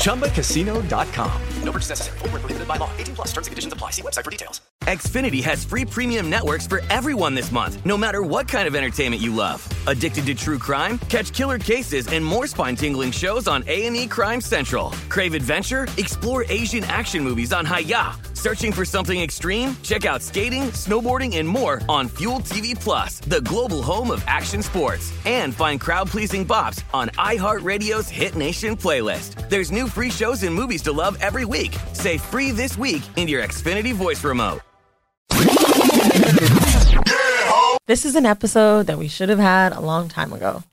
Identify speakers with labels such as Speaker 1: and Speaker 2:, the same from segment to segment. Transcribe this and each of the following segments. Speaker 1: ChumbaCasino.com. No purchase necessary. Full prohibited by law. 18 plus terms and conditions apply. See website for details.
Speaker 2: Xfinity has free premium networks for everyone this month, no matter what kind of entertainment you love. Addicted to true crime? Catch killer cases and more spine-tingling shows on A&E Crime Central. Crave adventure? Explore Asian action movies on Hayya. Searching for something extreme? Check out skating, snowboarding, and more on Fuel TV Plus, the global home of action sports. And find crowd-pleasing bops on iHeartRadio's Hit Nation playlist. There's new free shows and movies to love every week. Say free this week in your Xfinity voice remote.
Speaker 3: This is an episode that we should have had a long time ago.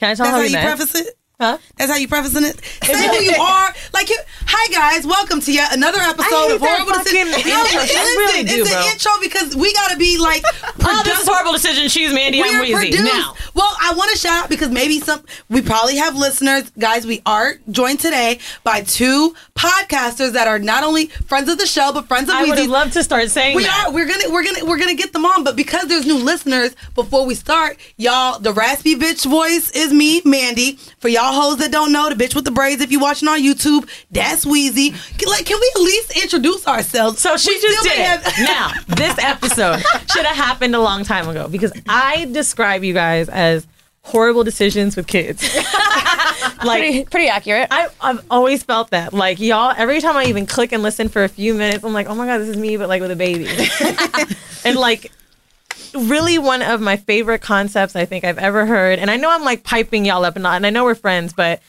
Speaker 3: Can I tell
Speaker 4: That's how
Speaker 3: you
Speaker 4: that? preface it? Huh? That's how you prefacing it. Say who you are. Like, you, hi guys, welcome to yet another episode
Speaker 3: of Horrible Decisions. No,
Speaker 4: it's, really do, it's bro. an intro because we gotta be like.
Speaker 3: oh, this is horrible decision. She's Mandy. I'm Weezy. Produced. Now,
Speaker 4: well, I want to shout out because maybe some we probably have listeners, guys. We are joined today by two podcasters that are not only friends of the show but friends of.
Speaker 3: I would
Speaker 4: have
Speaker 3: loved to start saying
Speaker 4: we
Speaker 3: that.
Speaker 4: are. We're gonna we're gonna we're gonna get them on, but because there's new listeners, before we start, y'all, the raspy bitch voice is me, Mandy. For y'all y'all hoes that don't know, the bitch with the braids, if you're watching on YouTube, that's Wheezy. Can, like, can we at least introduce ourselves?
Speaker 3: So she
Speaker 4: we
Speaker 3: just did. Have- now, this episode should have happened a long time ago because I describe you guys as horrible decisions with kids.
Speaker 5: like pretty, pretty accurate.
Speaker 3: I, have always felt that. Like y'all, every time I even click and listen for a few minutes, I'm like, oh my god, this is me, but like with a baby. and like really one of my favorite concepts I think I've ever heard. And I know I'm like piping y'all up and, all, and I know we're friends, but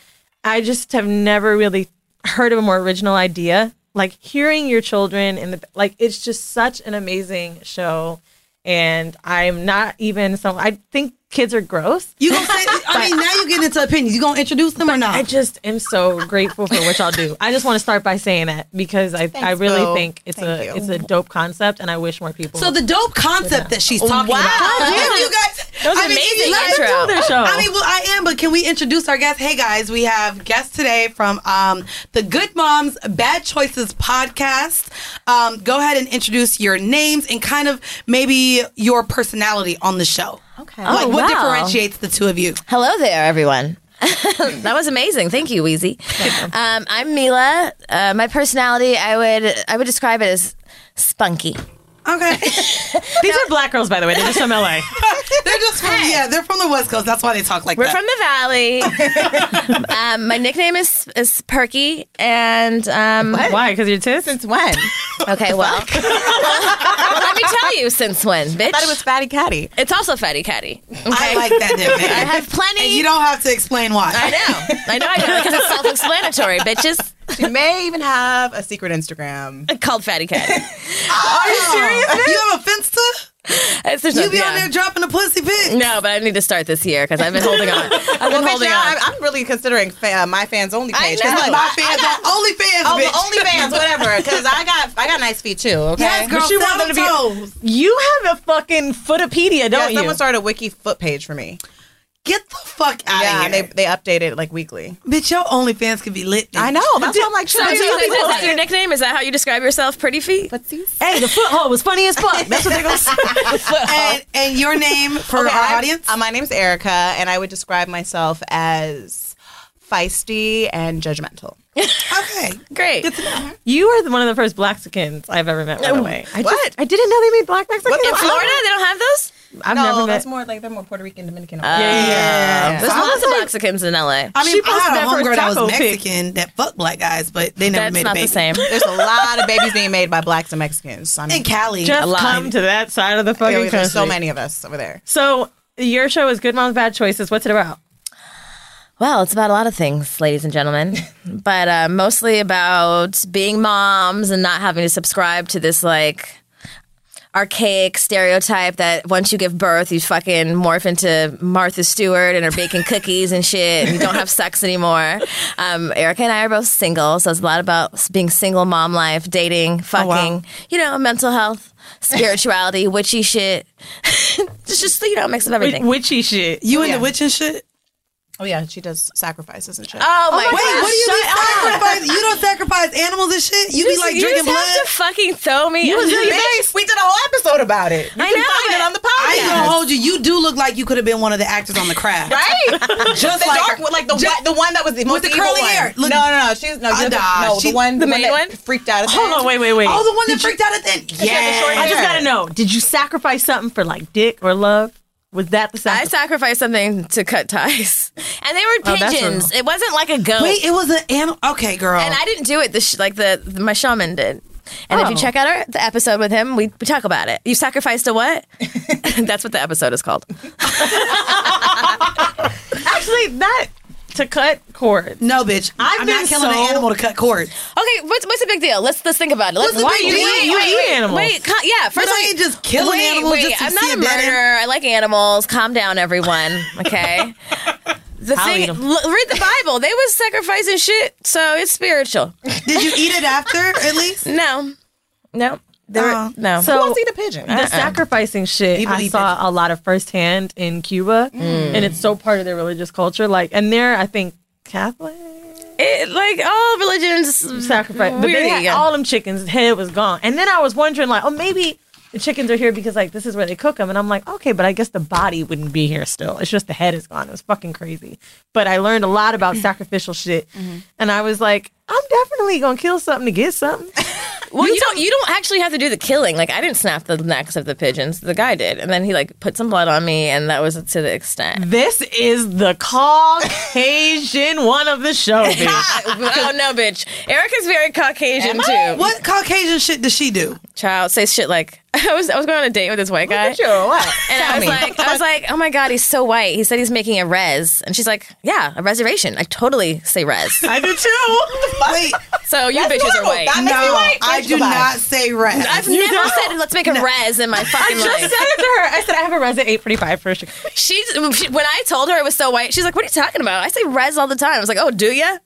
Speaker 3: I just have never really heard of a more original idea. Like hearing your children and the, like, it's just such an amazing show. And I'm not even so. I think kids are gross.
Speaker 4: You gonna say? I mean, now you get into opinions. You gonna introduce them or not?
Speaker 3: I just am so grateful for what y'all do. I just want to start by saying that because I, Thanks, I really Bo. think it's Thank a you. it's a dope concept, and I wish more people.
Speaker 4: So the dope concept that she's talking wow. about.
Speaker 3: Wow, you guys, that was I amazing. Mean, let intro. Them do show.
Speaker 4: I mean, well, I am, but can we introduce our guests? Hey guys, we have guests today from um, the Good Moms Bad Choices podcast. Um, go ahead and introduce your names and kind of maybe your personality on the show.
Speaker 5: Okay.
Speaker 4: Like oh, what wow. differentiates the two of you?
Speaker 5: Hello there, everyone. that was amazing. Thank you, Wheezy. Um, I'm Mila. Uh, my personality, I would, I would describe it as spunky.
Speaker 4: Okay.
Speaker 3: These now, are black girls, by the way. They're just from LA.
Speaker 4: they're just from hey. yeah. They're from the West Coast. That's why they talk like
Speaker 5: We're from
Speaker 4: that.
Speaker 5: the Valley. um, my nickname is is Perky, and um,
Speaker 3: why? Because you're two.
Speaker 5: Since when? Okay, well, well, let me tell you since when, bitch. I
Speaker 3: thought it was Fatty Catty.
Speaker 5: It's also Fatty Catty. Okay?
Speaker 4: I like that name. I
Speaker 5: have plenty.
Speaker 4: And you don't have to explain why.
Speaker 5: I know. I know. I know because it's self-explanatory, bitches.
Speaker 6: She may even have a secret Instagram
Speaker 5: called Fatty Cat.
Speaker 4: oh, Are you serious? You have a Finsta?
Speaker 5: There's
Speaker 4: you be yeah. on there dropping a pussy pic.
Speaker 5: No, but I need to start this year because I've been holding on. I've been well, holding
Speaker 6: now,
Speaker 5: on.
Speaker 6: I'm, I'm, really considering fa- uh, my fans only page.
Speaker 4: I know. Like, my fans, got, only fans, oh, bitch.
Speaker 6: only fans, whatever. Because I got I got nice feet too. Okay,
Speaker 4: yes, girl, but
Speaker 6: you
Speaker 4: want them to
Speaker 3: be, You have a fucking footopedia, don't yeah,
Speaker 6: you? Someone started a wiki foot page for me.
Speaker 4: Get the fuck out yeah,
Speaker 6: of here. They, they update it like weekly.
Speaker 4: Bitch, your OnlyFans could be lit.
Speaker 6: Now. I know. That's why I'm like,
Speaker 5: so, so you, is that your nickname? Is that how you describe yourself? Pretty feet?
Speaker 3: Footsies? Hey, the foothole Oh, was funny as fuck. That's what they're going to say.
Speaker 4: And, and your name for okay, our
Speaker 6: I'm,
Speaker 4: audience?
Speaker 6: Uh, my name's Erica, and I would describe myself as feisty and judgmental.
Speaker 4: okay,
Speaker 5: great.
Speaker 3: You are one of the first Blaxicans I've ever met. By the way, I
Speaker 6: what?
Speaker 3: Just, I didn't know they made Black Mexicans
Speaker 5: in Florida. They don't have those.
Speaker 3: I've
Speaker 6: no,
Speaker 3: never
Speaker 6: that's
Speaker 3: met.
Speaker 6: more like they're more Puerto Rican, Dominican.
Speaker 5: Yeah, yeah, yeah.
Speaker 4: Um,
Speaker 5: There's
Speaker 6: So I
Speaker 5: lots
Speaker 6: was
Speaker 5: of
Speaker 6: like-
Speaker 5: Mexicans in LA.
Speaker 4: I mean,
Speaker 3: She posted
Speaker 4: I had a
Speaker 3: that for a
Speaker 4: homegirl that
Speaker 3: taco
Speaker 4: was
Speaker 3: pic.
Speaker 4: Mexican that fucked black guys, but they never
Speaker 5: That's
Speaker 4: made
Speaker 5: not
Speaker 4: a baby.
Speaker 5: the same.
Speaker 6: There's a lot of babies being made by blacks and Mexicans. I mean,
Speaker 4: In Cali,
Speaker 3: Just
Speaker 4: a lot.
Speaker 3: come to that side of the
Speaker 6: yeah,
Speaker 3: fucking
Speaker 6: we-
Speaker 3: country.
Speaker 6: there's so many of us over there.
Speaker 3: So your show is Good Moms Bad Choices. What's it about?
Speaker 5: Well, it's about a lot of things, ladies and gentlemen, but uh, mostly about being moms and not having to subscribe to this like archaic stereotype that once you give birth, you fucking morph into Martha Stewart and are baking cookies and shit, and you don't have sex anymore. Um, Erica and I are both single, so it's a lot about s- being single mom life, dating,
Speaker 4: Oh,
Speaker 5: fucking, you know, mental health, spirituality, witchy shit. it's just you know, a mix of everything.
Speaker 3: Witchy shit.
Speaker 4: You and the witch and shit.
Speaker 6: Oh yeah, she does sacrifices and shit.
Speaker 5: Oh my,
Speaker 4: Wait,
Speaker 5: God,
Speaker 4: what do you
Speaker 5: shut
Speaker 4: mean sacrifice? You don't sacrifice animals and shit. You, be like
Speaker 5: you
Speaker 4: drinking
Speaker 5: just
Speaker 4: blood.
Speaker 5: have to fucking throw me. under the bus.
Speaker 6: Bitch, we did a whole episode about it. You
Speaker 5: I
Speaker 6: can
Speaker 5: know
Speaker 6: find it
Speaker 5: it.
Speaker 6: on the
Speaker 4: I ain't gonna
Speaker 6: podcast.
Speaker 4: hold you. You do look like you could have been one of the actors on the craft.
Speaker 6: Right, just the
Speaker 4: like
Speaker 6: dark
Speaker 4: her.
Speaker 6: one, like the
Speaker 4: Just-
Speaker 6: one, the one that was the most
Speaker 4: the
Speaker 6: evil
Speaker 4: curly
Speaker 6: one.
Speaker 4: hair. Look-
Speaker 6: no, no, no. She's no,
Speaker 4: Uh,
Speaker 6: you're the,
Speaker 4: nah,
Speaker 6: no,
Speaker 4: she-
Speaker 6: the one,
Speaker 3: the
Speaker 6: one
Speaker 3: main
Speaker 6: that
Speaker 3: one?
Speaker 6: freaked out. At the
Speaker 3: Hold
Speaker 6: end.
Speaker 3: on, wait, wait, wait.
Speaker 4: Oh, the one that freaked out at the end.
Speaker 3: I
Speaker 4: Yeah.
Speaker 3: just gotta know. Did you sacrifice something for like dick or love? Was that the
Speaker 5: I
Speaker 3: sacrifice?
Speaker 5: sacrificed something to cut ties, and they were
Speaker 3: Oh, that's
Speaker 5: pigeons.
Speaker 3: real.
Speaker 5: it wasn't like a goat,
Speaker 4: Wait, it was an animal. Okay, girl.
Speaker 5: and I didn't do it. The sh- like the, the- my shaman did. And if you
Speaker 3: Oh.
Speaker 5: check out our, the episode with him, we, we talk about it. You sacrificed a what? That's what the episode is called.
Speaker 3: Actually, not to cut cords.
Speaker 4: no, bitch.
Speaker 3: I've
Speaker 4: I'm
Speaker 3: been
Speaker 4: not killing
Speaker 3: so-
Speaker 4: an animal to cut cords.
Speaker 5: Okay, what's what's the big deal? Let's let's think about it. Let's,
Speaker 4: What's the
Speaker 5: why
Speaker 4: big
Speaker 5: you
Speaker 4: deal?
Speaker 5: Wait,
Speaker 4: You
Speaker 5: wait,
Speaker 3: eat
Speaker 5: wait,
Speaker 3: animals.
Speaker 5: Wait, co- yeah. First,
Speaker 4: I
Speaker 5: like-
Speaker 4: ain't just kill an
Speaker 5: wait,
Speaker 4: animal
Speaker 5: wait,
Speaker 4: just to
Speaker 5: I'm
Speaker 4: see
Speaker 5: not a
Speaker 4: a dead end?
Speaker 5: murderer. I like animals. Calm down, everyone. Okay. The
Speaker 3: I'll
Speaker 5: thing,
Speaker 3: eat 'em.
Speaker 5: l- read the Bible. They was sacrificing shit, so it's spiritual.
Speaker 4: Did you eat it after, at least?
Speaker 5: No, no, they were-
Speaker 4: Oh.
Speaker 5: no.
Speaker 3: So
Speaker 6: Let's eat a pigeon.
Speaker 3: the sacrificing shit
Speaker 4: People
Speaker 3: Uh-uh. I
Speaker 4: eat
Speaker 3: saw a lot of firsthand in Cuba,
Speaker 5: Mm.
Speaker 3: and it's so part of their religious culture. Like, and they're I think Catholic.
Speaker 5: it, like all religions,
Speaker 3: Mm-hmm. sacrifice. But
Speaker 5: Weird,
Speaker 3: they had
Speaker 5: Mm-hmm. yeah.
Speaker 3: all them chickens' head was gone. And then I was wondering, like, oh, maybe the chickens are here because like this is where they cook them. And I'm like, okay, but I guess the body wouldn't be here still. It's just the head is gone. It was fucking crazy. But I learned a lot about
Speaker 5: Mm-hmm.
Speaker 3: sacrificial shit, and I was like, I'm definitely gonna kill something to get something.
Speaker 5: well, you, don't Oh, you don't actually have to do the killing. Like I didn't snap the necks of the pigeons. The guy did, and then he like put some blood on me, and that was to the extent.
Speaker 3: this is the Caucasian one of the show. bitch.
Speaker 5: oh no, bitch! Erica's very Caucasian too.
Speaker 4: What Caucasian shit does she do?
Speaker 5: child says shit like I was I was going on a date with this white guy.
Speaker 6: what?
Speaker 5: And I was like I was like, Oh my god, he's so white. He said he's making a res and she's like, Yeah, a reservation. I totally say res.
Speaker 3: I did too.
Speaker 4: Wait,
Speaker 5: So you bitches are
Speaker 6: normal.
Speaker 5: white.
Speaker 6: That
Speaker 4: no,
Speaker 6: makes me white.
Speaker 4: I
Speaker 6: First
Speaker 4: do
Speaker 6: of all.
Speaker 4: not say rat.
Speaker 5: I've never said let's make a res in my
Speaker 3: I
Speaker 5: fucking
Speaker 3: just
Speaker 5: life.
Speaker 3: said it to her. I said I have a res at 8:45 for sure.
Speaker 5: She, she when I told her it was so white, she's like, What are you talking about? I say res all the time. I was like, Oh, do ya?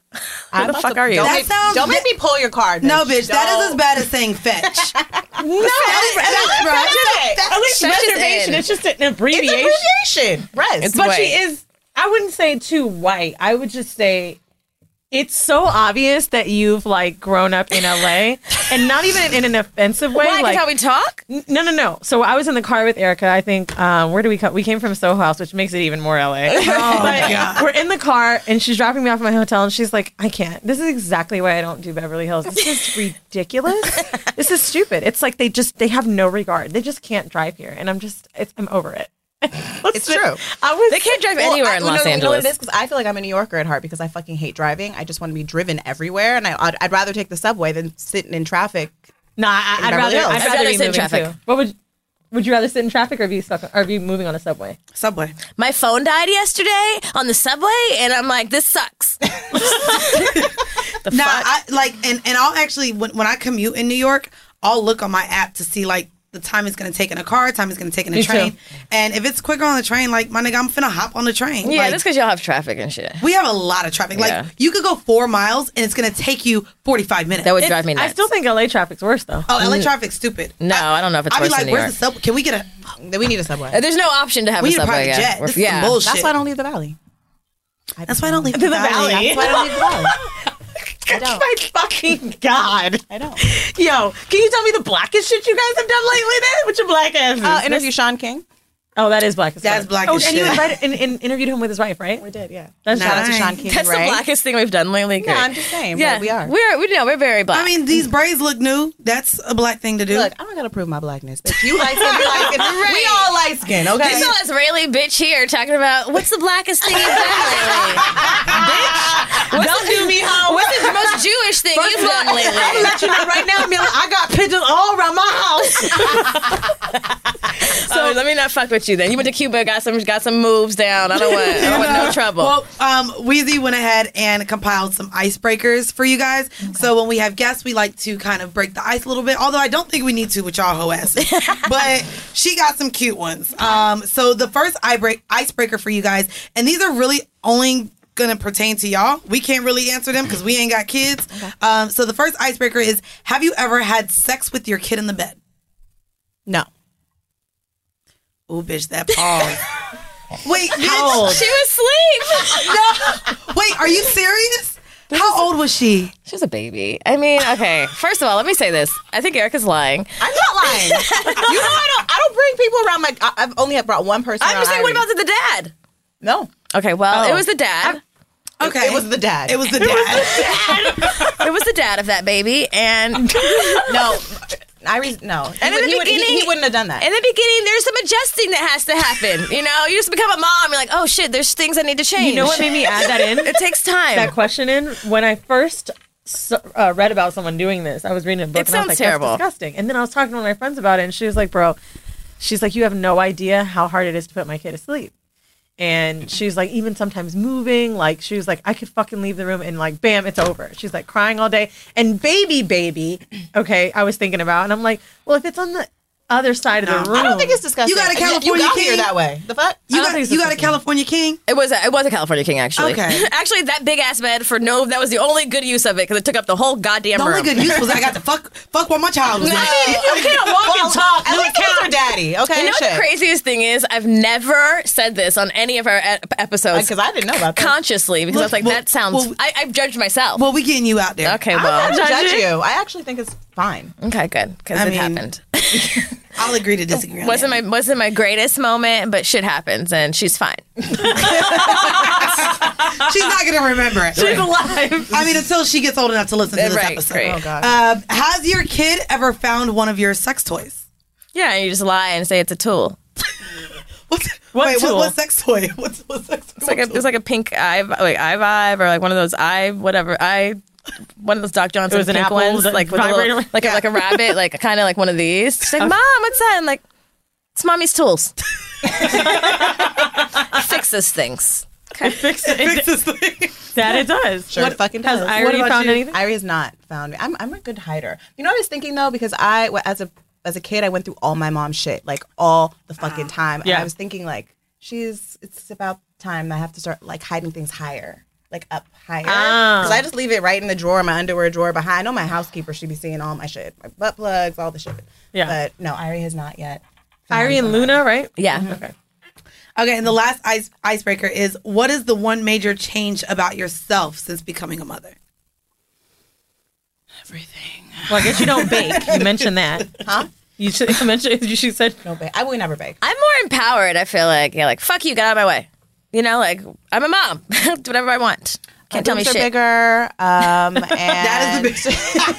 Speaker 5: Who the fuck are you?
Speaker 6: Don't,
Speaker 4: That
Speaker 6: make,
Speaker 4: sounds-
Speaker 6: don't make me pull your card.
Speaker 4: No, bitch, that
Speaker 6: Don't.
Speaker 4: is as bad as saying fetch.
Speaker 3: No,
Speaker 6: That's it.
Speaker 3: At least
Speaker 5: That's just
Speaker 3: reservation.
Speaker 5: in.
Speaker 3: It's just an abbreviation.
Speaker 6: It's abbreviation. Res.
Speaker 5: It's
Speaker 3: but
Speaker 5: white.
Speaker 3: she is. I wouldn't say too white. I would just say it's so obvious that you've like grown up in LA, and not even in an offensive way.
Speaker 5: Why? 'Cause
Speaker 3: like
Speaker 5: how we talk?
Speaker 3: N- No, no, no. So I was in the car with Erica. I think uh, where do we come? We came from Soho House, which makes it even more LA. But We're in the car, and she's dropping me off at my hotel, and she's like, "I can't. This is exactly why I don't do Beverly Hills. This is ridiculous. this is stupid. It's like they just they have no regard. They just can't drive here, and I'm just it's, I'm over it.
Speaker 6: It's true.
Speaker 3: I was
Speaker 5: They can't drive anywhere in Los
Speaker 6: You know what
Speaker 5: Angeles.
Speaker 6: it is? 'Cause I feel like I'm a New Yorker at heart because I fucking hate driving. I just want to be driven everywhere, and I, I'd, I'd rather take the subway than sitting in traffic.
Speaker 3: Nah, I,
Speaker 6: In
Speaker 3: I'd,
Speaker 6: Beverly
Speaker 3: rather,
Speaker 6: Hills.
Speaker 3: I'd
Speaker 6: I'd
Speaker 3: rather
Speaker 5: rather
Speaker 3: be
Speaker 5: sit in
Speaker 3: moving
Speaker 5: traffic.
Speaker 3: Too. What would would you rather sit in traffic or be stuck or be moving on a subway?
Speaker 4: Subway.
Speaker 5: My phone died yesterday on the subway, and I'm like, this sucks.
Speaker 4: Nah, I, like, and, and I'll actually, when, when I commute in New York, I'll look on my app to see, like, the time it's going to take in a car, time it's going to take in a
Speaker 3: Me
Speaker 4: train.
Speaker 3: too.
Speaker 4: And if it's quicker on the train, like, my nigga, I'm finna hop on the train.
Speaker 5: Yeah,
Speaker 4: Like,
Speaker 5: that's because y'all have traffic and shit.
Speaker 4: we have a lot of traffic. Like,
Speaker 5: Yeah.
Speaker 4: you could go four miles and it's going to take you 45 minutes.
Speaker 5: That would drive me nuts.
Speaker 3: I still think LA traffic's worse though.
Speaker 4: oh, LA traffic's stupid.
Speaker 5: No, I don't know if it's
Speaker 4: I'd be
Speaker 5: worse
Speaker 4: like,
Speaker 5: than New
Speaker 4: where's
Speaker 5: York.
Speaker 4: the subway? Can we get a,
Speaker 6: Then we need a subway.
Speaker 5: Uh, There's no option to have
Speaker 4: we
Speaker 5: a
Speaker 4: need a
Speaker 5: subway.
Speaker 4: private
Speaker 5: yeah.
Speaker 4: jet?
Speaker 5: We're-
Speaker 4: This is some
Speaker 5: yeah.
Speaker 4: bullshit.
Speaker 6: That's why I don't leave the valley.
Speaker 4: That's why I don't leave
Speaker 3: the valley.
Speaker 6: That's why I don't leave the valley. I don't.
Speaker 3: My fucking god!
Speaker 6: I don't.
Speaker 3: Yo, can you tell me the blackest shit you guys have done lately? Then with your black asses?
Speaker 6: Uh, interview Sean King.
Speaker 3: Oh, that is black as
Speaker 4: That's
Speaker 3: fuck.
Speaker 4: black
Speaker 3: oh,
Speaker 4: as
Speaker 3: and you
Speaker 4: shit.
Speaker 3: invited and, and interviewed him with his wife, right?
Speaker 6: We did, yeah.
Speaker 3: That's
Speaker 6: Shout out to
Speaker 4: Nice.
Speaker 6: Sean King
Speaker 5: That's
Speaker 6: Ray.
Speaker 5: the blackest thing we've done lately.
Speaker 6: No,
Speaker 5: Great.
Speaker 6: I'm just saying. Yeah,
Speaker 5: yeah,
Speaker 6: we are.
Speaker 5: We're we, no, we're very black.
Speaker 4: I mean, these braids look new. That's a black thing to do.
Speaker 6: Look, I don't gotta prove my blackness. If you like skin, you like skin. We all light skin, okay?
Speaker 5: This little Israeli bitch here talking about what's the blackest thing you've done lately? bitch, what's don't the, do me home. What's the most Jewish thing you you've done
Speaker 6: I'm
Speaker 5: lately?
Speaker 6: gonna let you know right now, Mila. I got pigeons all around my house.
Speaker 5: So let me not fuck with you. Then you went to Cuba, got some got some moves down. I don't want, I don't want no trouble.
Speaker 4: Well, um, Wheezy went ahead and compiled some icebreakers for you guys. So when we have guests, we like to kind of break the ice a little bit. Although I don't think we need to with y'all hoe asses, but she got some cute ones. Um, so the first eye break icebreaker for you guys, and these are really only gonna pertain to y'all. We can't really answer them because we ain't got kids. Um, so the first icebreaker is: Have you ever had sex with your kid in the bed?
Speaker 6: No.
Speaker 4: Oh, bitch, that pause. Wait, bitch,
Speaker 5: she was asleep.
Speaker 4: wait, are you serious? How old was she?
Speaker 5: She was a baby. I mean, okay. First of all, let me say this. I think Erica's lying.
Speaker 6: I'm not lying. you know I don't I don't bring people around my I- I've only have brought one person.
Speaker 5: I'm just
Speaker 6: around
Speaker 5: saying, what about
Speaker 6: Irene.
Speaker 5: the, the dad?
Speaker 6: No.
Speaker 5: Okay, well, it
Speaker 6: Oh.
Speaker 5: was the dad.
Speaker 4: Okay.
Speaker 6: It was the dad.
Speaker 4: It was the dad.
Speaker 5: it was the dad of that baby, and
Speaker 6: No. I re- no. He
Speaker 5: And in
Speaker 6: would-
Speaker 5: the
Speaker 6: he would- he-
Speaker 5: beginning-
Speaker 6: he wouldn't have done that.
Speaker 5: In the beginning, there's some adjusting that has to happen. You know, you just become a mom. You're like, oh shit, there's things I need to change.
Speaker 3: You know what made me add that in?
Speaker 5: It takes time.
Speaker 3: that question in when I first s- uh, read about someone doing this. I was reading a book.
Speaker 5: It
Speaker 3: and I
Speaker 5: sounds
Speaker 3: was like,
Speaker 5: terrible.
Speaker 3: That's disgusting. And then I was talking to one of my friends about it, and she was like, "Bro, she's like, you have no idea how hard it is to put my kid to sleep." And she was like, even sometimes moving, like she was like, I could fucking leave the room and like, bam, it's over. She's like crying all day. And baby, baby, okay, I was thinking about, and I'm like, well, if it's on the other side of the room,
Speaker 6: I don't think it's disgusting.
Speaker 4: You got a
Speaker 6: You
Speaker 4: California
Speaker 6: got here
Speaker 4: king.
Speaker 6: that way. The fuck?
Speaker 4: You
Speaker 3: don't
Speaker 4: got,
Speaker 3: think so,
Speaker 4: you got a
Speaker 3: Stephanie.
Speaker 4: California king?
Speaker 5: it was it was a California king actually.
Speaker 4: Okay.
Speaker 5: actually, that big ass bed for no that was the only good use of it because it took up the whole goddamn
Speaker 4: The only
Speaker 5: room.
Speaker 4: good use was I got to fuck fuck while my child was in.
Speaker 6: you can't walk and talk. At least count. daddy. Okay,
Speaker 5: you know what the craziest thing is? I've never said this on any of our ep- episodes
Speaker 6: Because I didn't know about that.
Speaker 5: consciously because I was like,
Speaker 4: well,
Speaker 5: that sounds.
Speaker 4: well-
Speaker 5: I, I've judged myself.
Speaker 4: Well, we getting you out there.
Speaker 5: okay,
Speaker 6: I
Speaker 5: well,
Speaker 6: don't judge you. I actually think it's fine.
Speaker 5: okay, good because
Speaker 4: I
Speaker 5: it
Speaker 4: mean,
Speaker 5: happened.
Speaker 4: I'll agree to disagree. on
Speaker 5: wasn't
Speaker 4: that.
Speaker 5: my wasn't my greatest moment, but shit happens and she's fine.
Speaker 4: She's not gonna remember it.
Speaker 3: she's alive.
Speaker 4: I mean, until she gets old enough to listen to this
Speaker 5: Right,
Speaker 4: episode.
Speaker 5: right. Oh,
Speaker 6: God.
Speaker 4: Uh, has your kid ever found one of your sex toys?
Speaker 5: Yeah, and you just lie and say it's a tool.
Speaker 4: What?
Speaker 3: What
Speaker 4: wait,
Speaker 3: tool?
Speaker 4: What, what sex toy? What's what sex toy?
Speaker 5: It's like a, it's like a pink eye, like eye vibe, or like one of those eye whatever eye, one of those Doc Johnson
Speaker 3: It was an
Speaker 5: pink
Speaker 3: apple
Speaker 5: ones,
Speaker 3: that
Speaker 5: like with a little,
Speaker 3: vibrated.
Speaker 5: like a, like a rabbit, like kind of like one of these. She's like, "Mom, what's that?" I'm like, "It's mommy's tools. fixes things."
Speaker 4: Fixes thing.
Speaker 3: That it does.
Speaker 6: Sure,
Speaker 3: What-
Speaker 6: it fucking
Speaker 3: has
Speaker 6: does.
Speaker 3: Irie
Speaker 6: What about
Speaker 3: found
Speaker 6: you?
Speaker 3: anything?
Speaker 6: Irie has not found me. I'm, I'm a good hider. You know what I was thinking though, because I w- as a as a kid I went through all my mom's shit like all the fucking time, and
Speaker 3: Yeah.
Speaker 6: I was thinking like she's it's about time I have to start like hiding things higher. Like up higher,
Speaker 3: Ah.
Speaker 6: because I just leave it right in the drawer, my underwear drawer behind. I know my housekeeper should be seeing all my shit, my butt plugs, all the shit.
Speaker 3: Yeah.
Speaker 6: but no, Irie has not yet. found
Speaker 3: Irie and
Speaker 6: one.
Speaker 3: Luna, right? Mm-hmm.
Speaker 5: Yeah,
Speaker 4: Okay, and the last ice icebreaker is: What is the one major change about yourself since becoming a mother?
Speaker 6: everything.
Speaker 3: Well, I guess you don't bake. You mentioned that.
Speaker 6: Huh?
Speaker 3: You should you mentioned you should said
Speaker 6: No, bake. I will never bake.
Speaker 5: I'm more empowered. I feel like yeah, like fuck you, get out of my way. You know, like I'm a mom, do whatever I want. Can't tell me
Speaker 6: Boobs are
Speaker 5: shit.
Speaker 6: bigger. Um, and
Speaker 4: That is the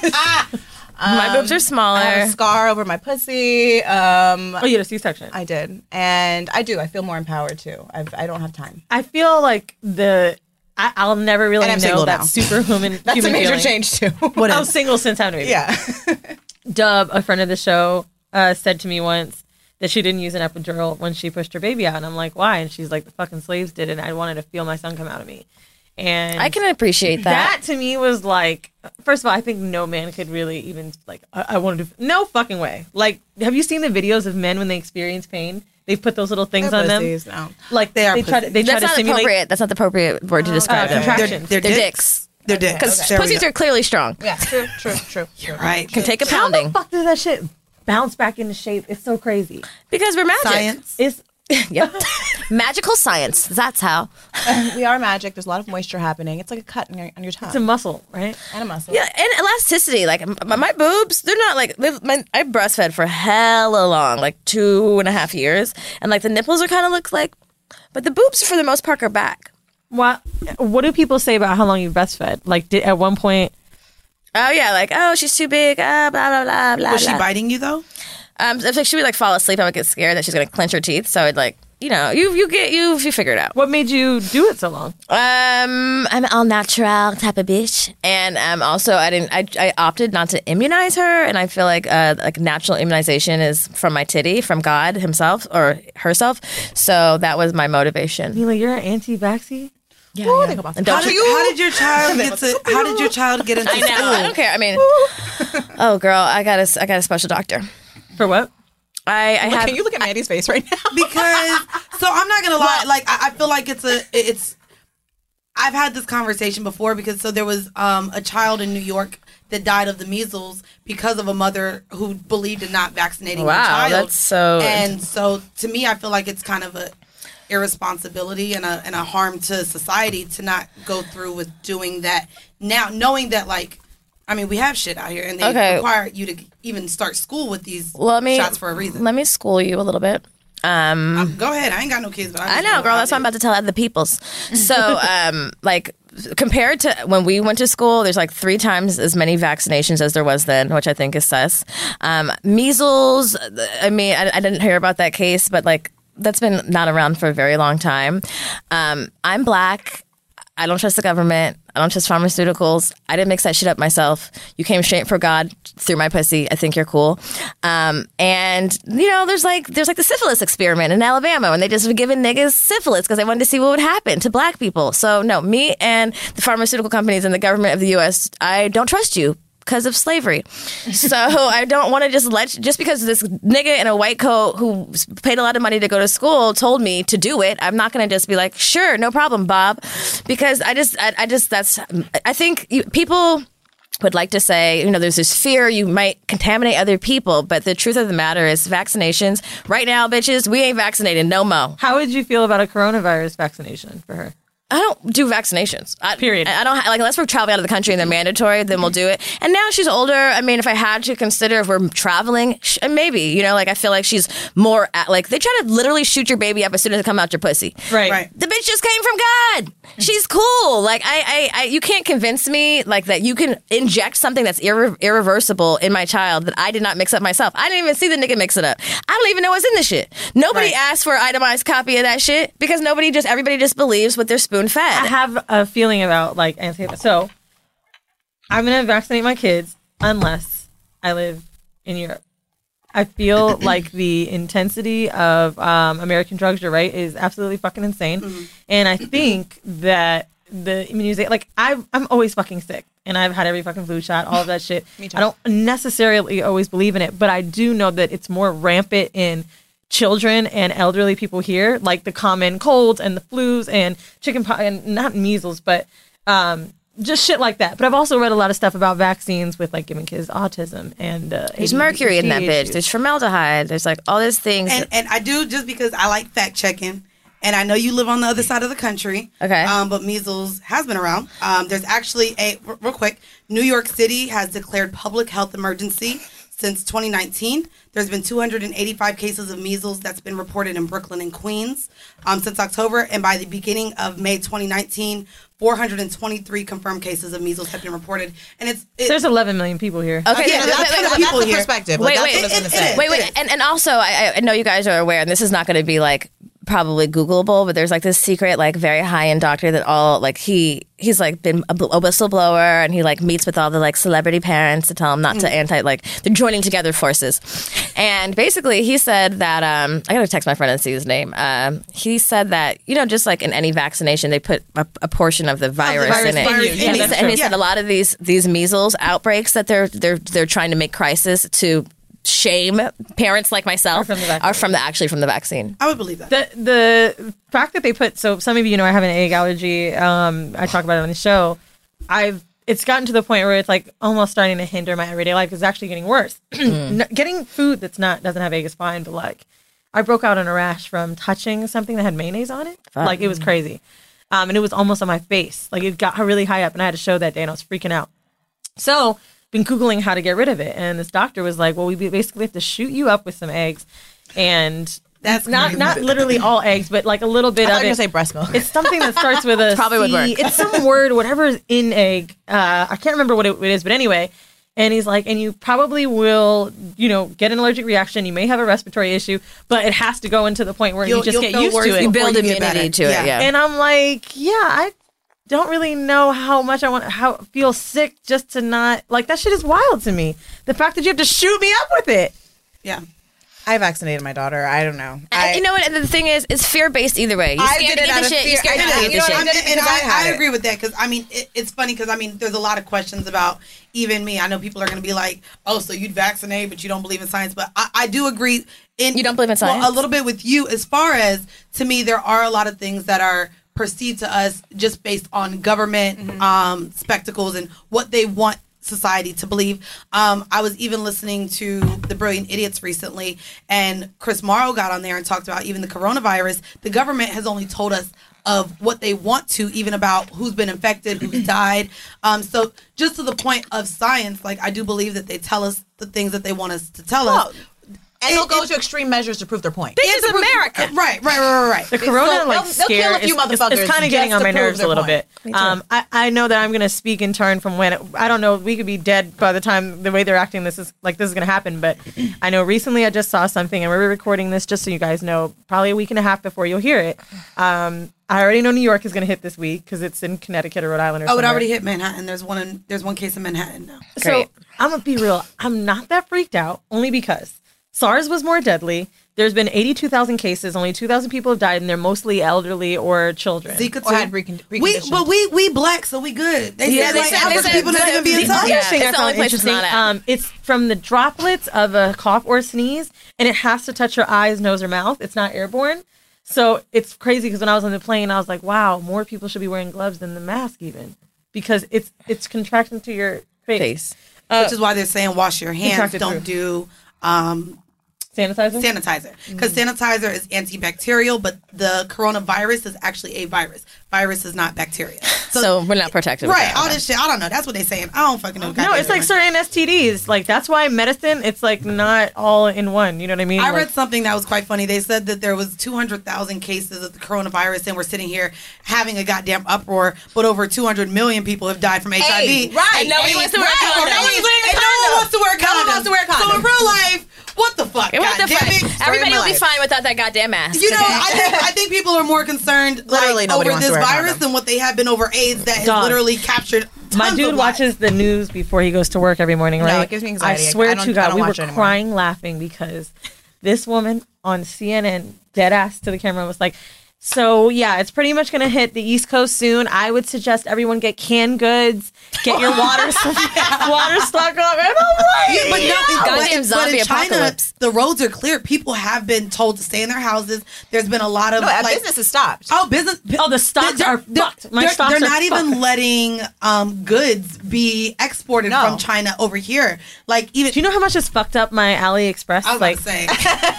Speaker 4: big.
Speaker 5: my boobs are smaller.
Speaker 6: I have a um, scar over my pussy. Um,
Speaker 3: Oh, you had a C section.
Speaker 6: I did, and I do. I feel more empowered too. I've, I don't have time.
Speaker 3: I feel like the I, I'll never really
Speaker 6: And I'm
Speaker 3: know
Speaker 6: single
Speaker 3: that
Speaker 6: now.
Speaker 3: superhuman.
Speaker 6: That's
Speaker 3: human
Speaker 6: a major
Speaker 3: feeling.
Speaker 6: change too.
Speaker 3: What I was single since having a baby.
Speaker 6: yeah,
Speaker 3: Dub, a friend of the show, uh, said to me once that she didn't use an epidural when she pushed her baby out, and I'm like, why? And she's like, the fucking slaves did, and I wanted to feel my son come out of me. And
Speaker 5: I can appreciate that.
Speaker 3: That to me was like, first of all, I think no man could really even like. I, I wanted to. No fucking way. Like, have you seen the videos of men when they experience pain? They've put those little things
Speaker 6: They're
Speaker 3: on
Speaker 6: pussies,
Speaker 3: them.
Speaker 6: no.
Speaker 3: Like they
Speaker 4: They
Speaker 3: are.
Speaker 4: are
Speaker 3: They try to. They try
Speaker 5: That's
Speaker 3: to
Speaker 5: not
Speaker 3: simulate.
Speaker 5: appropriate. That's not the appropriate word to describe
Speaker 3: okay.
Speaker 5: it.
Speaker 3: Contractions.
Speaker 4: They're
Speaker 5: They're
Speaker 4: dicks. They're dicks.
Speaker 5: Because
Speaker 4: There we
Speaker 5: pussies
Speaker 4: go.
Speaker 5: are clearly strong.
Speaker 6: yeah, true, true, true. You're
Speaker 4: right.
Speaker 5: Can take a
Speaker 3: How the
Speaker 5: pounding
Speaker 3: fuck does that shit bounce back into shape? It's so crazy.
Speaker 5: because we're magic.
Speaker 4: Science.
Speaker 3: It's
Speaker 5: Yep. Magical science. That's how.
Speaker 6: we are magic. There's a lot of moisture happening. It's like a cut on your, on your tongue.
Speaker 3: It's a muscle, right?
Speaker 6: and a muscle.
Speaker 5: Yeah, and elasticity. Like m- my, my boobs, they're not like they've- my, I breastfed for hella long, like two and a half years, and like the nipples are kind of look like, but the boobs for the most part are back.
Speaker 3: What What do people say about how long you breastfed? Like, did, at one point,
Speaker 5: Oh yeah, like oh she's too big. Ah, blah blah blah blah.
Speaker 4: Was she
Speaker 5: blah.
Speaker 4: biting you though?
Speaker 5: Um, if like, she would like fall asleep, I would get scared that she's gonna clench her teeth. So I'd like, you know, you you get you you figure it out.
Speaker 3: what made you do it so long?
Speaker 5: Um, I'm an all natural type of bitch, and um, also I didn't I, I opted not to immunize her, and I feel like uh like natural immunization is from my titty, from God Himself or herself. So that was my motivation.
Speaker 3: Mila, you're an anti-vaxxy.
Speaker 5: Yeah,
Speaker 6: Ooh,
Speaker 5: yeah.
Speaker 6: think about
Speaker 5: And
Speaker 6: that.
Speaker 5: don't
Speaker 4: How did, how did your child get to? How did your child get into
Speaker 5: I know. I
Speaker 4: school?
Speaker 5: don't care. I mean, oh girl, I got a I got a special doctor.
Speaker 3: For what?
Speaker 5: I I have
Speaker 6: Can you look at Mandy's face right now?
Speaker 4: because so I'm not gonna lie. Like I, I feel like it's a it's. I've had this conversation before because so there was um, a child in New York that died of the measles because of a mother who believed in not vaccinating her
Speaker 5: Wow,
Speaker 4: child.
Speaker 5: that's so-
Speaker 4: And so to me, I feel like it's kind of a irresponsibility and a and a harm to society to not go through with doing that now, knowing that like. I mean, we have shit out here, and they
Speaker 5: Okay.
Speaker 4: require you to even start school with these
Speaker 5: let me
Speaker 4: shots for a reason. Uh,
Speaker 5: Let me school you a little bit. Um,
Speaker 4: Go ahead. I ain't got no kids, but
Speaker 5: I
Speaker 4: I,
Speaker 5: know, girl. That's what I'm about to tell other peoples. So, um, like, compared to when we went to school, there's like three times as many vaccinations as there was then, which I think is sus. Um, measles. I mean, I, I didn't hear about that case, but like, that's been not around for a very long time. Um, I'm black. I don't trust the government. I don't trust pharmaceuticals. I didn't mix that shit up myself. You came straight for God through my pussy. I think you're cool. Um, and you know, there's like there's like the syphilis experiment in Alabama, and they just were giving niggas syphilis because they wanted to see what would happen to black people. So no, me and the pharmaceutical companies and the government of the U.S. I don't trust you because of slavery. So I don't want to just let just because this nigga in a white coat who s- paid a lot of money to go to school told me to do it. I'm not going to just be like, sure, no problem, Bob, because I just I, I just that's I think you, people would like to say, you know, there's this fear you might contaminate other people, but the truth of the matter is vaccinations right now, bitches, we ain't vaccinated no mo.
Speaker 3: How would you feel about a coronavirus vaccination for her?
Speaker 5: I don't do vaccinations. I,
Speaker 3: Period.
Speaker 5: I don't ha- like unless we're traveling out of the country and they're mandatory. Then we'll do it. And now she's older. I mean, if I had to consider if we're traveling, sh- maybe you know, like I feel like she's more at, like they try to literally shoot your baby up as soon as it come out your pussy.
Speaker 3: Right.
Speaker 4: Right.
Speaker 5: The bitch just came from God. She's cool. Like I, I, I you can't convince me like that. You can inject something that's irre- irreversible in my child that I did not mix up myself. I didn't even see the nigga mix it up. I don't even know what's in this shit. Nobody
Speaker 4: Right.
Speaker 5: asked for an itemized copy of that shit because nobody just everybody just believes what they're spoon fed.
Speaker 3: I have a feeling about like anti. So I'm gonna vaccinate my kids unless I live in Europe. I feel like the intensity of um, American drugs, you're right, is absolutely fucking insane. And I think that the immunization, like i I'm always fucking sick, and I've had every fucking flu shot, all of that shit. Me too. I don't necessarily always believe in it, but I do know that it's more rampant in children and elderly people here, like the common colds and the flus and chicken pox and not measles, but um, just shit like that. But I've also read a lot of stuff about vaccines with like giving kids autism and uh,
Speaker 5: There's mercury in that
Speaker 3: ADHD
Speaker 5: bitch.
Speaker 3: issues.
Speaker 5: There's formaldehyde. There's like all these things.
Speaker 4: And, and I do just because I like fact checking. And I know you live on the other side of the country.
Speaker 5: Okay.
Speaker 4: Um, but measles has been around. Um, there's actually a, r- real quick, New York City has declared public health emergency since 2019. There's been 285 cases of measles that's been reported in Brooklyn and Queens um, since October. And by the beginning of May 2019, 423 confirmed cases of measles have been reported. And it's, it,
Speaker 3: There's 11 million people here.
Speaker 5: okay,
Speaker 4: yeah,
Speaker 5: no, wait, wait,
Speaker 4: that's what
Speaker 5: wait,
Speaker 4: I'm people
Speaker 6: That's the
Speaker 4: here.
Speaker 6: perspective.
Speaker 5: Wait,
Speaker 6: Like, that's what I
Speaker 5: wait,
Speaker 6: was
Speaker 4: it-
Speaker 6: gonna
Speaker 4: it
Speaker 6: say.
Speaker 4: is.
Speaker 5: wait, wait. And, and also, I, I know you guys are aware, and this is not going to be like probably Googleable, but there's like this secret, like very high end doctor that all like he he's like been a, bl- a whistleblower, and he like meets with all the like celebrity parents to tell them not to anti like they're joining together forces. And basically, he said that um, I got to text my friend and see his name. Um, he said that you know just like in any vaccination, they put a, a portion of the virus,
Speaker 4: virus
Speaker 5: in it,
Speaker 4: in you. Yeah,
Speaker 5: and, he
Speaker 4: that's
Speaker 5: said- and he
Speaker 4: true.
Speaker 5: said a
Speaker 4: Yeah.
Speaker 5: lot of these these measles outbreaks that they're they're they're trying to make crisis to shame parents like myself
Speaker 3: from the vaccine.
Speaker 5: are from the actually from the vaccine.
Speaker 4: I would believe that.
Speaker 3: The, the fact that they put so some of you know I have an egg allergy. Um, I talk about it on the show. I've it's gotten to the point where it's like almost starting to hinder my everyday life. It's actually getting worse. N- Getting food that's not doesn't have egg is fine, but like I broke out in a rash from touching something that had mayonnaise on it. Like it was crazy. Um, and it was almost on my face. Like it got really high up, and I had a show that day, and I was freaking out. So, been googling how to get rid of it, and this doctor was like, "Well, we basically have to shoot you up with some eggs, and
Speaker 6: That's
Speaker 3: not
Speaker 6: crazy.
Speaker 3: not literally all eggs, but like a little
Speaker 6: I
Speaker 3: bit of
Speaker 6: thought you were
Speaker 3: it.
Speaker 6: gonna say breast milk.
Speaker 3: It's something that starts with a
Speaker 5: Probably would
Speaker 3: C.
Speaker 5: work.
Speaker 3: It's some word, whatever is in egg. Uh, I can't remember what it, it is, but anyway. And he's like, and you probably will, you know, get an allergic reaction. You may have a respiratory issue, but it has to go into the point where you
Speaker 4: You'll-
Speaker 3: just
Speaker 4: you'll
Speaker 3: get
Speaker 4: feel
Speaker 3: used
Speaker 4: worse
Speaker 3: to it.
Speaker 5: You
Speaker 4: before
Speaker 5: build
Speaker 4: you get
Speaker 5: immunity
Speaker 4: better.
Speaker 5: to it.
Speaker 4: Yeah.
Speaker 5: Yeah.
Speaker 3: And I'm like, yeah, I don't really know how much I want how feel sick just to not like that shit is wild to me. The fact that you have to shoot me up with it.
Speaker 4: Yeah.
Speaker 6: I vaccinated my daughter. I don't know.
Speaker 5: I,
Speaker 6: I,
Speaker 5: you know what? The thing is, it's fear based either way. You're
Speaker 6: I did
Speaker 5: scared to
Speaker 6: it
Speaker 5: get
Speaker 6: out
Speaker 5: the
Speaker 6: of
Speaker 5: shit.
Speaker 6: fear.
Speaker 5: You're scared
Speaker 6: I
Speaker 5: to
Speaker 6: did
Speaker 5: not
Speaker 6: it- you
Speaker 5: get the
Speaker 6: know
Speaker 5: shit.
Speaker 6: what?
Speaker 4: and,
Speaker 6: I did it
Speaker 4: and
Speaker 6: because I had
Speaker 4: I, I
Speaker 6: it.
Speaker 4: agree with that because I mean it, it's funny because I mean there's a lot of questions about even me. I know people are going to be like, "Oh, so you'd vaccinate, but you don't believe in science." But I, I do agree. In
Speaker 5: You don't believe in
Speaker 4: well,
Speaker 5: science?
Speaker 4: a little bit with you as far as to me, there are a lot of things that are perceived to us just based on government
Speaker 5: Mm-hmm.
Speaker 4: um, spectacles and what they want society to believe. Um, I was even listening to the Brilliant Idiots recently, and Chris Morrow got on there and talked about even the coronavirus. The government has only told us of what they want to, even about who's been infected, who's died. Um, so just to the point of science, like I do believe that they tell us the things that they want us to tell us.
Speaker 6: and they'll
Speaker 4: it-
Speaker 6: go
Speaker 4: it-
Speaker 6: to extreme measures to prove their point.
Speaker 4: It's a- Right, right, right, right,
Speaker 3: The corona
Speaker 4: right.
Speaker 6: So
Speaker 3: like
Speaker 6: they'll- they'll
Speaker 3: scare
Speaker 6: kill a
Speaker 3: is-
Speaker 6: few
Speaker 3: is-
Speaker 6: motherfuckers
Speaker 3: It's kind
Speaker 6: just
Speaker 3: of getting on
Speaker 6: to
Speaker 3: my
Speaker 6: prove
Speaker 3: nerves a
Speaker 6: their
Speaker 3: little
Speaker 6: point.
Speaker 3: bit. Um, I, I know that I'm going to speak in turn from when it, I don't know. We could be dead by the time the way they're acting. This is like this is going to happen. But I know recently I just saw something, and we're recording this just so you guys know. Probably a week and a half before you'll hear it. Um, I already know New York is going to hit this week because it's in Connecticut or Rhode Island. Or
Speaker 4: Oh, it
Speaker 3: somewhere.
Speaker 4: already hit Manhattan. There's one. In, there's one case in Manhattan now.
Speaker 5: Great.
Speaker 3: So I'm gonna be real. I'm not that freaked out only because SARS was more deadly. There's been 82,000 cases. Only 2,000 people have died, and they're mostly elderly or children.
Speaker 4: Zika
Speaker 6: Or
Speaker 4: too.
Speaker 6: had recon-
Speaker 4: we,
Speaker 6: reconditioned.
Speaker 4: but we we black, so we good. They
Speaker 5: Yeah,
Speaker 4: yeah,
Speaker 5: they
Speaker 4: said like
Speaker 5: said- they
Speaker 4: African
Speaker 5: said-
Speaker 4: people not
Speaker 5: they-
Speaker 4: even being
Speaker 5: they-
Speaker 4: touched.
Speaker 5: yeah.
Speaker 3: other thing
Speaker 5: it's
Speaker 3: I
Speaker 5: the
Speaker 3: found
Speaker 5: only place it's
Speaker 3: interesting,
Speaker 5: not at.
Speaker 3: um, it's from the droplets of a cough or sneeze, and it has to touch your eyes, nose, or mouth. It's not airborne. So it's crazy because when I was on the plane, I was like, wow, more people should be wearing gloves than the mask, even because it's it's contracting to your face.
Speaker 5: Face.
Speaker 4: Which is why they're saying wash your hands.
Speaker 3: Contracted
Speaker 4: Don't do um,
Speaker 3: Sanitizer?
Speaker 4: sanitizer because
Speaker 6: Mm.
Speaker 4: sanitizer is antibacterial, but the coronavirus is actually a virus. Virus is not bacteria. So,
Speaker 5: So we're not protected. with
Speaker 4: right,
Speaker 5: that.
Speaker 4: all this shit. I don't know. That's what they're saying. I don't fucking know.
Speaker 3: No, it's like certain STDs. Like that's why medicine. It's like not all in one. You know what I mean?
Speaker 4: I
Speaker 3: Like,
Speaker 4: read something that was quite funny. They said that there was 200,000 cases of the coronavirus and we're sitting here having a goddamn uproar, but over 200 million people have died from HIV.
Speaker 6: right. Hey,
Speaker 4: And nobody wants to wear
Speaker 6: right.
Speaker 4: condoms.
Speaker 6: Nobody wants to wear
Speaker 4: And
Speaker 6: condoms.
Speaker 4: no one wants to wear
Speaker 6: No one wants to wear
Speaker 4: condoms. So in
Speaker 6: condoms.
Speaker 4: real life, what the fuck?
Speaker 5: It was the
Speaker 4: goddamn
Speaker 5: fuck?
Speaker 4: it?
Speaker 5: Everybody will be
Speaker 6: life.
Speaker 5: fine without that goddamn mask.
Speaker 4: You know, I think, I think people are more concerned like,
Speaker 6: Literally nobody
Speaker 4: over
Speaker 6: wants to
Speaker 4: this
Speaker 6: wear a
Speaker 4: virus
Speaker 6: condom.
Speaker 4: than what they have been over AIDS that has
Speaker 3: Dog.
Speaker 4: literally captured. Tons
Speaker 3: my dude
Speaker 4: of lives.
Speaker 3: watches the news before he goes to work every morning. Right?
Speaker 6: it gives me anxiety.
Speaker 3: I
Speaker 6: I
Speaker 3: swear
Speaker 6: don't-
Speaker 3: to
Speaker 6: I
Speaker 3: God,
Speaker 6: don't
Speaker 3: we were
Speaker 6: watch it anymore.
Speaker 3: crying laughing because this woman on CNN, dead ass to the camera, was like. So yeah, it's pretty much gonna hit the East Coast soon. I would suggest everyone get canned goods, get your water water stock up. And I'm like,
Speaker 4: Yeah, but no,
Speaker 5: Goddamn
Speaker 4: but in-
Speaker 5: zombie
Speaker 4: but in China,
Speaker 5: apocalypse.
Speaker 4: the roads are clear. People have been told to stay in their houses. There's been a lot of
Speaker 6: No,
Speaker 4: like,
Speaker 6: business is stopped.
Speaker 4: Oh, business.
Speaker 3: Oh, the stocks are fucked. My
Speaker 4: they're,
Speaker 3: stocks
Speaker 4: they're
Speaker 3: are
Speaker 4: not even
Speaker 3: fucked.
Speaker 4: letting um, goods be exported
Speaker 6: No.
Speaker 4: from China over here. Like even
Speaker 3: do you know how much is fucked up my AliExpress?
Speaker 4: I was
Speaker 3: like,
Speaker 4: like saying,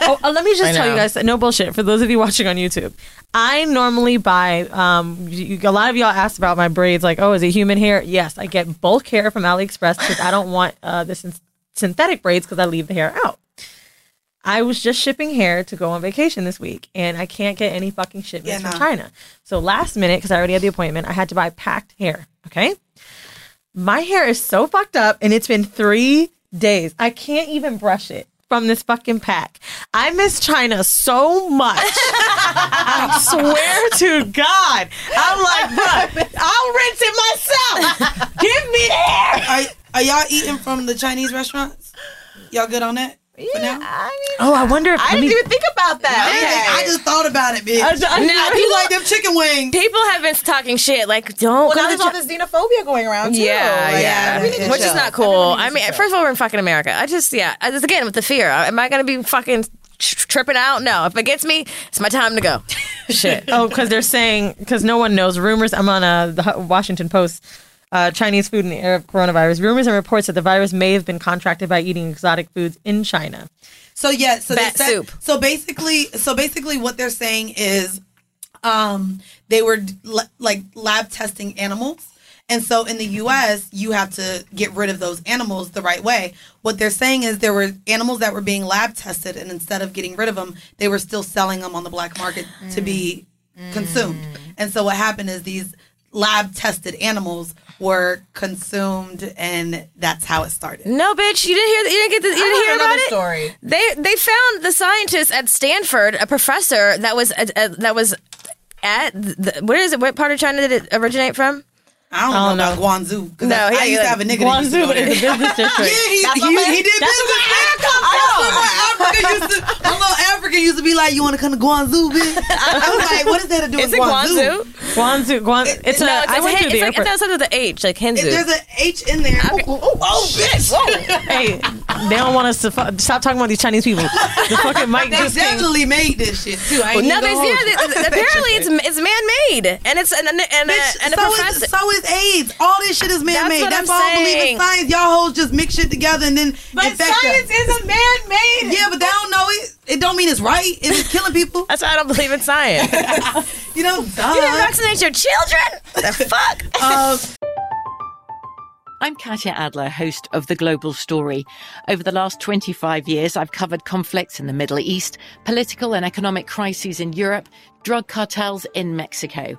Speaker 3: oh, uh, let me just
Speaker 5: I
Speaker 3: tell you
Speaker 5: know.
Speaker 3: guys, no bullshit. For those of you watching on YouTube, I normally buy. Um, you, a lot of y'all asked about my braids, like, oh, is it human hair? Yes, I get bulk hair from AliExpress because I don't want uh, the syn- synthetic braids because I leave the hair out. I was just shipping hair to go on vacation this week, and I can't get any fucking shipments
Speaker 4: Yeah,
Speaker 3: from
Speaker 4: no.
Speaker 3: China. So last minute, because I already had the appointment, I had to buy packed hair. Okay, my hair is so fucked up, and it's been three days. I can't even brush it from this fucking pack. I miss China so much. I swear to God, I'm like, bruh, I'll rinse it myself. Give me the hair.
Speaker 4: are, are y'all eating from the Chinese restaurants? Y'all good on that? for now?
Speaker 3: Oh, I wonder if
Speaker 6: I
Speaker 3: let
Speaker 6: didn't
Speaker 3: me-
Speaker 6: even think about that.
Speaker 4: I,
Speaker 6: Okay.
Speaker 4: just thought about it, bitch.
Speaker 3: I-
Speaker 4: I,
Speaker 3: I- I-
Speaker 4: do like them chicken wings.
Speaker 5: People have been talking shit like, don't
Speaker 6: Well, now
Speaker 5: go to
Speaker 6: there's all
Speaker 5: China.
Speaker 6: this xenophobia going around too.
Speaker 5: Yeah,
Speaker 6: Like,
Speaker 5: yeah,
Speaker 6: everything
Speaker 5: which is
Speaker 6: chill.
Speaker 5: not cool. I mean, first of all, we're in fucking America. I just, yeah, I just again with the fear. Am I gonna be fucking tr- tripping out? No, if it gets me, it's my time to go. Shit.
Speaker 3: Oh, because they're saying because no one knows. Rumors. I'm on uh, the Hu- Washington Post. Uh, Chinese food in the era of coronavirus. Rumors and reports that the virus may have been contracted by eating exotic foods in China.
Speaker 4: So yeah, so
Speaker 3: Bat
Speaker 4: they said,
Speaker 3: soup.
Speaker 4: So basically, so basically, what they're saying is, um, they were l- like lab testing animals, and so in the U.S., you have to get rid of those animals the right way. What they're saying is there were animals that were being lab tested, and instead of getting rid of them, they were still selling them on the black market to be
Speaker 5: Mm.
Speaker 4: consumed. And so what happened is these lab tested animals were consumed, and that's how it started.
Speaker 3: No, bitch, you didn't hear. You didn't get. The, you didn't
Speaker 7: want
Speaker 3: hear
Speaker 7: another
Speaker 3: about it.
Speaker 7: story.
Speaker 3: They they found the scientist at Stanford, a professor that was at, at- that was at the, what is it? What part of China did it originate from?
Speaker 4: I don't, know, about Guangzhou. 'cause
Speaker 3: No,
Speaker 4: I,
Speaker 3: Oh, yeah,
Speaker 4: I used
Speaker 3: you're
Speaker 4: to have a nigga that used to
Speaker 8: Guangzoo
Speaker 4: go there.
Speaker 8: is a business
Speaker 4: Yeah,
Speaker 8: district.
Speaker 4: he,
Speaker 7: That's
Speaker 4: he,
Speaker 7: what-
Speaker 4: he did
Speaker 7: that's
Speaker 4: business.
Speaker 7: what Africa
Speaker 4: I
Speaker 7: from.
Speaker 4: know, my Africa used to, my little African used to be like, "You want to come to Guangzoo, bitch?" I was like, "What is that to do
Speaker 3: It's
Speaker 4: with
Speaker 3: in
Speaker 4: Guangzoo?"
Speaker 3: Guangzoo.
Speaker 8: Guangzoo, Guangzoo. It's a.
Speaker 3: no, it's,
Speaker 8: I
Speaker 3: it's,
Speaker 8: went through
Speaker 3: Hen-
Speaker 8: the
Speaker 3: it's like
Speaker 8: airport.
Speaker 3: it's outside of the H, like Hinzu.
Speaker 4: If there's an H in there, ooh, ooh, ooh, oh bitch!
Speaker 8: hey, they don't want us to fu- stop talking about these Chinese people. The fucking mic
Speaker 4: They
Speaker 8: just came.
Speaker 4: definitely made this shit too. I ain't
Speaker 3: no,
Speaker 4: even
Speaker 3: but
Speaker 4: gonna
Speaker 3: yeah,
Speaker 4: hold you.
Speaker 3: th- th- apparently it's it's man made, and it's and, and, and,
Speaker 4: Bitch,
Speaker 3: a, and a
Speaker 4: so,
Speaker 3: professor.
Speaker 4: is, so is AIDS. All this shit is man made.
Speaker 3: what
Speaker 4: That's
Speaker 3: I'm
Speaker 4: why I don't believe
Speaker 3: saying.
Speaker 4: in science. Y'all hoes just mix shit together and then
Speaker 7: But
Speaker 4: infect
Speaker 7: science
Speaker 4: us.
Speaker 7: is a man-made.
Speaker 4: Yeah, but they don't know it. It don't mean it's right. If it's killing people,
Speaker 3: That's why I don't believe in science. you
Speaker 4: you know. Duh.
Speaker 3: didn't vaccinate your children. The fuck.
Speaker 4: Um,
Speaker 5: I'm Katya Adler, host of The Global Story. Over the last 25 years, I've covered conflicts in the Middle East, political and economic crises in Europe, drug cartels in Mexico.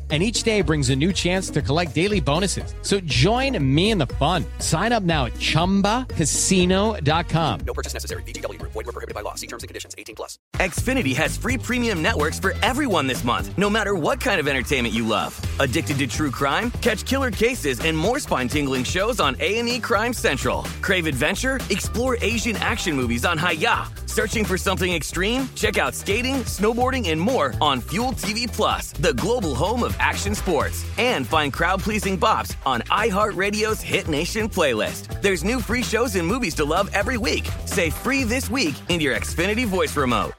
Speaker 9: And each day brings a new chance to collect daily bonuses. So join me in the fun. Sign up now at chumbacasino.com.
Speaker 2: No purchase necessary. VGW Group. Void were prohibited by law. See terms and conditions. 18 plus. Xfinity has free premium networks for everyone this month, no matter what kind of entertainment you love. Addicted to true crime? Catch killer cases and more spine-tingling shows on A&E Crime Central. Crave adventure? Explore Asian action movies on Hayah. Searching for something extreme? Check out skating, snowboarding, and more on Fuel TV Plus, the global home of action sports. And find crowd-pleasing bops on iHeartRadio's Hit Nation playlist. There's new free shows and movies to love every week. Say free this week in your Xfinity voice remote.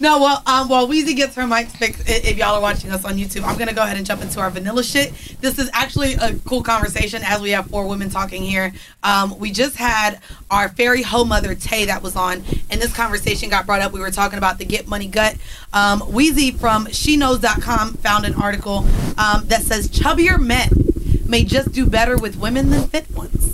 Speaker 4: No, well, um, while Weezy gets her mic fixed, i- if y'all are watching us on YouTube, I'm gonna go ahead and jump into our vanilla shit. This is actually a cool conversation as we have four women talking here. Um, we just had our fairy hoe mother Tay that was on, and this conversation got brought up. We were talking about the get money gut. Um, Weezy from SheKnows.com found an article um, that says chubbier men may just do better with women than fit ones.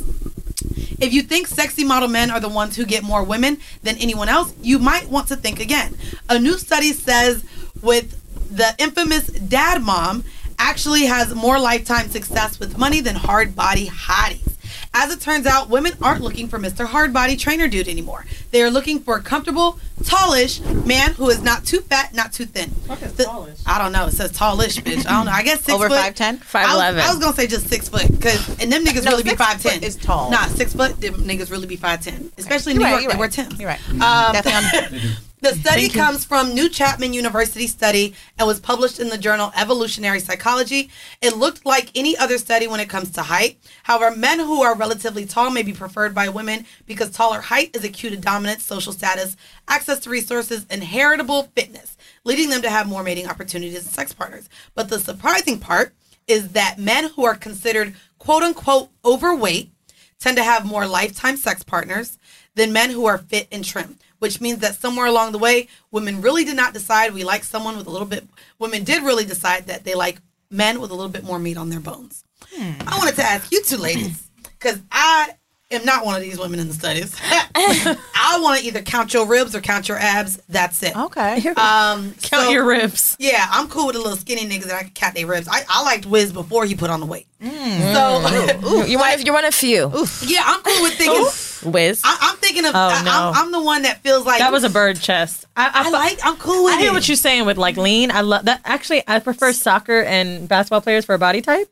Speaker 4: If you think sexy model men are the ones who get more women than anyone else, you might want to think again. A new study says with the infamous dad mom actually has more lifetime success with money than hard body hotties. As it turns out, women aren't looking for Mr. Hard Body Trainer Dude anymore. They are looking for a comfortable, tallish man who is not too fat, not too thin. The- I don't know. It says tallish, bitch. I don't know. I guess six
Speaker 7: Over
Speaker 4: foot.
Speaker 7: 5'10"?
Speaker 4: I was-
Speaker 3: 5'11".
Speaker 4: I was gonna say just six foot, cause and them niggas
Speaker 7: No,
Speaker 4: really be
Speaker 7: six foot
Speaker 4: five ten.
Speaker 7: is tall.
Speaker 4: Nah, six foot. Them niggas really be five ten, especially in
Speaker 7: You're
Speaker 4: New
Speaker 7: right,
Speaker 4: York. They
Speaker 7: you're
Speaker 4: wear
Speaker 7: right.
Speaker 4: ten.
Speaker 7: You're right.
Speaker 4: Um,
Speaker 7: Definitely
Speaker 4: the study comes from New Chapman University study and was published in the journal Evolutionary Psychology. It looked like any other study when it comes to height. However, men who are relatively tall may be preferred by women because taller height is a cue to dominance, social status, access to resources, and heritable fitness, leading them to have more mating opportunities and sex partners. But the surprising part is that men who are considered quote unquote overweight tend to have more lifetime sex partners than men who are fit and trim, which means that somewhere along the way, women really did not decide we like someone with a little bit, women did really decide that they like men with a little bit more meat on their bones. I wanted to ask you two ladies, because I am not one of these women in the studies. I want to either count your ribs or count your abs. That's it.
Speaker 7: Okay.
Speaker 4: Um,
Speaker 8: Count
Speaker 4: so-
Speaker 8: your ribs.
Speaker 4: yeah, I'm cool with the little skinny niggas that I can count their ribs. I, I liked Wiz before he put on the weight. So
Speaker 3: You want a, you want a few.
Speaker 4: yeah, I'm cool with thinking
Speaker 2: Wiz. Wiz.
Speaker 4: I, I'm thinking of.
Speaker 2: Oh,
Speaker 4: I,
Speaker 2: no.
Speaker 4: am I'm the one that feels like
Speaker 2: that was a bird chest. I, I,
Speaker 4: like. I'm cool with
Speaker 2: I hear
Speaker 4: it.
Speaker 2: what you're saying with like lean. I love that. Actually, I prefer soccer and basketball players for a body type,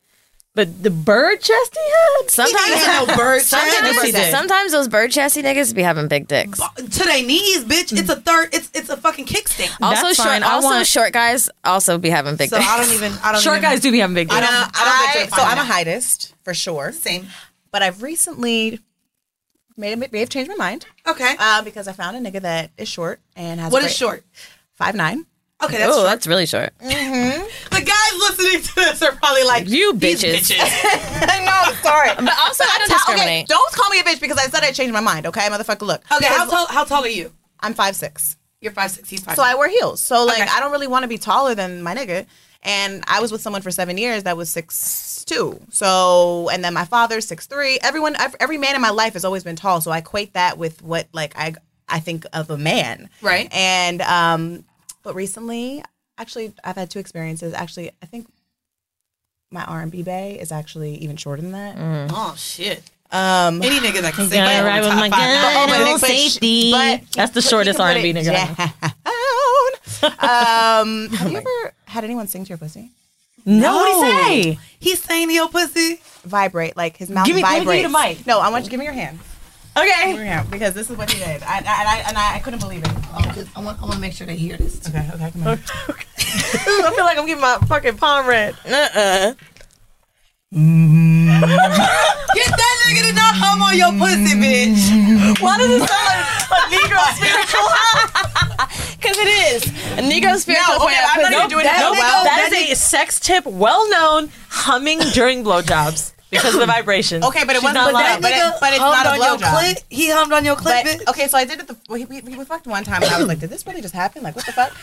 Speaker 2: but the bird chest he had.
Speaker 5: Sometimes
Speaker 2: Yes, he
Speaker 5: Sometimes,
Speaker 2: did.
Speaker 5: sometimes those bird chassis niggas be having big dicks.
Speaker 4: to their knees, bitch. It's a third. It's it's a fucking kickstand.
Speaker 2: Oh,
Speaker 5: Also short. Also short guys also be having big
Speaker 4: So
Speaker 5: dicks.
Speaker 4: I don't even- I don't Short even- guys
Speaker 2: do be having big
Speaker 3: I don't.
Speaker 5: dicks.
Speaker 3: I
Speaker 5: I-
Speaker 3: don't so I'm a heightist for sure. Same. But I've recently made may have changed my mind.
Speaker 4: Okay.
Speaker 3: Uh, because I found a nigga that is short and has.
Speaker 4: What
Speaker 3: What
Speaker 4: is
Speaker 3: is
Speaker 4: short?
Speaker 3: Five nine.
Speaker 4: Okay, that's
Speaker 5: Ooh,
Speaker 4: short.
Speaker 5: that's really short.
Speaker 4: The guys listening to this are probably like
Speaker 5: you bitches.
Speaker 3: no, sorry.
Speaker 5: But also, I don't
Speaker 3: tell- Okay,
Speaker 5: discriminate.
Speaker 3: don't call me a bitch because I said I changed my mind. Okay, motherfucker. Look.
Speaker 4: Okay, how
Speaker 3: Because-
Speaker 4: tall? How tall are you?
Speaker 3: I'm five six.
Speaker 4: You're five six. He's five.
Speaker 3: So I wear heels. So like
Speaker 4: Okay.
Speaker 3: I don't really want to be taller than my nigga. And I was with someone for seven years that was six two. So and then my father's six three. Everyone, ev- every man in my life has always been tall. So I equate that with what like I I think of a man.
Speaker 4: Right.
Speaker 3: And um, but recently, actually, I've had two experiences. Actually, I think my R and B bay is actually even shorter than that.
Speaker 2: Mm.
Speaker 4: Oh shit.
Speaker 3: Um,
Speaker 4: Any nigga that can
Speaker 3: He's
Speaker 4: say
Speaker 3: gonna
Speaker 4: that
Speaker 3: ride with my gun on
Speaker 4: but,
Speaker 3: safety.
Speaker 2: That's the
Speaker 3: But you
Speaker 2: shortest
Speaker 3: can put
Speaker 2: R&B
Speaker 3: it
Speaker 2: nigga. Oh I know.
Speaker 3: um, have you ever had anyone sing to your pussy?
Speaker 2: No, what'd he say?
Speaker 4: He's saying to your pussy.
Speaker 3: Vibrate like his mouth
Speaker 2: Give me- let me
Speaker 3: vibrates.
Speaker 2: give you the mic.
Speaker 3: No, I want you give me your hand.
Speaker 2: Okay.
Speaker 3: Give me your hand because this is what he did. I, I, and I and I, I couldn't believe it.
Speaker 4: I want, I want to make sure they hear this.
Speaker 3: Okay, okay, come on.
Speaker 2: I feel like I'm getting my fucking palm red. Uh-uh.
Speaker 4: Get that nigga to not hum on your pussy,
Speaker 3: Mm,
Speaker 4: bitch.
Speaker 2: Why does it sound like a Negro spiritual?
Speaker 5: Because it is a Negro spiritual.
Speaker 2: No, okay, I'm not even doing it.
Speaker 5: that
Speaker 2: No,
Speaker 5: well.
Speaker 2: that is a sex tip well known humming during blowjobs because of the vibrations.
Speaker 3: Okay, but it
Speaker 2: She's not
Speaker 3: wasn't. But, that,
Speaker 2: lying.
Speaker 3: but, it, but it's
Speaker 4: hummed
Speaker 3: not a
Speaker 4: on your
Speaker 3: blowjob.
Speaker 4: clit? He hummed on your clit,
Speaker 3: But, okay, so I did it. The, well, he, we, we fucked one time, and I was like, "Did this really just happen? Like, what the fuck?"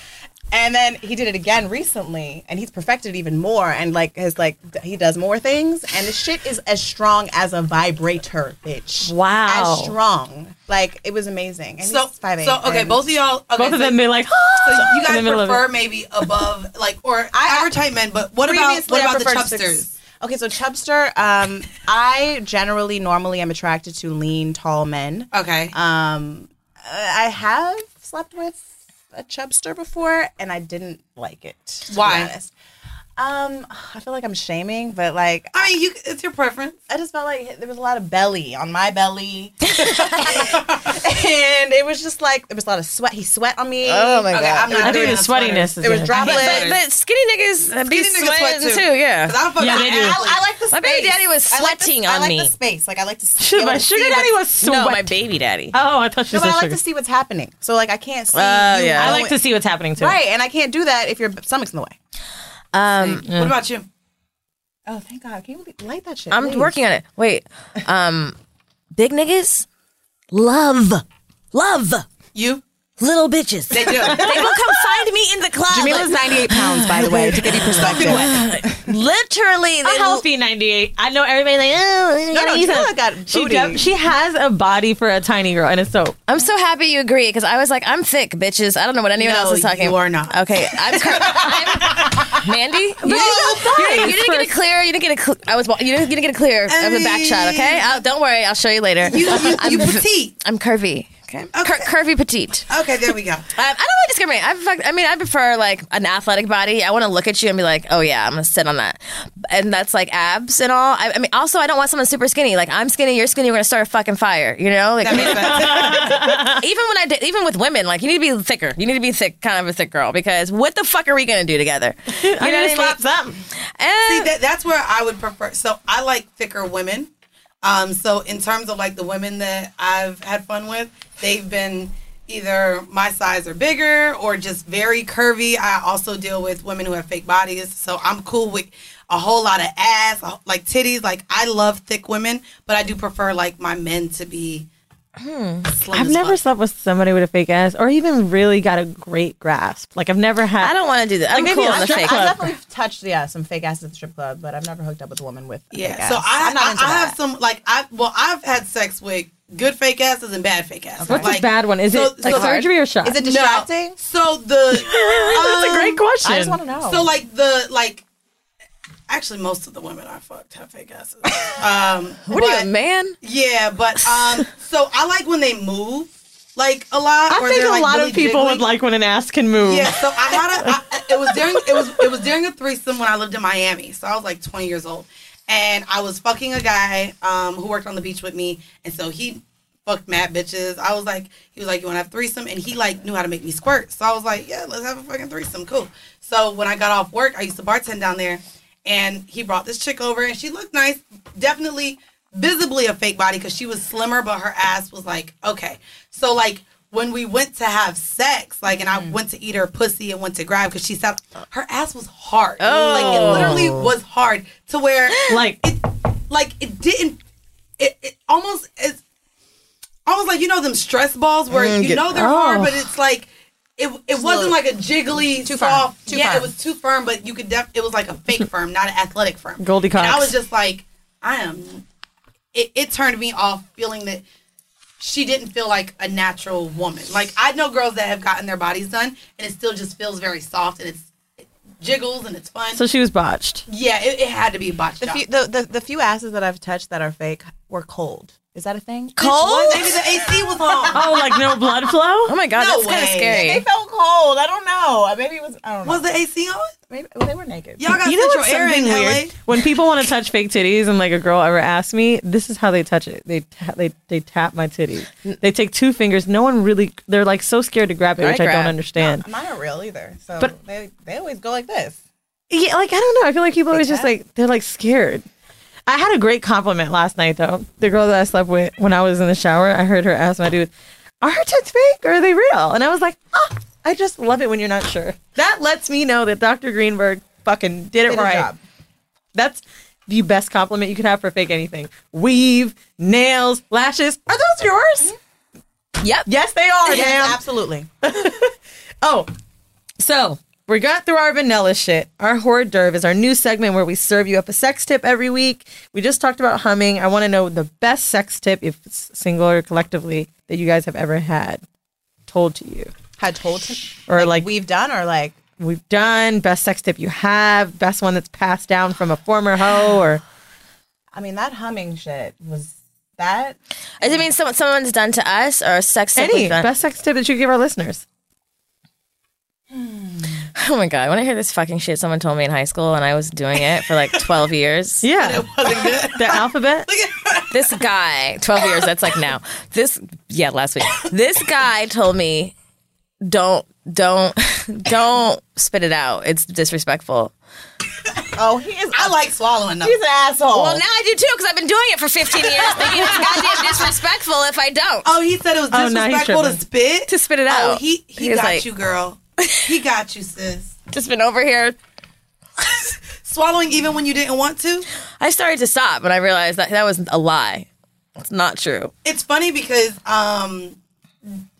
Speaker 3: And then he did it again recently, and he's perfected even more, and like his like d- he does more things, and the shit is as strong as a vibrator, bitch.
Speaker 2: Wow.
Speaker 3: as strong. Like it was amazing. And
Speaker 4: So,
Speaker 3: he's five eight.
Speaker 4: so okay, both of y'all. Okay,
Speaker 2: Both of
Speaker 4: so-
Speaker 2: them be like,
Speaker 4: So
Speaker 2: "Ah,"
Speaker 4: you
Speaker 2: in the
Speaker 4: guys
Speaker 2: middle of
Speaker 4: prefer
Speaker 2: it.
Speaker 4: maybe above, like, or average height men, but what about
Speaker 3: Previously,
Speaker 4: what
Speaker 3: I
Speaker 4: about the
Speaker 3: preferred
Speaker 4: chubsters?
Speaker 3: six- Okay, so chubster. Um, I generally normally am attracted to lean, tall men.
Speaker 4: Okay.
Speaker 3: Um, I have slept with a chubster before, and I didn't like it. to be
Speaker 4: Why?
Speaker 3: honest. Um, I feel like I'm shaming, but like
Speaker 4: I mean, you, it's your preference.
Speaker 3: I just felt like there was a lot of belly on my belly, and it was just like there was a lot of sweat. He sweat on me.
Speaker 5: Oh my
Speaker 4: Okay,
Speaker 5: god.
Speaker 4: I'm not
Speaker 2: I
Speaker 4: doing
Speaker 2: think the sweatiness is
Speaker 3: There was
Speaker 2: it.
Speaker 3: droplets.
Speaker 5: But, but skinny niggas be
Speaker 4: Skinny niggas sweat
Speaker 5: sweating too.
Speaker 4: too.
Speaker 5: Yeah.
Speaker 4: 'Cause I don't fuck
Speaker 2: Yeah,
Speaker 4: with-
Speaker 2: they
Speaker 3: I,
Speaker 2: do.
Speaker 3: I like the space.
Speaker 5: My baby daddy was
Speaker 3: I like the-
Speaker 5: sweating
Speaker 3: I
Speaker 5: on
Speaker 3: like
Speaker 5: me.
Speaker 3: the space. Like I like to.
Speaker 2: Shoot, my
Speaker 3: I like to
Speaker 2: sugar
Speaker 3: see
Speaker 2: daddy
Speaker 3: what's-
Speaker 2: was sweat.
Speaker 5: No, my baby daddy.
Speaker 2: Oh, I thought she
Speaker 3: No,
Speaker 2: was
Speaker 3: but I like
Speaker 2: sugar. Uh,
Speaker 3: to see what's happening. So like I can't see.
Speaker 5: Oh,
Speaker 3: you
Speaker 5: yeah.
Speaker 2: I
Speaker 3: going-
Speaker 2: like to see what's happening too.
Speaker 3: Right, and I can't do that if your stomach's in the way.
Speaker 5: Um,
Speaker 2: Mm.
Speaker 4: What about you?
Speaker 3: Oh, thank God! Can you believe- light that shit?
Speaker 5: I'm
Speaker 3: please?
Speaker 5: working on it. Wait. Um, big niggas love, love
Speaker 4: You?
Speaker 5: little bitches. They
Speaker 4: do.
Speaker 5: will come find me in the club.
Speaker 3: Jamila's 98 pounds, by the way, to give you perspective. no,
Speaker 5: Literally,
Speaker 2: A
Speaker 5: they
Speaker 2: healthy 98. I know everybody like, oh,
Speaker 3: no,
Speaker 2: Lisa."
Speaker 3: Jamila got
Speaker 2: she,
Speaker 3: booty.
Speaker 2: def- she has a body for a tiny girl, and it's so.
Speaker 5: I'm so happy you agree because I was like, I'm thick, bitches. I don't know what anyone
Speaker 4: No,
Speaker 5: else is talking.
Speaker 4: you are not.
Speaker 5: Okay, I'm. I'm- Mandy, you didn't, you didn't- you didn't get a clear. You didn't get a. Cl- I was. wa- You didn't, you didn't get a clear of a back shot. Okay, I'll, don't worry. I'll show you later.
Speaker 4: You, you,
Speaker 5: I'm,
Speaker 4: you petite.
Speaker 5: I'm curvy. Okay, Cur- curvy petite. Um,
Speaker 4: Okay, there we go.
Speaker 5: I don't really discriminate. I, fuck, I mean, I prefer like an athletic body. I want to look at you and be like, oh yeah, I'm gonna sit on that, and that's like abs and all. I, I mean, also, I don't want someone super skinny. Like I'm skinny, you're skinny. We're gonna start a fucking fire. You know, like,
Speaker 4: That makes sense.
Speaker 5: even when I did, even with women, like you need to be thicker. You need to be thick, kind of a thick girl, because what the fuck are we gonna do together? You know
Speaker 2: I
Speaker 5: what
Speaker 2: need
Speaker 5: mean?
Speaker 2: to slap something.
Speaker 5: And-
Speaker 4: See, that, that's where I would prefer. So I like thicker women. Um, so in terms of like the women that I've had fun with, they've been either my size or bigger or just very curvy. I also deal with women who have fake bodies, so I'm cool with a whole lot of ass, a- like titties. Like I love thick women, but I do prefer like my men to be.
Speaker 5: Hmm.
Speaker 4: Slim
Speaker 2: I've
Speaker 4: as
Speaker 2: never
Speaker 4: fuck.
Speaker 2: slept with somebody with a fake ass, or even really got a great grasp. Like I've never had.
Speaker 5: I don't want to do that. I'm
Speaker 2: maybe
Speaker 5: cool
Speaker 2: a
Speaker 5: on the
Speaker 2: strip
Speaker 5: fake.
Speaker 2: club.
Speaker 3: I've definitely touched yeah some fake asses at the strip club, but I've never hooked up with a woman with a fake
Speaker 4: Yeah.
Speaker 3: ass.
Speaker 4: So I,
Speaker 3: I'm not
Speaker 4: I,
Speaker 3: into
Speaker 4: I
Speaker 3: that.
Speaker 4: have some like I well I've had sex with good fake asses and bad fake asses.
Speaker 2: What's
Speaker 4: like,
Speaker 2: a bad one? Is
Speaker 4: so-
Speaker 2: it like
Speaker 4: so-
Speaker 2: surgery or shot?
Speaker 3: Is it distracting?
Speaker 4: No. So the um,
Speaker 2: That's a great question.
Speaker 3: I just want to know.
Speaker 4: so like the like Actually, most of the women I fucked have fake asses. Um,
Speaker 5: What are you, a man?
Speaker 4: Yeah, but um, so I like when they move like a lot.
Speaker 3: I
Speaker 4: or
Speaker 3: think
Speaker 4: they're,
Speaker 3: a
Speaker 4: like,
Speaker 3: lot
Speaker 4: really
Speaker 3: of people
Speaker 4: jiggly.
Speaker 3: would like when an ass can move.
Speaker 4: Yeah, so I had a. I, I- it was during it was it was during a threesome when I lived in Miami. So I was like 20 years old, and I was fucking a guy um, who worked on the beach with me, and so he fucked mad bitches. I was like, he was like, you want to have threesome, and he like knew how to make me squirt. So I was like, yeah, let's have a fucking threesome, cool. So when I got off work, I used to bartend down there, and he brought this chick over, and she looked nice, definitely visibly a fake body because she was slimmer, but her ass was like okay. So like when we went to have sex, like, and I went to eat her pussy and went to grab because she said her ass was hard. Like it
Speaker 3: Oh.
Speaker 4: literally was hard to where
Speaker 3: like
Speaker 4: it, like it didn't. It, it almost it's almost like you know them stress balls where
Speaker 6: Mm,
Speaker 4: you
Speaker 6: get-
Speaker 4: know they're
Speaker 6: Oh.
Speaker 4: hard, but it's like. It, it
Speaker 6: little-
Speaker 4: wasn't like a jiggly
Speaker 6: Too firm.
Speaker 4: soft.
Speaker 6: Too
Speaker 4: yeah,
Speaker 6: firm.
Speaker 4: it was too firm, but you could def. It was like a fake firm, not an athletic firm.
Speaker 3: Goldie
Speaker 4: And I
Speaker 3: Cox.
Speaker 4: was just like, I am. It, it turned me off feeling that she didn't feel like a natural woman. Like I know girls that have gotten their bodies done, and it still just feels very soft, and it's it jiggles and it's fun.
Speaker 3: So she was botched.
Speaker 4: Yeah, it, it had to be botched.
Speaker 6: The
Speaker 4: up.
Speaker 6: few, the, the, the few asses that I've touched that are fake were cold. Is that a thing?
Speaker 4: Cold? What? Maybe the AC was on.
Speaker 3: Oh, like no blood flow? Oh
Speaker 5: my God,
Speaker 6: No
Speaker 5: that's kinda
Speaker 6: way.
Speaker 5: scary.
Speaker 6: They felt cold. I don't know. Maybe it was. I don't know.
Speaker 4: Was the AC on?
Speaker 6: Maybe well, they were naked.
Speaker 4: Y'all got
Speaker 3: you know
Speaker 4: central
Speaker 3: what's
Speaker 4: air in
Speaker 3: something weird? When people want to touch fake titties, and like a girl ever asked me, this is how they touch it. They ta- they they tap my titties. They take two fingers. No one really. They're like so scared to grab it, which I,
Speaker 6: grab-
Speaker 3: don't understand.
Speaker 6: No, mine aren't real either. So
Speaker 3: But-
Speaker 6: they they always go like this.
Speaker 3: Yeah, like I don't know. I feel like people always just like they're like scared. I had a great compliment last night though. The girl that I slept with when I was in the shower, I heard her ask my dude, "Are her tits fake or are they real?" And I was like, "Ah, I just love it when you're not sure." That lets me know that Dr. Greenberg fucking did it
Speaker 6: Did his
Speaker 3: right.
Speaker 6: job.
Speaker 3: That's the best compliment you could have for fake anything. Weave, nails, lashes. Are those yours?
Speaker 5: Yep.
Speaker 3: Yes, they are.
Speaker 6: Yes,
Speaker 3: ma'am.
Speaker 6: absolutely.
Speaker 3: Oh, so we got through our vanilla shit. Our hors d'oeuvre is our new segment where we serve you up a sex tip every week. We just talked about humming. I want to know the best sex tip, if it's single or collectively, that you guys have ever had told to you.
Speaker 6: Had told him,
Speaker 3: Or like,
Speaker 6: we've done, or like
Speaker 3: we've done, best sex tip you have, best one that's passed down from a former hoe, or
Speaker 6: I mean that humming shit was that.
Speaker 5: Does it mean someone, someone's done to us or a sex tip
Speaker 3: any
Speaker 5: we've done?
Speaker 3: best sex tip that you give our listeners.
Speaker 5: Oh my god! When I hear this fucking shit, someone told me in high school, and I was doing it for like twelve years.
Speaker 3: Yeah. The alphabet?
Speaker 5: This guy, twelve years. That's like now. This yeah, last week. This guy told me, don't, don't, don't spit it out. It's disrespectful.
Speaker 6: Oh, he is.
Speaker 4: I like swallowing them.
Speaker 6: He's an asshole.
Speaker 5: Well, now I do too because I've been doing it for fifteen years, thinking it's goddamn disrespectful if I don't.
Speaker 4: Oh, he said it was
Speaker 3: Oh, now he's
Speaker 4: disrespectful to
Speaker 3: tripping.
Speaker 4: spit.
Speaker 5: To spit it
Speaker 4: Oh,
Speaker 5: out.
Speaker 4: he he,
Speaker 5: He was
Speaker 4: got
Speaker 5: like-
Speaker 4: you, girl. He got you, sis.
Speaker 5: Just been over here.
Speaker 4: Swallowing even when you didn't want to.
Speaker 5: I started to stop, but I realized that that was a lie. It's not true.
Speaker 4: It's funny because um,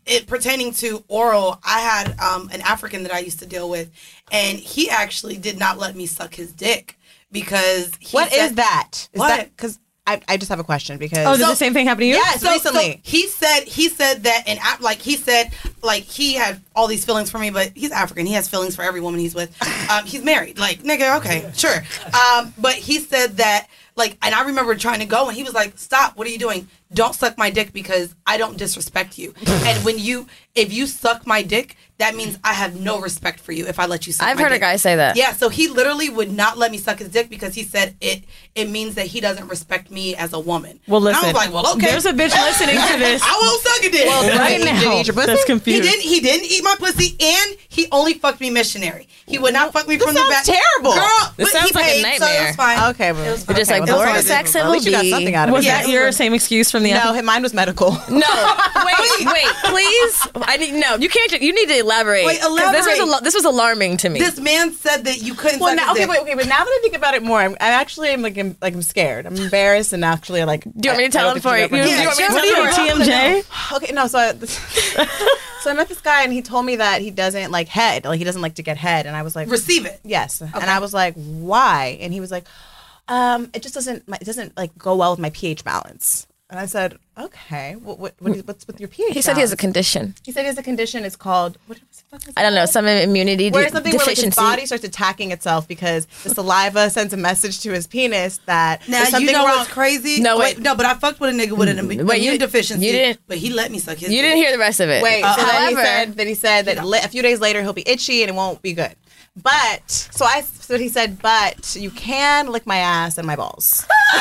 Speaker 4: it pertaining to oral. I had um, an African that I used to deal with, and he actually did not let me suck his dick because he
Speaker 6: What is
Speaker 4: said-
Speaker 6: that? Is
Speaker 4: What?
Speaker 6: Because I, I just have a question because
Speaker 3: Oh, did the same thing happen to you?
Speaker 6: Yes, recently.
Speaker 4: he said he said that and I, like he said like he had all these feelings for me, but he's African. He has feelings for every woman he's with. Um, he's married. Like nigga, okay, sure. Um, but he said that like, and I remember trying to go, and he was like, "Stop! What are you doing? Don't suck my dick because I don't disrespect you. and when you if you suck my dick, that means I have no respect for you if I let you suck."
Speaker 5: I've
Speaker 4: my
Speaker 5: heard a
Speaker 4: dick.
Speaker 5: guy say that.
Speaker 4: Yeah, so he literally would not let me suck his dick because he said it it means that he doesn't respect me as a woman.
Speaker 3: Well,
Speaker 4: And
Speaker 3: listen.
Speaker 4: I was like, well, okay.
Speaker 3: There's a bitch listening to this.
Speaker 4: I won't suck a dick.
Speaker 3: Well, right Did he now, eat your pussy? that's confused.
Speaker 4: He didn't. He didn't eat my pussy, and he only fucked me missionary. He would not fuck me from the back.
Speaker 6: sounds terrible.
Speaker 4: girl.
Speaker 5: This
Speaker 4: but he
Speaker 5: sounds like a
Speaker 4: paid, So it
Speaker 5: nightmare.
Speaker 4: was fine.
Speaker 6: Okay, but
Speaker 4: was
Speaker 5: You're just
Speaker 6: okay,
Speaker 5: like
Speaker 6: well, that's
Speaker 5: boring
Speaker 6: all I did.
Speaker 5: sex it
Speaker 6: Well, At
Speaker 5: will
Speaker 6: least you got
Speaker 5: be.
Speaker 6: something out of
Speaker 3: Was
Speaker 6: it.
Speaker 3: that your same excuse from the
Speaker 6: No, mine was medical.
Speaker 5: No, wait, wait, please. I need no. You can't. You need to elaborate.
Speaker 4: Wait,
Speaker 5: 'Cause This was
Speaker 4: elaborate.
Speaker 5: al- this was alarming to me.
Speaker 4: This man said that you couldn't.
Speaker 6: Well,
Speaker 4: suck
Speaker 6: now, okay,
Speaker 4: his dick.
Speaker 6: wait, okay, but now that I think about it more, I'm, I actually am like, I'm, like I'm scared. I'm embarrassed and actually like. Do
Speaker 5: you want me to tell him for you?
Speaker 4: Yeah,
Speaker 5: you want me to
Speaker 4: sure.
Speaker 5: tell
Speaker 3: What are
Speaker 5: him?
Speaker 3: you, TMJ?
Speaker 6: Okay, no, so I, so I met this guy and he told me that he doesn't like head, like he doesn't like to get head, and I was like,
Speaker 4: Receive it.
Speaker 6: yes, and I was like, why? And he was like, um, it just doesn't, my- it doesn't like go well with my pH balance.
Speaker 3: And I said, okay, what, what, what is, what's with your pH?
Speaker 5: He said he has a
Speaker 3: balance?"
Speaker 5: condition.
Speaker 3: He said he has a condition. It's called what
Speaker 5: I don't know, some immunity
Speaker 3: where
Speaker 5: de-
Speaker 3: something
Speaker 5: deficiency.
Speaker 3: where like his body starts attacking itself because the saliva sends a message to his penis that
Speaker 4: Now
Speaker 3: there's something
Speaker 4: you know
Speaker 3: wrong.
Speaker 4: what's crazy? No, wait, no, but I fucked with a nigga with an
Speaker 5: Mm,
Speaker 4: immune
Speaker 3: Wait, you-
Speaker 4: deficiency.
Speaker 3: you didn't-
Speaker 4: but he let me suck his.
Speaker 3: You
Speaker 4: dick.
Speaker 3: didn't hear the
Speaker 5: rest of
Speaker 3: Wait, so
Speaker 4: Uh,
Speaker 3: then he
Speaker 4: however-
Speaker 3: said that he said that li- a few days later he'll be itchy and it won't be good. But so I so he said, but you can lick my ass and my balls.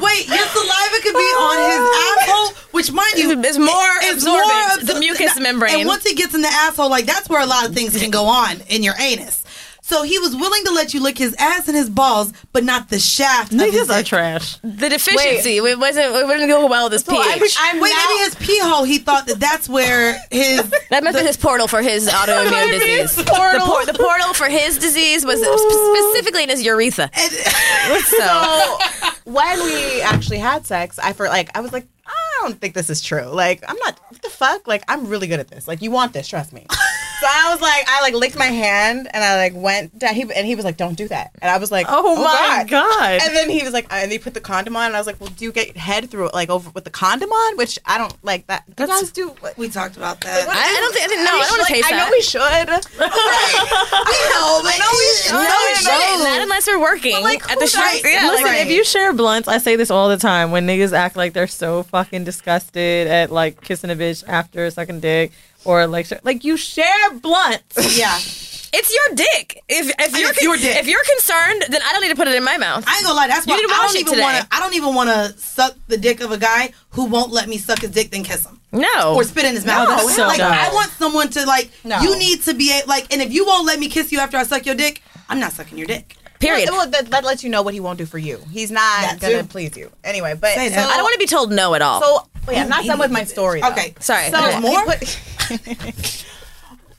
Speaker 4: Wait, your saliva could be on his asshole, which, mind you,
Speaker 5: It's more
Speaker 4: it's
Speaker 5: absorbent,
Speaker 4: more
Speaker 5: the mucous membrane.
Speaker 4: And once it gets in the asshole, like that's where a lot of things can go on in your anus. So he was willing to let you lick his ass and his balls, but not the shaft. Niggas are
Speaker 10: trash.
Speaker 5: The deficiency. it wasn't. It wouldn't go well with his pH.
Speaker 4: Wait, maybe his pee hole. He thought that that's where his
Speaker 5: that must be his portal for his autoimmune
Speaker 4: Maybe his
Speaker 5: disease. The,
Speaker 4: portal.
Speaker 5: por- the portal for his disease was specifically in his urethra. so
Speaker 3: So when we actually had sex, I for like I was like, I don't think this is true. Like I'm not what the fuck. Like I'm really good at this. Like you want this, trust me. So I was like, I like licked my hand and I like went down. He and he was like, don't do that. And I was like,
Speaker 10: Oh my God.
Speaker 3: And then he was like, and he put the condom on. And I was like, well, do you get head through it like over with the condom on? Which I don't like that. Do you guys do? What,
Speaker 4: we talked about that.
Speaker 3: what-
Speaker 5: I don't think- I didn't- no, I don't wanna
Speaker 3: like,
Speaker 5: taste
Speaker 3: I know
Speaker 5: that.
Speaker 3: we should. I know, but
Speaker 5: no, we shouldn't. Not unless we're working at the shop. Yeah,
Speaker 10: Listen,
Speaker 5: like-
Speaker 10: if you share blunts, I say this all the time when niggas act like they're so fucking disgusted at like kissing a bitch after sucking dick or like sh- like you share blunts.
Speaker 4: Yeah.
Speaker 5: It's your dick. If if you're con- if you're concerned, then I don't need to put it in my mouth.
Speaker 4: I ain't gonna lie. That's
Speaker 5: you
Speaker 4: why
Speaker 5: need to
Speaker 4: I
Speaker 5: wash
Speaker 4: don't
Speaker 5: it
Speaker 4: even
Speaker 5: today.
Speaker 4: want to. I don't even want to suck the dick of a guy who won't let me suck his dick then kiss him.
Speaker 5: No.
Speaker 4: or spit in his
Speaker 5: No,
Speaker 4: mouth.
Speaker 5: that's so
Speaker 4: like
Speaker 5: dumb.
Speaker 4: I want someone to like. You need to be a- like, and if you won't let me kiss you after I suck your dick, I'm not sucking your dick.
Speaker 5: Period.
Speaker 3: Well, that, that lets you know what he won't do for you. He's not
Speaker 4: That too.
Speaker 3: gonna please you anyway. But
Speaker 5: Say that. I don't wanna be told no at all.
Speaker 3: So wait, I'm not done with my story. Though.
Speaker 5: Okay. Sorry,
Speaker 3: So
Speaker 5: there's more?
Speaker 3: he put-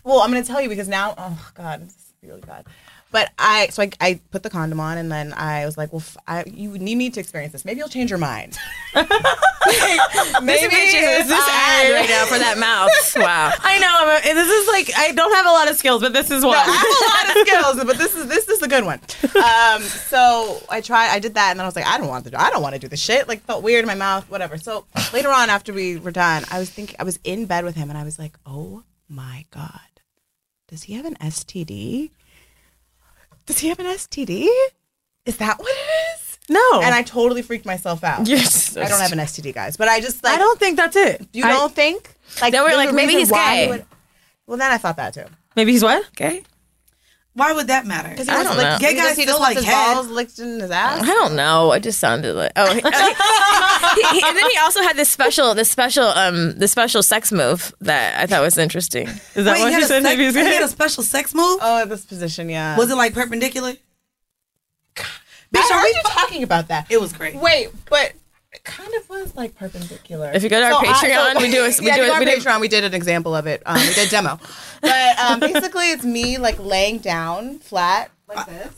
Speaker 3: well, I'm gonna tell you because now, oh god, this is really bad. But I, so I, I put the condom on, and then I was like, well, f- I, you need me to experience this. Maybe you'll change your mind.
Speaker 5: This bitch is-
Speaker 10: if
Speaker 5: is this
Speaker 10: I-
Speaker 5: ad right now for that mouth. Wow.
Speaker 10: I know. I'm a- this is like I don't have a lot of skills, but this is
Speaker 3: No,
Speaker 10: one.
Speaker 3: I have a lot of skills, but this is this is a good one. Um, so I tried, I did that, and then I was like, I don't want to, do, I don't want to do this shit. Like felt weird in my mouth, whatever. So later on, after we were done, I was thinking, I was in bed with him, and I was like, oh my god, does he have an STD? Does he have an STD? Is that what it is?
Speaker 10: No.
Speaker 3: And I totally freaked myself out.
Speaker 10: Yes.
Speaker 3: I don't have an STD, guys, but I just like
Speaker 10: I don't think that's it.
Speaker 3: you
Speaker 10: I-
Speaker 3: don't think like
Speaker 10: Then we're
Speaker 3: there's
Speaker 10: like,
Speaker 3: a
Speaker 10: maybe
Speaker 3: reason
Speaker 10: he's
Speaker 3: why he
Speaker 10: gay.
Speaker 3: would- Well, then I thought that too.
Speaker 10: Maybe he's what? Okay.
Speaker 4: Why would that matter? Because
Speaker 5: I don't know.
Speaker 3: Gay guys he just wants his balls licked in his ass.
Speaker 5: I don't know. It just sounded like oh. He, he- he- and then he also had this special, this special, um, this special sex move that I thought was interesting. Is
Speaker 4: Wait, he had a sex- he had a special sex move.
Speaker 3: Oh, this position, yeah.
Speaker 4: Was it like perpendicular?
Speaker 3: Bitch, are we talking about that?
Speaker 4: It was great.
Speaker 3: Wait, but it kind of was like perpendicular.
Speaker 5: If you go to our Patreon, we do a- we
Speaker 3: yeah,
Speaker 5: do
Speaker 3: if
Speaker 5: a-
Speaker 3: you go
Speaker 5: we
Speaker 3: to
Speaker 5: do-
Speaker 3: our Patreon. We did an example of it. Um, we did a demo, but um, basically, it's me like laying down flat like this.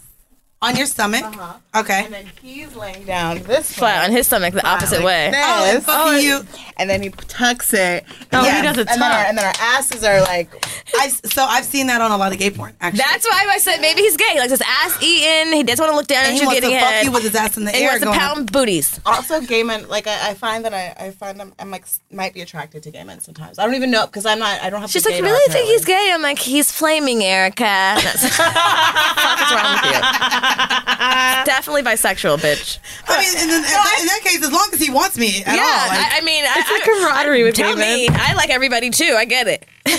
Speaker 4: On your stomach.
Speaker 3: Uh-huh.
Speaker 4: Okay.
Speaker 3: And then he's laying down this
Speaker 5: Flat
Speaker 3: way.
Speaker 5: on his stomach, the
Speaker 3: Flat
Speaker 5: opposite
Speaker 3: like
Speaker 5: way.
Speaker 3: This.
Speaker 5: Oh, and fucking
Speaker 3: and-
Speaker 5: you.
Speaker 3: And then he tucks it.
Speaker 5: Oh, he
Speaker 3: Yeah.
Speaker 5: does a
Speaker 3: And then, our,
Speaker 5: tuck.
Speaker 3: and then our asses are like.
Speaker 4: I so I've seen that on a lot of gay porn. Actually.
Speaker 5: That's why I said maybe he's gay. He likes his ass eaten. He doesn't want to look down
Speaker 4: And
Speaker 5: at
Speaker 4: he
Speaker 5: you
Speaker 4: wants
Speaker 5: getting
Speaker 4: to fuck
Speaker 5: head.
Speaker 4: you with his ass in the
Speaker 5: And he
Speaker 4: air
Speaker 5: wants to
Speaker 4: going-
Speaker 5: pound booties.
Speaker 3: also gay men like I, I find that I, I find I'm, I'm like s- might be attracted to gay men sometimes. I don't even know because I'm not I don't have.
Speaker 5: She's
Speaker 3: the
Speaker 5: like,
Speaker 3: gaydar,
Speaker 5: really think
Speaker 3: apparently.
Speaker 5: he's gay? I'm like, he's flaming, Erica. That's- Fuck is wrong with you? Definitely bisexual, bitch.
Speaker 4: I mean, in, the, in that- in that case, as long as he wants me at
Speaker 5: yeah,
Speaker 4: all. like-
Speaker 5: I, I mean, I,
Speaker 4: It's like
Speaker 5: I-
Speaker 4: camaraderie with
Speaker 5: tell
Speaker 4: gay men.
Speaker 5: me, I like everybody too. I get it.
Speaker 3: I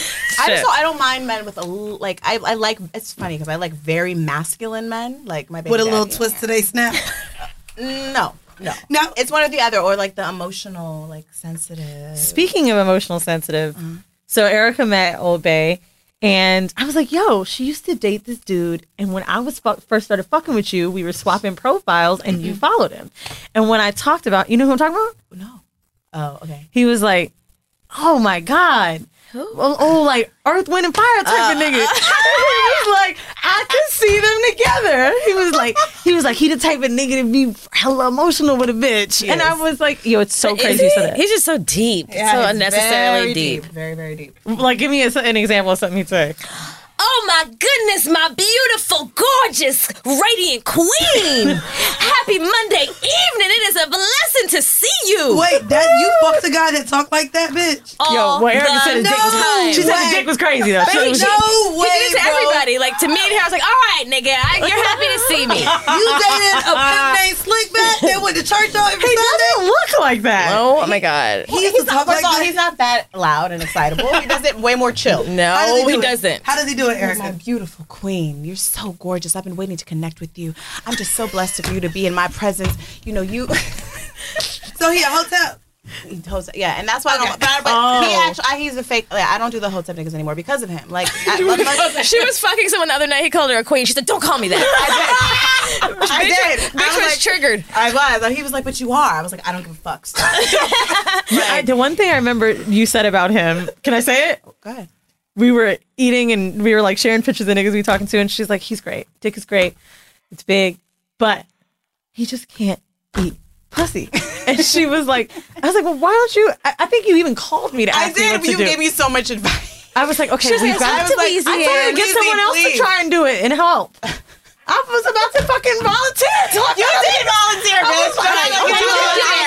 Speaker 5: Shit.
Speaker 3: just I don't mind men with a l- like I, I like it's funny because I like very masculine men like my baby
Speaker 4: with a little
Speaker 3: daddy.
Speaker 4: twist today snap.
Speaker 3: No, no,
Speaker 4: no.
Speaker 3: It's one or the other or like the emotional like sensitive.
Speaker 10: Speaking of emotional sensitive, so Erica met Old Bay, and I was like, "Yo, she used to date this dude, and when I was fu- first started fucking with you, we were swapping profiles, and you followed him. And when I talked about, you know who I'm talking about? No.
Speaker 3: Oh, okay.
Speaker 10: He was like, "Oh my god." Oh, oh, like Earth, Wind, and Fire type of nigga. he was like, I could see them together. He was like, he was like, he the type of nigga to be hella emotional with a bitch. and I was like, yo, it's so
Speaker 5: Is
Speaker 10: crazy.
Speaker 5: he?
Speaker 10: so that-
Speaker 5: He's just so deep, so
Speaker 3: it's
Speaker 5: unnecessarily
Speaker 3: very
Speaker 5: deep.
Speaker 3: very very deep.
Speaker 10: like, give me a, an example of something he'd say.
Speaker 11: Oh my goodness, my beautiful, gorgeous, radiant queen. Happy Monday evening. It is a blessing to see you.
Speaker 4: Wait, that you fucked a guy that talked like that, bitch.
Speaker 11: All
Speaker 3: well, Erica
Speaker 11: the
Speaker 3: said his dick was-
Speaker 11: time.
Speaker 3: she said his dick was crazy, though.
Speaker 11: But he,
Speaker 3: She- she-
Speaker 11: no He
Speaker 4: way,
Speaker 11: did it to
Speaker 4: bro.
Speaker 11: everybody. Like to me and her, I was like, "All right, nigga, I, you're happy to see me."
Speaker 4: You dated a pimp named Slickback that went to church on every Sunday.
Speaker 3: doesn't look like that.
Speaker 5: Oh my god.
Speaker 4: He used to talk
Speaker 6: First of
Speaker 4: like
Speaker 6: all,
Speaker 4: that.
Speaker 6: he's not that loud and excitable. He does it way more chill.
Speaker 4: How does
Speaker 5: No,
Speaker 4: he
Speaker 5: he
Speaker 4: do it?
Speaker 5: doesn't.
Speaker 4: How does he do it,
Speaker 6: Oh, my
Speaker 4: Erica?
Speaker 6: beautiful queen, you're so gorgeous. I've been waiting to connect with you. I'm just so blessed of you to be in my presence. You know, you.
Speaker 4: So he a hotel.
Speaker 6: He hoes- yeah, and that's why I don't. But, I- but he actually, I, he's a fake. Like, I don't do the whole tip niggas anymore because of him. Like, I, like, like-
Speaker 5: She was fucking someone the other night. He called her a queen. She said, "Don't call me that."
Speaker 6: I did.
Speaker 5: Bitch
Speaker 6: I was,
Speaker 5: was
Speaker 6: like-
Speaker 5: triggered.
Speaker 6: I was. Like, he was like, "But you are." I was like, "I don't give a fuck." Stop.
Speaker 3: I- the one thing I remember you said about him, can I say it?
Speaker 6: Go ahead.
Speaker 3: We were eating and we were like sharing pictures of the niggas we talking to, and she's like, "He's great. Dick is great. It's big, but he just can't eat." Pussy, and she was like, "I was like, well, why don't you?" I, I think you even called me to
Speaker 6: I
Speaker 3: ask me
Speaker 6: did.
Speaker 3: what
Speaker 6: but
Speaker 3: to
Speaker 6: You
Speaker 3: do.
Speaker 6: gave me so much advice.
Speaker 3: I was like, "Okay,
Speaker 5: She was
Speaker 3: we've
Speaker 5: like,
Speaker 3: got-
Speaker 5: "Talk
Speaker 3: I was
Speaker 5: to
Speaker 3: like,
Speaker 5: Weezy
Speaker 3: I told her
Speaker 5: here.
Speaker 3: to get
Speaker 6: Weezy,
Speaker 3: someone else
Speaker 6: please."
Speaker 3: to try and do it and help."
Speaker 6: I was about to fucking volunteer. Talk you did volunteer, bitch.
Speaker 3: like,
Speaker 6: you
Speaker 3: okay, you
Speaker 6: did.
Speaker 3: did.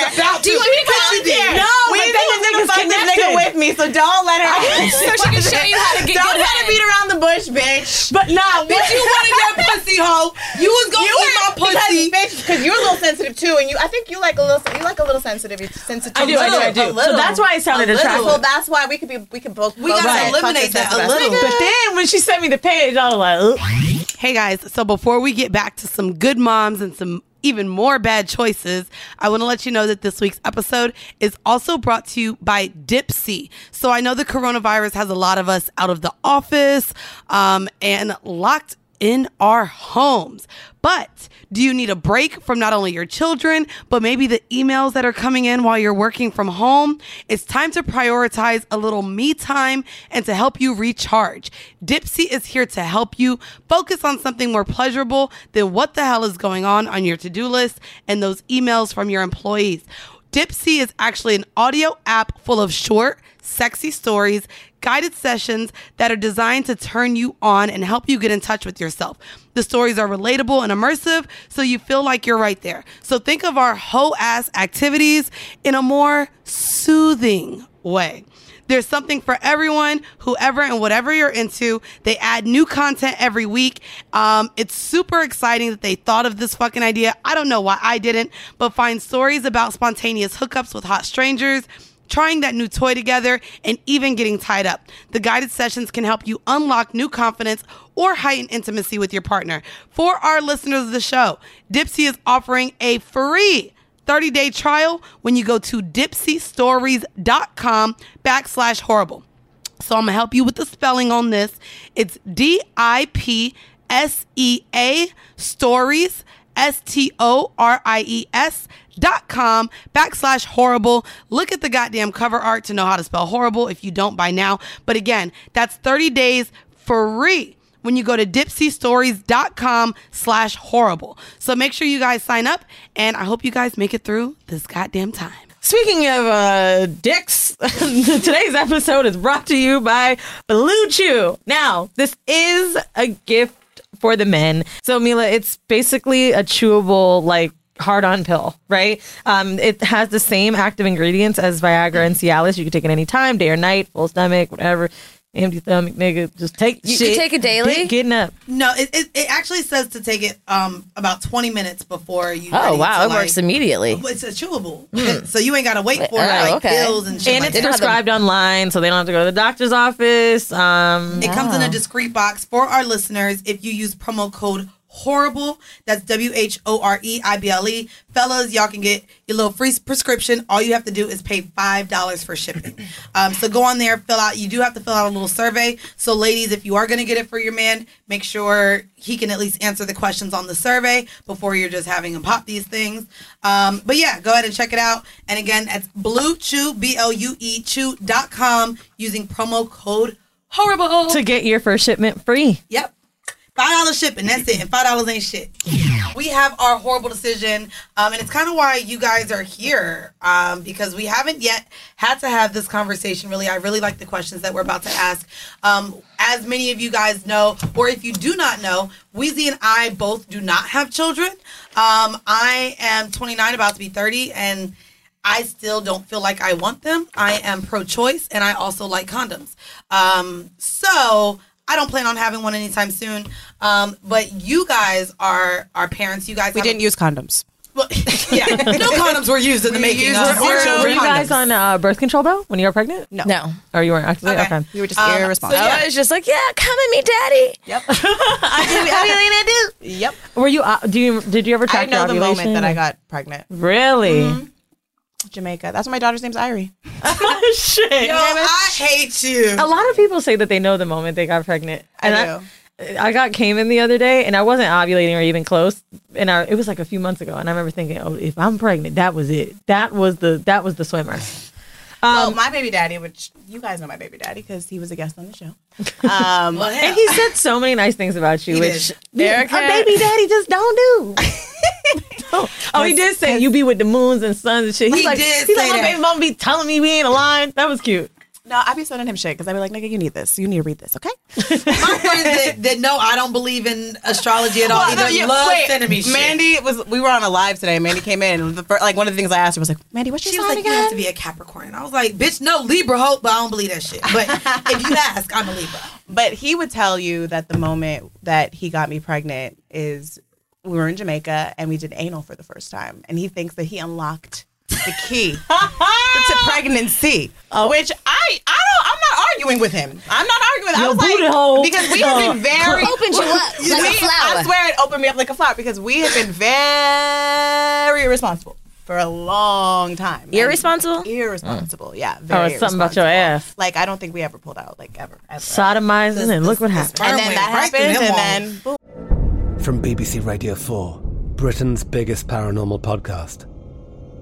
Speaker 6: I was about
Speaker 5: Do you
Speaker 6: to.
Speaker 5: want me to
Speaker 6: But
Speaker 5: come
Speaker 6: she did.
Speaker 5: out there?
Speaker 6: we
Speaker 3: No, but
Speaker 6: didn't
Speaker 3: then
Speaker 6: gonna
Speaker 3: the niggas
Speaker 6: fuck this nigga
Speaker 3: connected.
Speaker 6: with me, so don't let her.
Speaker 5: So she can show you how to get
Speaker 6: Don't let
Speaker 5: good
Speaker 6: her
Speaker 5: head.
Speaker 6: beat around the bush, bitch.
Speaker 3: But nah,
Speaker 4: Bitch, you wanted that pussy, hoe. You was gonna eat my pussy.
Speaker 6: because, bitch, because you're a little sensitive too, and you. I think you like a little. You like a little sensitive. You're sensitive.
Speaker 3: I do, I do, I
Speaker 6: A
Speaker 3: do.
Speaker 6: little.
Speaker 3: So that's why it sounded
Speaker 6: A little.
Speaker 3: attractive.
Speaker 6: Well, that's why we could be. We could both.
Speaker 4: We gotta eliminate that a little.
Speaker 3: But then when she sent me the page, I was like, "Ugh."
Speaker 4: Hey guys, so before we get back to some good moms and some even more bad choices, I want to let you know that this week's episode is also brought to you by Dipsy. So I know the coronavirus has a lot of us out of the office um, and locked in our homes. But do you need a break from not only your children, but maybe the emails that are coming in while you're working from home? It's time to prioritize a little me time and to help you recharge. Dipsy is here to help you focus on something more pleasurable than what the hell is going on on your to do list and those emails from your employees. Dipsy is actually an audio app full of short, sexy stories, guided sessions that are designed to turn you on and help you get in touch with yourself. The stories are relatable and immersive, so you feel like you're right there. So think of our whole ass activities in a more soothing way. There's something for everyone, whoever and whatever you're into. They add new content every week. Um, it's super exciting that they thought of this fucking idea. I don't know why I didn't, but find stories about spontaneous hookups with hot strangers. Trying that new toy together and even getting tied up. The guided sessions can help you unlock new confidence or heighten intimacy with your partner. For our listeners of the show, Dipsy is offering a free 30 day trial when you go to dipsystories.com backslash horrible. So I'm gonna help you with the spelling on this. It's D I P S E A stories, S T O R I E S dot com backslash horrible. Look at the goddamn cover art to know how to spell horrible if you don't by now. But again, that's 30 days free when you go to dipsystories.com slash horrible. So make sure you guys sign up and I hope you guys make it through this goddamn time.
Speaker 3: Speaking of uh, dicks, today's episode is brought to you by Blue Chew. Now, this is a gift for the men. So, Mila, it's basically a chewable, like, hard on pill, right? Um, it has the same active ingredients as Viagra and Cialis. You can take it any time, day or night, full stomach, whatever. Empty stomach, nigga. Just take
Speaker 5: You can
Speaker 3: shit.
Speaker 5: take it daily?
Speaker 3: Dick Getting up.
Speaker 4: No, it, it, it actually says to take it um about 20 minutes before you.
Speaker 5: Oh
Speaker 4: ready
Speaker 5: wow,
Speaker 4: to,
Speaker 5: it
Speaker 4: like-
Speaker 5: works immediately.
Speaker 4: It's a chewable, so you ain't gotta wait for it,
Speaker 5: oh,
Speaker 4: like
Speaker 5: okay.
Speaker 4: pills and shit.
Speaker 3: And
Speaker 4: like
Speaker 3: it's
Speaker 5: have the-
Speaker 3: prescribed online, so they don't have to go to the doctor's office. Um,
Speaker 4: It comes in a discreet box for our listeners if you use promo code horrible that's E w-h-o-r-e-i-b-l-e fellas y'all can get your little free prescription all you have to do is pay five dollars for shipping um, so go on there fill out you do have to fill out a little survey so ladies if you are going to get it for your man make sure he can at least answer the questions on the survey before you're just having him pop these things um, but yeah go ahead and check it out and again that's blue chew b-l-u-e chew.com using promo code horrible
Speaker 3: to get your first shipment free.
Speaker 4: Yep. Five dollars shipping. That's it. And five dollars ain't shit. we have our horrible decision, um, and it's kind of why you guys are here um, because we haven't yet had to have this conversation. Really, I really like the questions that we're about to ask. Um, as many of you guys know, or if you do not know, Wheezy and I both do not have children. Um, I am 29, about to be 30, and I still don't feel like I want them. I am pro choice and I also like condoms. Um, so I don't plan on having one anytime soon. Um, but you guys are our parents. You guys
Speaker 6: We
Speaker 4: have-
Speaker 6: didn't use condoms.
Speaker 4: yeah, no condoms were used in the
Speaker 6: We
Speaker 4: making.
Speaker 6: used
Speaker 4: of-
Speaker 6: zero
Speaker 4: zero
Speaker 3: Were you guys
Speaker 4: condoms.
Speaker 3: on uh, birth control though when you were pregnant? No.
Speaker 5: No.
Speaker 3: Or you weren't actually? Okay.
Speaker 6: You were just
Speaker 3: Um,
Speaker 5: So, yeah. I was just like, yeah, come at me, daddy.
Speaker 6: Yep.
Speaker 5: I
Speaker 3: did everything
Speaker 5: I
Speaker 6: do. Yep.
Speaker 3: Were you? Uh, do you? Did you ever track
Speaker 6: I know
Speaker 3: your
Speaker 6: the moment
Speaker 3: ovulation?
Speaker 6: that I got Mm-hmm. pregnant.
Speaker 3: Really?
Speaker 6: Jamaica. That's why my daughter's name's Irie.
Speaker 3: Shit.
Speaker 6: Yo, I
Speaker 4: hate you.
Speaker 3: A lot of people say that they know the moment they got pregnant. And
Speaker 6: I
Speaker 3: I, I got Cayman the other day, and I wasn't ovulating or even close. And I, it was like a few months ago, and I remember thinking, "Oh, if I'm pregnant, that was it. That was the that was the swimmer."
Speaker 6: well, my baby daddy, which you guys know my baby daddy because he was a guest on the show. Um,
Speaker 3: and he said so many nice things about you,
Speaker 6: He did.
Speaker 3: which
Speaker 6: Erica-
Speaker 3: a baby daddy just don't do. Don't. Oh, he did say you be with the moons and suns and shit. He's
Speaker 6: He
Speaker 3: like,
Speaker 6: did
Speaker 3: he's
Speaker 6: say
Speaker 3: like, my
Speaker 6: that.
Speaker 3: baby mama be telling me we ain't aligned. That was cute.
Speaker 6: No, I be sending him shit because I be like, nigga, you need this. You need to read this, okay?
Speaker 4: my friends that, that know I don't believe in astrology at all.
Speaker 6: Well,
Speaker 4: either
Speaker 6: no, yeah,
Speaker 4: love
Speaker 6: wait,
Speaker 4: sending me shit.
Speaker 6: Mandy was. We were on a live today. Mandy came in. And the fir- like one of the things I asked her was like, Mandy, what's your
Speaker 4: she was
Speaker 6: sign
Speaker 4: like,
Speaker 6: again?
Speaker 4: you have to be a Capricorn. And I was like, bitch, no Libra hope, but I don't believe that shit. But if you ask, I'm a Libra.
Speaker 6: But he would tell you that the moment that he got me pregnant is we were in Jamaica and we did anal for the first time, and he thinks that he unlocked the key to pregnancy.
Speaker 4: Oh.
Speaker 6: Which I, I don't. I'm not arguing with him. I'm not arguing. I
Speaker 3: Your
Speaker 6: was
Speaker 3: booty
Speaker 6: like
Speaker 3: hole.
Speaker 6: because we have been very
Speaker 5: Opened you up
Speaker 6: We-
Speaker 5: like a flower.
Speaker 6: I swear it opened me up like a flower because we have been very irresponsible for a long time.
Speaker 5: Irresponsible?
Speaker 6: Irresponsible. Yeah.
Speaker 3: Or
Speaker 6: Very
Speaker 3: Oh, something about your
Speaker 6: irresponsible.
Speaker 3: ass.
Speaker 6: Like I don't think we ever pulled out. Like ever. ever.
Speaker 3: Sodomizing, and look what happened.
Speaker 6: And then that
Speaker 4: right through
Speaker 6: happened,
Speaker 4: them
Speaker 6: and then boom.
Speaker 12: From BBC Radio 4, Britain's biggest paranormal podcast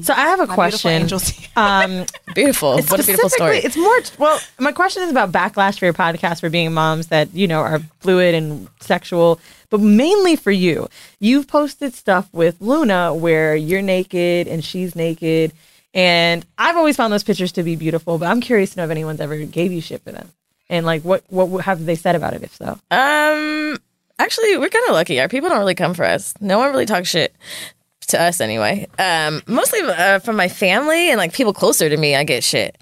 Speaker 3: So I have a
Speaker 5: My beautiful
Speaker 3: question.
Speaker 5: angels.
Speaker 3: Um,
Speaker 5: beautiful.
Speaker 3: it's
Speaker 5: What a beautiful story.
Speaker 3: specifically- It's more well. My question is about backlash for your podcast for being moms that you know are fluid and sexual, but mainly for you. You've posted stuff with Luna where you're naked and she's naked, and I've always found those pictures to be beautiful. But I'm curious to know if anyone's ever gave you shit for them, and like what what have they said about it if so.
Speaker 5: Um, actually, we're kind of lucky. Our people don't really come for us. No one really talks shit to us anyway. Um, mostly uh, from my family and like people closer to me, I get shit.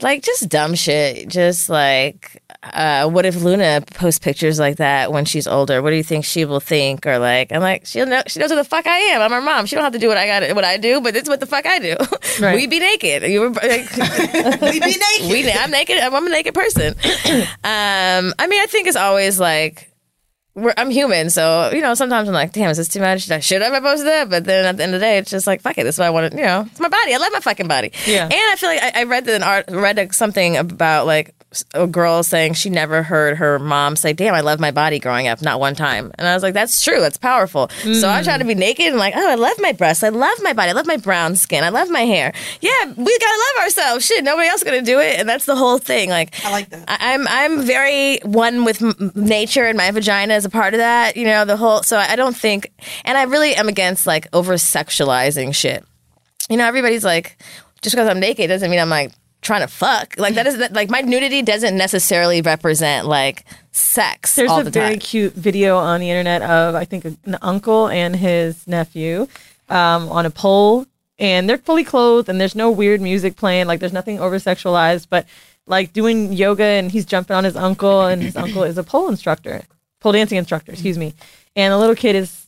Speaker 5: Like just dumb shit. Just like, uh, what if Luna posts pictures like that when she's older? What do you think she will think? Or like, I'm like, she'll know. She knows who the fuck I am. I'm her mom. She don't have to do what I got. What I do, but this is what the fuck I do.
Speaker 3: Right.
Speaker 5: we be naked. You were like,
Speaker 4: we be naked.
Speaker 5: We, I'm naked. I'm a naked person. Um, I mean, I think it's always like we're, I'm human, so you know. Sometimes I'm like, damn, is this too much? Should I should have posted that, but then at the end of the day, it's just like, fuck it. This is what I want to. You know, it's my body. I love my fucking body.
Speaker 3: Yeah.
Speaker 5: And I feel like I, I read an art, read something about like a girl saying she never heard her mom say, "Damn, I love my body." Growing up, not one time, and I was like, "That's true. That's powerful." So I
Speaker 11: Mm.
Speaker 5: tried to be naked and like, "Oh, I love my breasts. I love my body. I love my brown skin. I love my hair. Yeah, we gotta love ourselves. Shit, nobody else is gonna do it." And that's the whole thing. Like, I like that. I- am I'm very one with m- nature, and my vagina is a part of that. You know, the whole. So I I don't think, and I really am against like over sexualizing shit you know, everybody's like, just because I'm naked doesn't mean I'm like trying to fuck. Like that is like my nudity doesn't necessarily represent like sex
Speaker 3: There's
Speaker 5: all
Speaker 3: a
Speaker 5: the
Speaker 3: very
Speaker 5: time.
Speaker 3: cute video on the internet of I think an uncle and his nephew um, on a pole, and they're fully clothed, and there's no weird music playing. Like there's nothing over sexualized, but like doing yoga, and he's jumping on his uncle, and his uncle is a pole instructor, pole dancing instructor, excuse me, and the little kid is.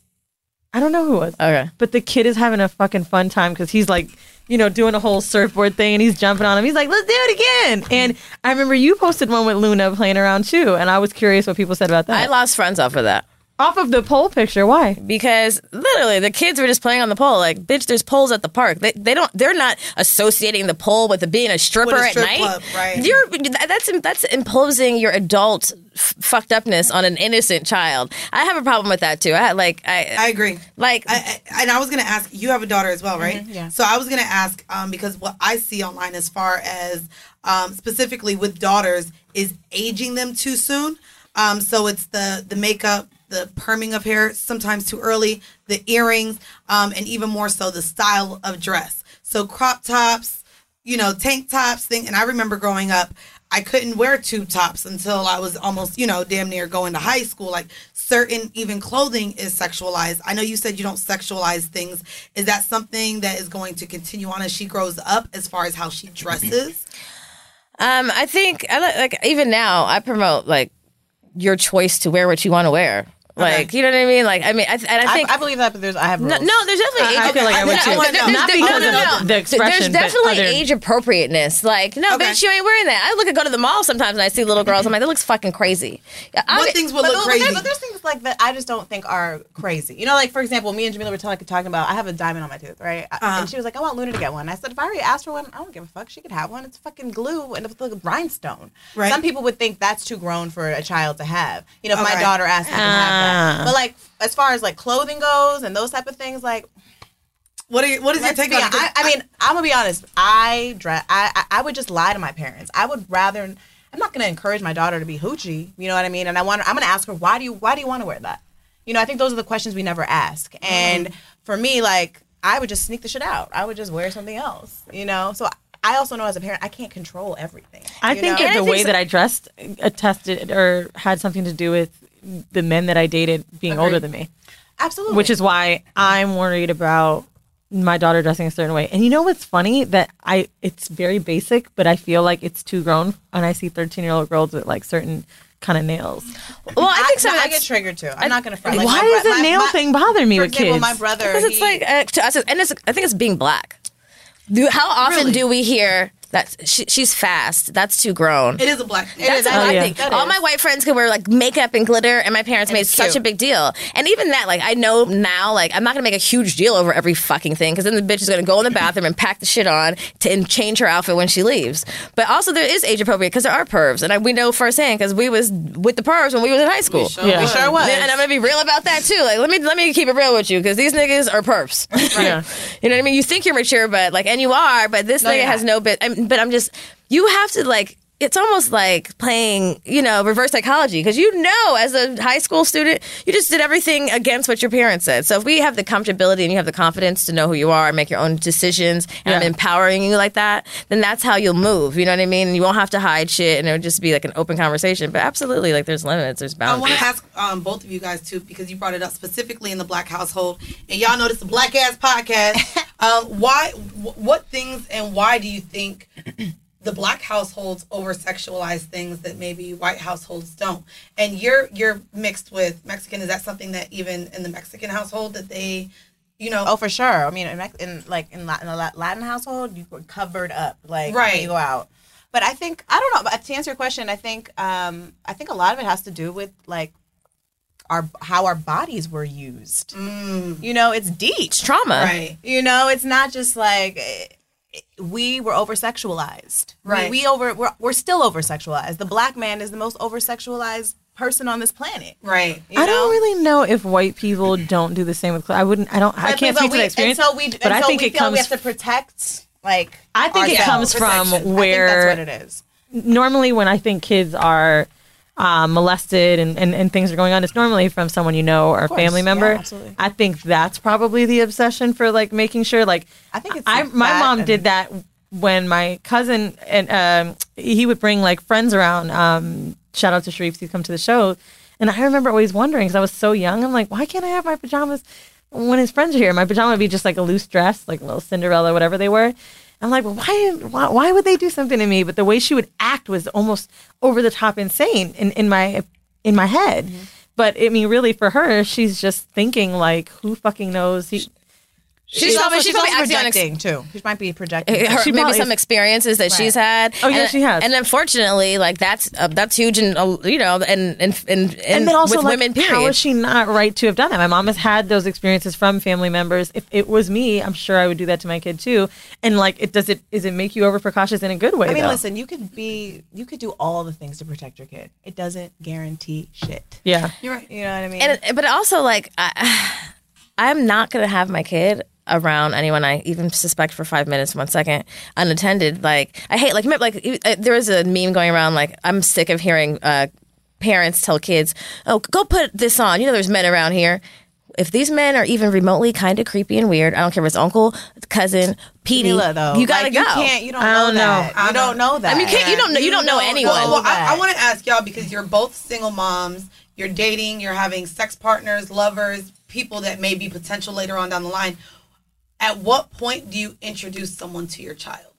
Speaker 3: I don't know who it was.
Speaker 5: Okay.
Speaker 3: But the kid is having a fucking fun time because he's like, you know, doing a whole surfboard thing and he's jumping on him. He's like, let's do it again. And I remember you posted one with Luna playing around too. And I was curious what people said about that.
Speaker 5: I lost friends off of that.
Speaker 3: Off of the pole picture. Why?
Speaker 5: Because literally the kids were just playing on the pole. Like, bitch, there's poles at the park. They, they don't. They're not associating the pole with the, being a stripper
Speaker 11: With a strip
Speaker 5: at night.
Speaker 11: club, right.
Speaker 5: You're that's that's imposing your adult f- fucked upness on an innocent child. I have a problem with that too. I like I I
Speaker 4: agree.
Speaker 5: Like
Speaker 4: I, I, and I was gonna ask. You have a daughter as well, right?
Speaker 5: Mhm, yeah.
Speaker 4: So I was gonna ask um, because what I see online, as far as um, specifically with daughters, is aging them too soon. Um, so it's the the makeup, the perming of hair, sometimes too early, the earrings, um, and even more so the style of dress. So crop tops, you know, tank tops thing. And I remember growing up, I couldn't wear tube tops until I was almost, you know, damn near going to high school. Like certain even clothing is sexualized. I know you said you don't sexualize things. Is that something that is going to continue on as she grows up as far as how she dresses?
Speaker 5: Um, I think I li- like even now I promote like your choice to wear what you want to wear. Like you know what I mean? Like I mean, I, th- and I
Speaker 6: I-
Speaker 5: think
Speaker 6: I believe that, but there's I have
Speaker 5: no,
Speaker 6: rules.
Speaker 5: no, there's definitely
Speaker 6: I- I
Speaker 5: age.
Speaker 6: feel like I would too.
Speaker 5: there- there-
Speaker 6: Not
Speaker 5: there-
Speaker 6: because
Speaker 5: no, no,
Speaker 6: of
Speaker 5: no.
Speaker 6: the- the
Speaker 5: There's
Speaker 6: expression, but
Speaker 5: definitely
Speaker 6: other-
Speaker 5: age appropriateness. Like no, bitch, you ain't wearing that. I look at go to the mall sometimes and I see little girls. I'm like, that looks fucking crazy.
Speaker 6: What
Speaker 5: things
Speaker 6: but, but there- But there's things like that I just don't think are crazy. You know, like for example, me and Jamila were talking, talking about I have a diamond on my tooth, right? I-
Speaker 5: Uh-huh.
Speaker 6: And she was like, I want Luna to get one. I said, if I already asked for one, I don't give a fuck. She could have one. It's fucking glue and it's like a rhinestone.
Speaker 11: Right.
Speaker 6: Some people would think that's too grown for a child to have. You know, if
Speaker 11: Okay.
Speaker 6: my daughter asked me to have
Speaker 11: Ah.
Speaker 6: that. But like as far as like clothing goes and those type of things, like
Speaker 4: what are what is your
Speaker 6: Let's
Speaker 4: take
Speaker 6: be
Speaker 4: on
Speaker 6: hon- I, I mean, I'm gonna be honest. I dress. I, I I would just lie to my parents. I would rather. I'm not gonna encourage my daughter to be hoochie. You know what I mean? And I want. I'm gonna ask her why do you why do you want to wear that? You know, I think those are the questions we never ask. And for me, like I would just sneak the shit out. I would just wear something else. You know. So I also know as a parent, I can't control everything.
Speaker 3: I
Speaker 6: you
Speaker 3: think
Speaker 6: know?
Speaker 3: that the way that I dressed attested or had something to do with the men that I dated being older
Speaker 6: Agreed.
Speaker 3: than me.
Speaker 6: Absolutely.
Speaker 3: Which is why I'm worried about my daughter dressing a certain way. And you know what's funny? That I it's very basic, but I feel like it's too grown and I see thirteen year old girls with like certain kind of nails.
Speaker 5: Well, I think so.
Speaker 6: I
Speaker 5: That's-
Speaker 6: get triggered too. I'm not gonna front. Like,
Speaker 3: Why
Speaker 6: my
Speaker 3: does
Speaker 6: bro-
Speaker 3: the
Speaker 6: my-
Speaker 3: nail
Speaker 6: my-
Speaker 3: thing bother me
Speaker 6: for
Speaker 3: with
Speaker 6: example,
Speaker 3: kids?
Speaker 6: my brother-
Speaker 5: because it's like uh, to us, it's- and it's I think it's being black. Do- How often do we hear that she, she's fast? That's too grown.
Speaker 4: It is a black. it
Speaker 5: That's
Speaker 4: is a
Speaker 5: what
Speaker 4: black
Speaker 5: I
Speaker 4: thing.
Speaker 3: Oh,
Speaker 5: think. All my white friends could wear like makeup and glitter, and my parents made such a big deal. And even that, like, I know now, like, I'm not gonna make a huge deal over every fucking thing because then the bitch is gonna go in the bathroom and pack the shit on to, and change her outfit when she leaves. But also, there is age appropriate because there are pervs, and I, we know firsthand because we was with the pervs when we was in high school.
Speaker 6: sure Yeah. we sure was.
Speaker 5: And I'm gonna be real about that too. Like, let me let me keep it real with you because these niggas are pervs. You know what I mean? You think you're mature, but like, and you are, but this
Speaker 11: No,
Speaker 5: thing
Speaker 11: you're
Speaker 5: has no bit. I'm, but I'm just, you have to like, it's almost like playing, you know, reverse psychology because you know, as a high school student, you just did everything against what your parents said. So if we have the comfortability and you have the confidence to know who you are and make your own decisions, and I'm
Speaker 11: Yeah.
Speaker 5: empowering you like that, then that's how you'll move. You know what I mean? And you won't have to hide shit, and it'll just be like an open conversation. But absolutely, like, there's limits, there's
Speaker 4: I want
Speaker 5: boundaries.
Speaker 4: to ask um, both of you guys too because you brought it up specifically in the black household, and y'all know this is a black ass podcast. um, why? wh- what things and why do you think the black households over sexualize things that maybe white households don't? And you're you're mixed with Mexican. Is that something that even in the Mexican household that they, you know?
Speaker 6: Oh, for sure. I mean, in, Mex- in like in, Latin, in a Lat- Latin household, you were covered up, like
Speaker 4: Right.
Speaker 6: when you go out. But I think I don't know. But to answer your question, I think um, I think a lot of it has to do with like our how our bodies were
Speaker 3: Mm.
Speaker 6: used. You know, it's deep
Speaker 5: trauma. Right.
Speaker 6: You know, it's not just like eh,
Speaker 4: we were over sexualized.
Speaker 13: Right.
Speaker 4: We, we over we're, we're still over sexualized. The black man is the most over sexualized person on this planet.
Speaker 13: Right.
Speaker 3: I don't really know if white people don't do the same with. cl- I wouldn't. I don't. I
Speaker 4: But-
Speaker 3: can't
Speaker 4: but
Speaker 3: speak to
Speaker 4: we-
Speaker 3: that experience.
Speaker 4: And so we,
Speaker 3: but
Speaker 4: and
Speaker 3: I
Speaker 4: so
Speaker 3: think
Speaker 4: we
Speaker 3: it
Speaker 4: feel
Speaker 3: comes.
Speaker 4: We have to protect. Like
Speaker 3: I think it comes from
Speaker 4: I
Speaker 3: where
Speaker 4: think that's
Speaker 3: normally when I think kids are uh, molested and, and, and things are going on, it's normally from someone you know or a
Speaker 4: Of course.
Speaker 3: family
Speaker 4: Yeah,
Speaker 3: member.
Speaker 4: absolutely.
Speaker 3: I think that's probably the obsession for like making sure like I think it's I, my
Speaker 4: that
Speaker 3: mom
Speaker 4: and-
Speaker 3: did that when my cousin and um, he would bring like friends around. Um, shout out to Sharif, he's come to the show, and I remember always wondering because I was so young. I'm like, why can't I have my pajamas when his friends are here? My pajama would be just like a loose dress, like a little Cinderella, whatever they were. I'm like, well, why, why, why would they do something to me? But the way she would act was almost over the top insane in, in my in my head. But I mean, really, for her, she's just thinking like, who fucking knows? He,
Speaker 4: She's, probably, she's, probably
Speaker 5: acting on ex-
Speaker 4: projecting too. She might be projecting.
Speaker 5: Her,
Speaker 4: She
Speaker 5: maybe
Speaker 4: probably-
Speaker 5: some experiences that
Speaker 4: Right.
Speaker 5: she's had.
Speaker 4: Oh, yeah,
Speaker 5: and,
Speaker 4: she has.
Speaker 5: And unfortunately, like that's uh, that's huge, and uh, you know, and and and, and,
Speaker 3: and, then also
Speaker 5: with
Speaker 3: like,
Speaker 5: women.
Speaker 3: how
Speaker 5: Period.
Speaker 3: is she not right to have done that? My mom has had those experiences from family members. If it was me, I'm sure I would do that to my kid too. And like, it does it is it make you overprecautious in a good way?
Speaker 4: I mean,
Speaker 3: though?
Speaker 4: listen, you could be, you could do all the things to protect your kid. It doesn't guarantee shit.
Speaker 3: Yeah.
Speaker 4: You're right. You know what I mean?
Speaker 5: And but also like I, I'm not gonna have my kid around anyone I even suspect for five minutes, one second, unattended. Like I hate like me- like e- uh, there was a meme going around like I'm sick of hearing uh, parents tell kids, "Oh, go put this on." You know, there's men around here. If these men are even remotely kind of creepy and weird, I don't care if it's uncle, cousin, Petey,
Speaker 4: Mila, though,
Speaker 5: you gotta
Speaker 4: like,
Speaker 5: go.
Speaker 4: you can't- you don't I don't know that. know. You don't know
Speaker 5: I mean, you can't. You don't know. You, don't know, anyone.
Speaker 13: Well, well, I, I want to ask y'all because you're both single moms. You're dating. You're having sex partners, lovers, people that may be potential later on down the line. At what point do you introduce someone to your child?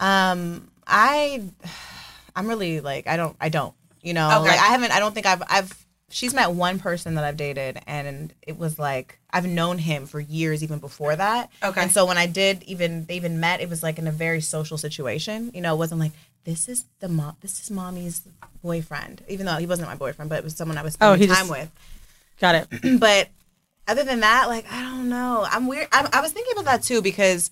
Speaker 4: Um, I, I'm really like, I don't, I don't, you know,
Speaker 13: Okay.
Speaker 4: like I haven't, I don't think I've, I've, she's met one person that I've dated and it was like, I've known him for years even before that.
Speaker 13: Okay.
Speaker 4: And so when I did even, they even met, it was like in a very social situation, you know, it wasn't like, this is the mom, this is mommy's boyfriend, even though he wasn't my boyfriend, but it was someone I was
Speaker 3: Oh,
Speaker 4: spending
Speaker 3: he
Speaker 4: time
Speaker 3: just-
Speaker 4: with.
Speaker 3: Got it.
Speaker 4: but other than that, like I don't know. I'm weird. I, I was thinking about that too because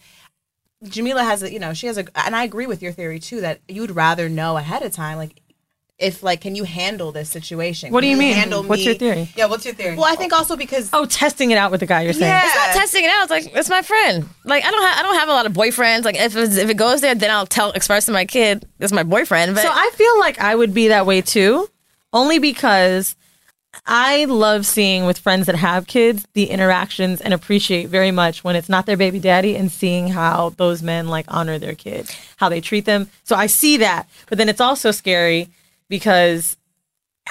Speaker 4: Jamila has a, you know, she has a, and I agree with your theory too that you'd rather know ahead of time, like if like can you handle this situation?
Speaker 3: What do
Speaker 4: Can
Speaker 3: you mean?
Speaker 4: Handle
Speaker 3: What's
Speaker 4: me?
Speaker 3: your theory?
Speaker 13: Yeah, what's your theory?
Speaker 4: Well, I think also because
Speaker 3: oh, testing it out with the guy you're saying.
Speaker 5: It's not testing it out. It's like it's my friend. Like I don't have I don't have a lot of boyfriends. Like if it's, if it goes there, then I'll tell express to my kid it's my boyfriend. But
Speaker 3: so I feel like I would be that way too, only because I love seeing with friends that have kids the interactions and appreciate very much when it's not their baby daddy and seeing how those men like honor their kid, how they treat them. So I see that, but then it's also scary because.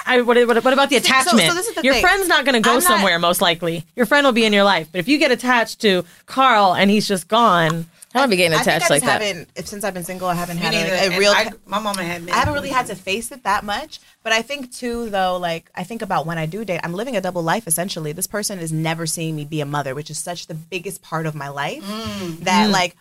Speaker 3: I, what, what, what about the
Speaker 4: So- so- so
Speaker 3: attachment?
Speaker 4: this is the
Speaker 3: Your
Speaker 4: thing.
Speaker 3: friend's not going to go
Speaker 4: I'm not-
Speaker 3: somewhere, most likely. Your friend will be in your life. But if you get attached to Carl and he's just gone,
Speaker 5: I don't be getting
Speaker 4: I think I just haven't if- since I've been single. I haven't
Speaker 13: Me
Speaker 4: had
Speaker 13: neither,
Speaker 4: a, a
Speaker 13: and
Speaker 4: real.
Speaker 13: I- my mama had me.
Speaker 4: I haven't really had to face it that much, but I think too though. Like I think about when I do date, I'm living a double life essentially. This person is never seeing me be a mother, which is such the biggest part of my life. That
Speaker 13: Mm.
Speaker 4: like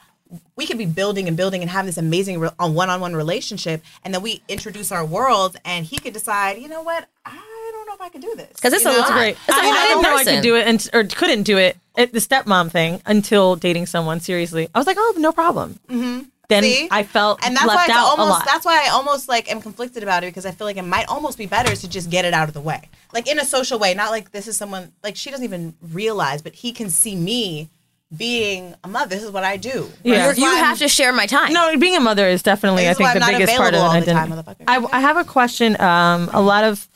Speaker 4: we could be building and building and have this amazing re- on one-on-one relationship, and then we introduce our worlds, and he could decide, you know what, I don't know if I can do this
Speaker 5: 'Cause it's
Speaker 4: You
Speaker 5: a
Speaker 4: know?
Speaker 5: lot. Right. It's a
Speaker 3: I,
Speaker 5: whole
Speaker 3: I
Speaker 5: other
Speaker 3: didn't know I
Speaker 5: person.
Speaker 3: could do it and, or couldn't do it at the stepmom thing until dating someone seriously. I was like, oh, no problem.
Speaker 4: Mm-hmm.
Speaker 3: Then
Speaker 4: See?
Speaker 3: I felt
Speaker 4: and that's
Speaker 3: left
Speaker 4: why it's
Speaker 3: out a
Speaker 4: almost
Speaker 3: lot.
Speaker 4: that's why I almost like am conflicted about it because I feel like it might almost be better to just get it out of the way, like in a social way, not like this is someone like she doesn't even realize, but he can see me being a mother. This is what I do.
Speaker 5: You're- you have to share my time.
Speaker 3: No, being a mother is definitely,
Speaker 4: This
Speaker 3: I
Speaker 4: is why
Speaker 3: think, the
Speaker 4: I'm not
Speaker 3: biggest part of
Speaker 4: available
Speaker 3: it.
Speaker 4: all
Speaker 3: I
Speaker 4: the time,
Speaker 3: didn't- I, I have a question. Um, a lot of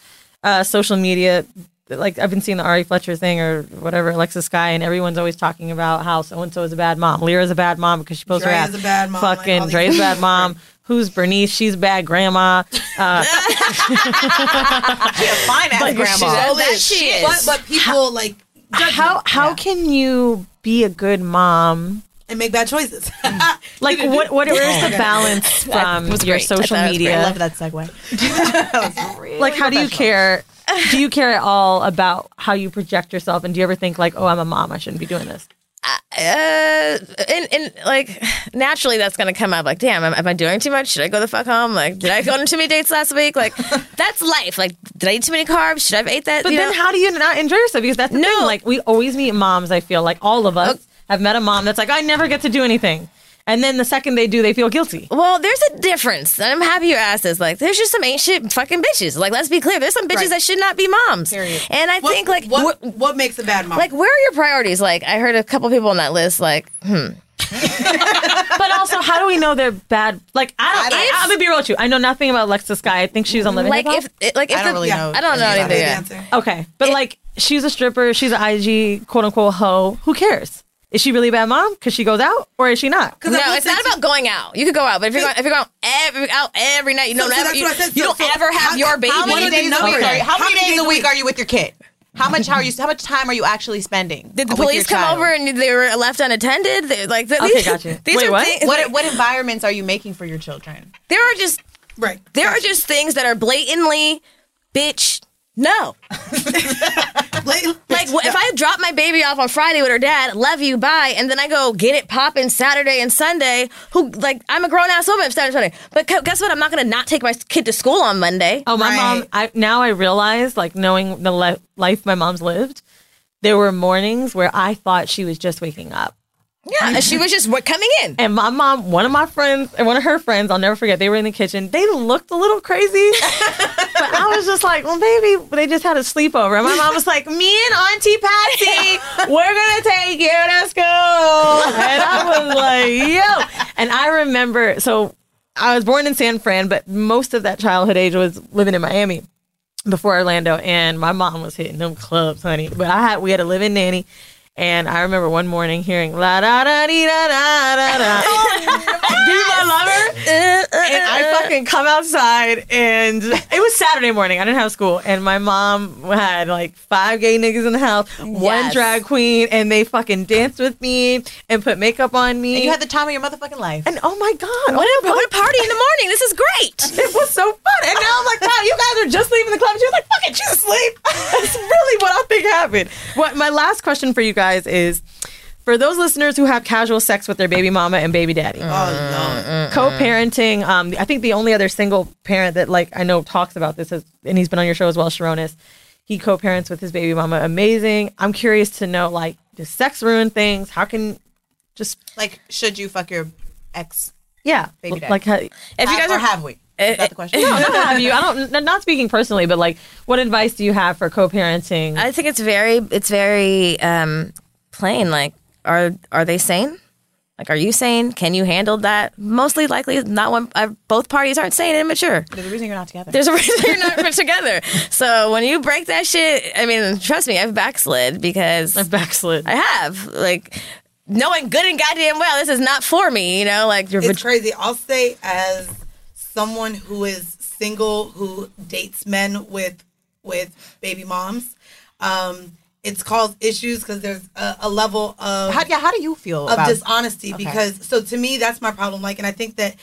Speaker 3: uh, social media, like I've been seeing the Ari Fletcher thing or whatever, Alexis Sky, and everyone's always talking about how so and so is a bad mom. Lyra's a bad mom because she posts her
Speaker 13: Dre's
Speaker 3: ass.
Speaker 13: a bad mom, like
Speaker 3: Fucking
Speaker 13: all these-
Speaker 3: Dre's a bad mom. Who's Bernice? She's a bad grandma. Uh,
Speaker 4: she a fine ass
Speaker 3: Like,
Speaker 4: grandma.
Speaker 3: she- that- that
Speaker 13: she is. But- but people, like
Speaker 3: how how can you be a good mom
Speaker 13: and make bad choices?
Speaker 3: like what what where's the
Speaker 13: Yeah.
Speaker 3: balance
Speaker 13: That
Speaker 3: from
Speaker 13: was
Speaker 3: um, your
Speaker 13: great. I
Speaker 3: social
Speaker 13: thought it was
Speaker 3: media?
Speaker 13: great. I love
Speaker 4: that segue.
Speaker 3: like how do you care? Do you care at all about how you project yourself? And do you ever think like, oh, I'm a mom, I shouldn't be doing this?
Speaker 5: uh, and and like naturally that's gonna come up. Like, damn, am, am I doing too much? Should I go the fuck home? Like, did I go on too many dates last week? Like, that's life. Like, did I eat too many carbs? Should I have ate that?
Speaker 3: But
Speaker 5: You
Speaker 3: then
Speaker 5: know?
Speaker 3: how do you not enjoy yourself? Because that's the thing. Like we always meet moms. I feel like all of us have met a mom that's like, I never get to do anything. And then the second they do, they feel guilty.
Speaker 5: Well, there's a difference. And I'm happy you asked this. Like, there's just some ancient fucking bitches. Like, let's be clear. There's some bitches
Speaker 3: Right.
Speaker 5: that should not be moms. And I think, like,
Speaker 4: what, what makes a bad mom?
Speaker 5: like, where are your priorities? Like, I heard a couple people on that list, like, hmm.
Speaker 3: but also, how do we know they're bad? Like, I don't. I, am gonna be real with you. I know nothing about Lexa Sky. I think she's on Living.
Speaker 5: Like,
Speaker 3: Hip Hop.
Speaker 5: if- it- like, if I don't the- really know I don't know anything anything about
Speaker 3: Okay, but like, she's a stripper. She's an IG quote unquote hoe. Who cares? Is she really a bad mom? Because she goes out, or is she not?
Speaker 5: No, it's not about going out. You could go out, but if you're going, if you're going every, out every night, you
Speaker 14: So-
Speaker 5: don't
Speaker 14: so
Speaker 5: ever,
Speaker 14: that's
Speaker 5: you,
Speaker 14: what I said.
Speaker 5: you
Speaker 14: So-
Speaker 5: don't
Speaker 14: so
Speaker 5: ever have
Speaker 14: how-
Speaker 5: your baby.
Speaker 14: How many days a week? Are you,
Speaker 5: Okay.
Speaker 14: how many days a week Mm-hmm. are you with your kid? How much? How are you? How much time are you actually spending?
Speaker 5: Did the police come over and they were left unattended? They- like the,
Speaker 14: Okay,
Speaker 5: these,
Speaker 14: gotcha.
Speaker 5: These
Speaker 14: Wait,
Speaker 5: are
Speaker 14: what?
Speaker 5: things.
Speaker 14: What-
Speaker 5: like,
Speaker 14: what environments are you making for your children?
Speaker 5: There are just right. There are just things that are blatantly, bitch. No. like wh- if I drop my baby off on Friday with her dad, love you, bye, and then I go get it popping Saturday and Sunday. Who like I'm a grown ass woman Saturday and Sunday, but cu- guess what? I'm not gonna not take my kid to school on Monday.
Speaker 3: Oh, my mom. I now I realize, like knowing the le- life my mom's lived, there were mornings where I thought she was just waking up.
Speaker 5: Yeah, and she was just wa- coming in.
Speaker 3: And my mom, one of my friends, and one of her friends, I'll never forget. They were in the kitchen. They looked a little crazy, but I was just like, "Well, baby, they just had a sleepover." And my mom was like, "Me and Auntie Patsy, we're gonna take you to school." And I was like, "Yo!" And I remember, so I was born in San Fran, but most of that childhood age was living in Miami before Orlando, and my mom was hitting them clubs, honey. But I had we had a live-in nanny, and I remember one morning hearing la da da dee da da da da.
Speaker 14: Oh,
Speaker 3: Do you my lover?
Speaker 14: Uh,
Speaker 3: and I fucking come outside, and it was Saturday morning. I didn't have school, and my mom had like five gay niggas in the house, one
Speaker 14: Yes.
Speaker 3: drag queen, and they fucking danced with me and put makeup on me.
Speaker 14: And you had the time of your motherfucking life.
Speaker 3: And oh my god,
Speaker 14: What
Speaker 3: oh my
Speaker 14: a-
Speaker 3: God.
Speaker 14: what a party
Speaker 5: in the morning! This is great.
Speaker 3: It was so fun, and now I'm like, wow, you guys are just leaving the club. She was like, fucking, she's asleep. That's really what I think happened. What my last question for you guys is. For those listeners who have casual sex with their baby mama and baby daddy, oh, no. co-parenting. Um, I think the only other single parent that like I know talks about this is, and he's been on your show as well, Sharonis. He co-parents with his baby mama. Amazing. I'm curious to know like, does sex ruin things? How can just
Speaker 14: Like, should you fuck your ex?
Speaker 3: yeah,
Speaker 14: Baby daddy.
Speaker 3: like how, if
Speaker 14: Have- or have we? Is that the question?
Speaker 3: no, not have you. I don't. n- Not speaking personally, but like, what advice do you have for co-parenting?
Speaker 5: I think it's very it's very um, plain. Like, are are they sane? Like, are you sane? Can you handle that? Mostly likely, not one. Uh, both parties aren't sane and mature.
Speaker 14: There's a reason you're not together.
Speaker 5: There's a reason you're not put together. So when you break that shit, I mean, trust me, I've backslid because I've
Speaker 3: backslid.
Speaker 5: I have like knowing good and goddamn well this is not for me. You know, like your
Speaker 4: it's crazy. I'll say as someone who is single who dates men with with baby moms, um, it's caused issues because there's a, a level of
Speaker 14: How- yeah, how do you feel
Speaker 4: of
Speaker 14: about-
Speaker 4: dishonesty
Speaker 14: Okay.
Speaker 4: because so to me that's my problem. Like, and I think that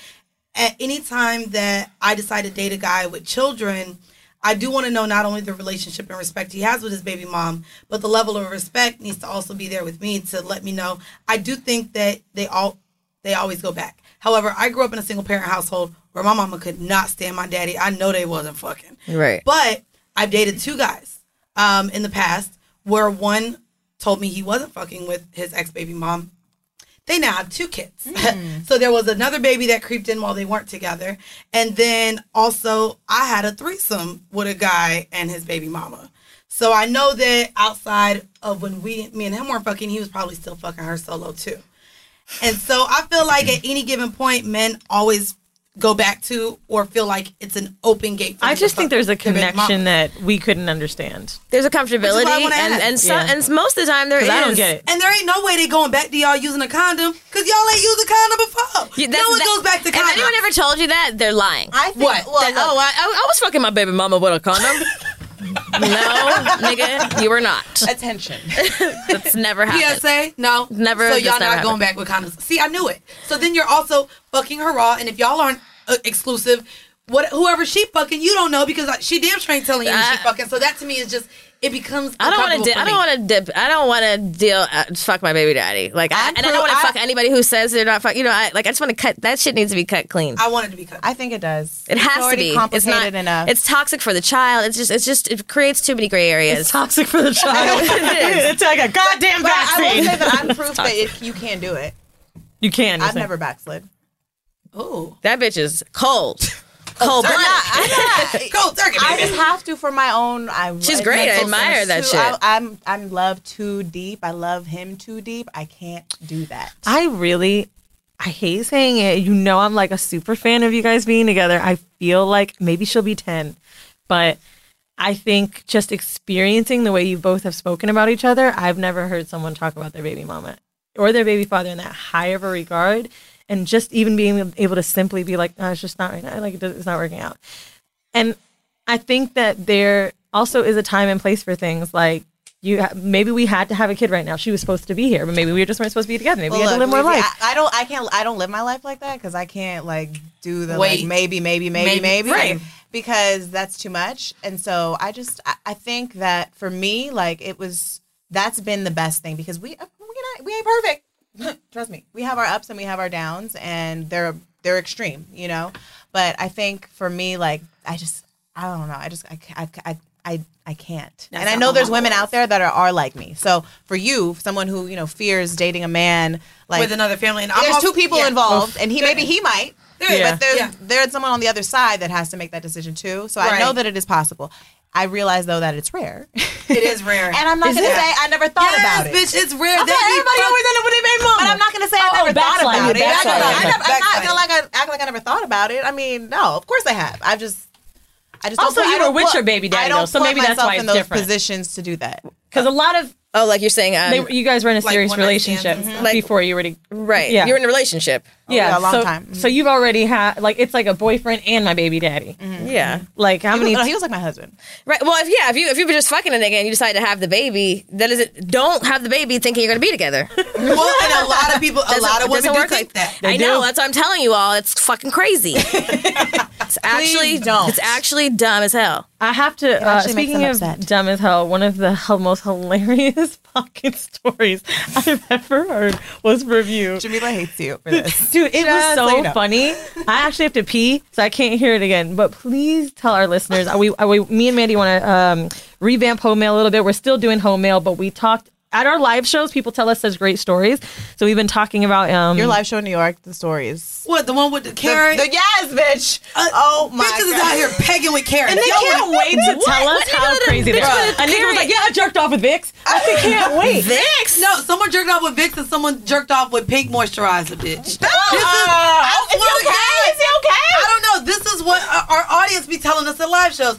Speaker 4: at any time that I decide to date a guy with children. I do want to know not only the relationship and respect he has with his baby mom, but the level of respect needs to also be there with me to let me know. I do think that they all they always go back. However, I grew up in a single parent household where my mama could not stand my daddy. I know they wasn't fucking.
Speaker 5: right.
Speaker 4: But I've dated two guys um, in the past where one told me he wasn't fucking with his ex baby mom. They now have two kids.
Speaker 3: Hmm.
Speaker 4: so there was another baby that creeped in while they weren't together. And then also, I had a threesome with a guy and his baby mama. So I know that outside of when we, me and him weren't fucking, he was probably still fucking her solo too. And so I feel like at any given point, men always go back to or feel like it's an open gate. For
Speaker 3: I
Speaker 4: them to
Speaker 3: just think
Speaker 4: fuck
Speaker 3: there's a
Speaker 4: their baby
Speaker 3: connection
Speaker 4: mama.
Speaker 3: that we couldn't understand.
Speaker 5: There's a comfortability,
Speaker 4: I wanna
Speaker 5: and
Speaker 4: ask.
Speaker 5: and, so,
Speaker 3: Yeah.
Speaker 5: and most of the time there is.
Speaker 3: I don't get it.
Speaker 4: And there ain't no way they going back to y'all using a condom because y'all ain't used a condom before.
Speaker 5: You-
Speaker 4: no
Speaker 5: that's-
Speaker 4: one
Speaker 5: that-
Speaker 4: goes back to
Speaker 5: If
Speaker 4: condom.
Speaker 5: anyone ever told you that, they're lying. I
Speaker 14: think- What? well,
Speaker 5: oh, I, I was fucking my baby mama with a condom. no, nigga, you were not.
Speaker 14: Attention.
Speaker 5: That's never happened.
Speaker 4: PSA, no,
Speaker 5: Never.
Speaker 4: So y'all
Speaker 5: that's never
Speaker 4: not
Speaker 5: happened.
Speaker 4: going back with condoms. See, I knew it. So then you're also fucking her raw, and if y'all aren't uh, exclusive, what whoever she fucking you don't know because like, she damn straight telling you who she fucking. So that to me is just it becomes.
Speaker 5: Uh, I don't want to. Di- I don't want to dip. I don't want to deal. Uh, fuck my baby daddy. Like, I, and I don't want to fuck anybody who says they're not fuck. You know, I like. I just want to cut. That shit needs to be cut clean.
Speaker 4: I want it to be cut.
Speaker 14: I think it does.
Speaker 5: it
Speaker 14: It's
Speaker 5: has to
Speaker 14: already
Speaker 5: be. It's
Speaker 14: complicated
Speaker 5: not
Speaker 14: enough.
Speaker 5: It's toxic for the child. It's just. It's just. It creates too many gray areas. It's
Speaker 3: toxic for the child. It's like a goddamn
Speaker 14: But I will
Speaker 5: vaccine.
Speaker 14: say that I'm
Speaker 5: It's
Speaker 14: proof that
Speaker 5: toxic.
Speaker 14: if you can do it.
Speaker 3: You can.
Speaker 4: I've never backslid.
Speaker 15: Oh,
Speaker 5: that bitch is cold. Cold
Speaker 4: turkey.
Speaker 5: blooded.
Speaker 15: Cold turkey.
Speaker 4: I
Speaker 5: baby.
Speaker 4: just have to for my own. I
Speaker 5: She's great. I
Speaker 4: mental
Speaker 5: admire that
Speaker 4: sense,
Speaker 5: shit.
Speaker 4: I, I'm I'm love too deep. I love him too deep. I can't do that.
Speaker 3: I really, I hate saying it. You know, I'm like a super fan of you guys being together. I feel like maybe she'll be 10, but I think just experiencing the way you both have spoken about each other, I've never heard someone talk about their baby mama or their baby father in that high of a regard. And just even being able to simply be like, no, it's just not right now. Like, it does- it's not working out. And I think that there also is a time and place for things like, you ha- maybe we had to have a kid right now. She was supposed to be here, but maybe we just weren't supposed to be together. Maybe we had to
Speaker 4: Well,
Speaker 3: live
Speaker 4: look,
Speaker 3: more
Speaker 4: maybe-
Speaker 3: life.
Speaker 4: I, I don't. I can't. I don't live my life like that because I can't like do the
Speaker 3: Wait.
Speaker 4: like maybe, maybe,
Speaker 3: Maybe.
Speaker 4: maybe, maybe,
Speaker 3: Right.
Speaker 4: because that's too much. And so I just I, I think that for me, like it was that's been the best thing because we uh, we not, we ain't perfect. Trust me, we have our ups and we have our downs, and they're they're extreme, you know. But I think for me, like I just I don't know. I just I ca- I ca- I I, I can't.
Speaker 15: That's
Speaker 4: and I
Speaker 15: not
Speaker 4: know
Speaker 15: how
Speaker 4: there's
Speaker 15: mine
Speaker 4: women out there that are, are like me. So for you, someone who you know fears dating a man like
Speaker 15: with another family. And I'm
Speaker 4: there's
Speaker 15: also-
Speaker 4: two people
Speaker 15: yeah.
Speaker 4: involved,
Speaker 15: Oof.
Speaker 4: and he
Speaker 15: There-
Speaker 4: maybe he might.
Speaker 15: there is.
Speaker 4: But there's
Speaker 15: Yeah.
Speaker 4: there's someone on the other side that has to make that decision too. So I
Speaker 15: Right.
Speaker 4: know that it is possible. I realize though that it's rare.
Speaker 15: It is rare.
Speaker 4: And I'm not
Speaker 15: Is
Speaker 4: gonna
Speaker 15: it?
Speaker 4: say I never thought
Speaker 15: Yes,
Speaker 4: about it.
Speaker 15: bitch, it's rare.
Speaker 4: I
Speaker 15: They
Speaker 4: thought
Speaker 15: be
Speaker 4: everybody
Speaker 15: fuck-
Speaker 4: always ended up with their baby mama. Oh, But I'm not gonna say I never thought
Speaker 15: backsliding,
Speaker 4: about it. I
Speaker 15: backsliding.
Speaker 4: don't know. I never, I'm not
Speaker 15: Backsliding.
Speaker 4: gonna like I, act like I never thought about it. I mean, no, of course I have. I've just I just
Speaker 5: Also,
Speaker 4: don't put-
Speaker 5: you
Speaker 4: I
Speaker 5: were
Speaker 4: don't
Speaker 5: with
Speaker 4: put-
Speaker 5: your baby daddy,
Speaker 4: I don't
Speaker 5: though, so
Speaker 4: put
Speaker 5: maybe that's
Speaker 4: myself
Speaker 5: why
Speaker 4: in
Speaker 5: it's
Speaker 4: those
Speaker 5: different.
Speaker 4: positions to do that.
Speaker 5: Because a lot of oh, like you're saying, um,
Speaker 3: They were- you guys were in a serious relationship
Speaker 5: Like-
Speaker 3: before you were to,
Speaker 5: right?
Speaker 3: Yeah.
Speaker 5: You're in a relationship.
Speaker 3: yeah,
Speaker 5: Mm-hmm. a long
Speaker 3: so,
Speaker 5: time.
Speaker 3: So you've already had like it's like a boyfriend and my baby daddy.
Speaker 5: Yeah.
Speaker 3: Like how
Speaker 5: Mm-hmm. He
Speaker 3: many?
Speaker 5: was- no, he was
Speaker 4: like my husband.
Speaker 5: Right. Well, if yeah, if you if you were just fucking a nigga and you decide to have the baby, that is it. Don't have the baby thinking you're gonna be together.
Speaker 15: Well, and a lot of people, a
Speaker 5: Doesn't-
Speaker 15: lot of women
Speaker 5: doesn't
Speaker 15: do
Speaker 5: work
Speaker 15: think
Speaker 5: like-
Speaker 15: that.
Speaker 5: I know. That's what I'm telling you all. It's fucking crazy. it's actually
Speaker 3: don't.
Speaker 5: It's actually dumb as hell.
Speaker 3: I have to. Uh, speaking of dumb as hell, one of the hell most hilarious pocket stories I've ever heard was from you.
Speaker 4: Jamila hates you for this.
Speaker 3: Dude, it
Speaker 4: Just
Speaker 3: was so
Speaker 4: so you know.
Speaker 3: funny. I actually have to pee, so I can't hear it again. But please tell our listeners. uh, We, uh, we me and Mandy want to um, revamp home mail a little bit. We're still doing home mail, but we talked at our live shows. People tell us such great stories, so we've been talking about um,
Speaker 4: Your live show in New York, the stories.
Speaker 15: What the one with the
Speaker 4: carrot? The, yes, bitch. oh my
Speaker 15: Uh, bitches is
Speaker 4: God.
Speaker 15: out here pegging with carrots.
Speaker 3: And they
Speaker 15: Y'all
Speaker 3: can't
Speaker 15: would-
Speaker 3: wait to tell us how crazy they
Speaker 15: bitch
Speaker 3: are.
Speaker 15: with a
Speaker 3: A nigga was like, "Yeah, I jerked off with Vicks." I said, "Can't wait."
Speaker 15: No, someone jerked off with Vicks and someone jerked off with pink moisturizer, bitch.
Speaker 4: I
Speaker 15: swear
Speaker 4: is it
Speaker 15: to
Speaker 4: okay?
Speaker 15: God.
Speaker 4: Is it okay?
Speaker 15: I don't know. This is what our, our audience be telling us at live shows.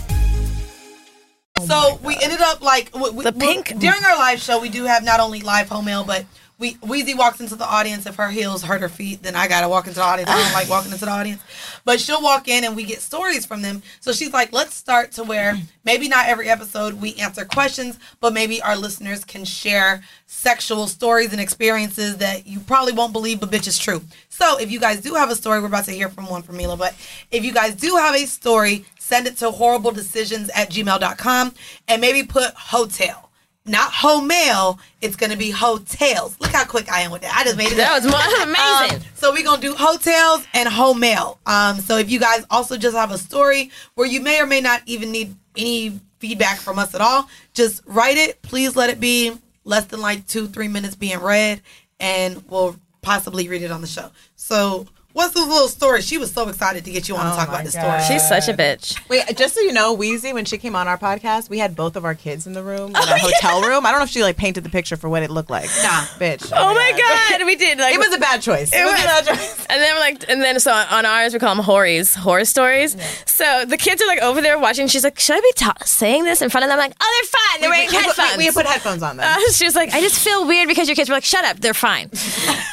Speaker 3: Oh
Speaker 15: So we ended up like we, we,
Speaker 5: The
Speaker 15: we-
Speaker 5: pink-
Speaker 15: during our live show. We do have not only live home mail, but we Wheezy walks into the audience. If her heels hurt her feet, then I gotta walk into the audience. I don't like walking into the audience, but she'll walk in and we get stories from them. So she's like, let's start to where maybe not every episode we answer questions, but maybe our listeners can share sexual stories and experiences that you probably won't believe, but bitch is true. So if you guys do have a story, we're about to hear from one from Mila, but if you guys do have a story, send it to horribledecisions at gmail.com and maybe put hotel
Speaker 4: not hotel. It's gonna be hotels. Look how quick I am with that. I just made it.
Speaker 5: That
Speaker 4: up.
Speaker 5: was mo- amazing.
Speaker 4: Um, so we're gonna do hotels and hotel. Um, so if you guys also just have a story where you may or may not even need any feedback from us at all, just write it. Please let it be less than like two, three minutes being read, and we'll possibly read it on the show. So. What's this little story? She was so excited to get you on
Speaker 16: Oh
Speaker 4: to talk about this story.
Speaker 17: She's such a bitch.
Speaker 16: Wait, just so you know, Wheezy, when she came on our podcast, we had both of our kids in the room,
Speaker 4: Oh
Speaker 16: in a hotel room. I don't know if she like painted the picture for what it looked like. Nah, bitch.
Speaker 5: Oh my god, we did. Like
Speaker 16: It was a bad choice. It, was, a bad choice.
Speaker 5: And then we're like, and then so on ours we call them horries, horror stories. So the kids are like over there watching. She's like, should I be ta- saying this in front of them? I'm like, oh, they're fine. They're
Speaker 16: We-
Speaker 5: wearing
Speaker 16: we- we- we-
Speaker 5: headphones.
Speaker 16: we put headphones on them.
Speaker 5: Uh, she was like, I just feel weird because your kids were like, shut up, they're fine.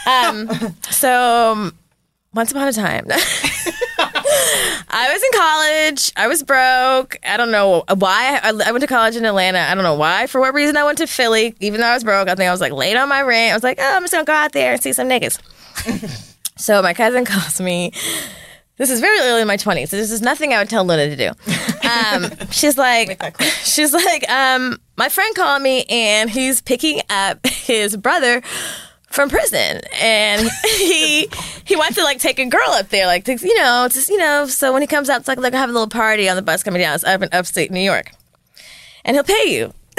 Speaker 5: Um, so um, once upon a time. I was in college. I was broke. I don't know why. I, I went to college in Atlanta. I don't know why. For what reason, I went to Philly, even though I was broke. I think I was like late on my rent. I was like, oh, I'm just gonna go out there and see some niggas. so my cousin calls me. This is very early in my twenties. This is nothing I would tell Luna to do. Um, she's like, she's like, um, my friend called me and he's picking up his brother from prison and he he wants to like take a girl up there like to, you know just you know so when he comes out it's like they're gonna have a little party on the bus coming down it's up in upstate new york and he'll pay you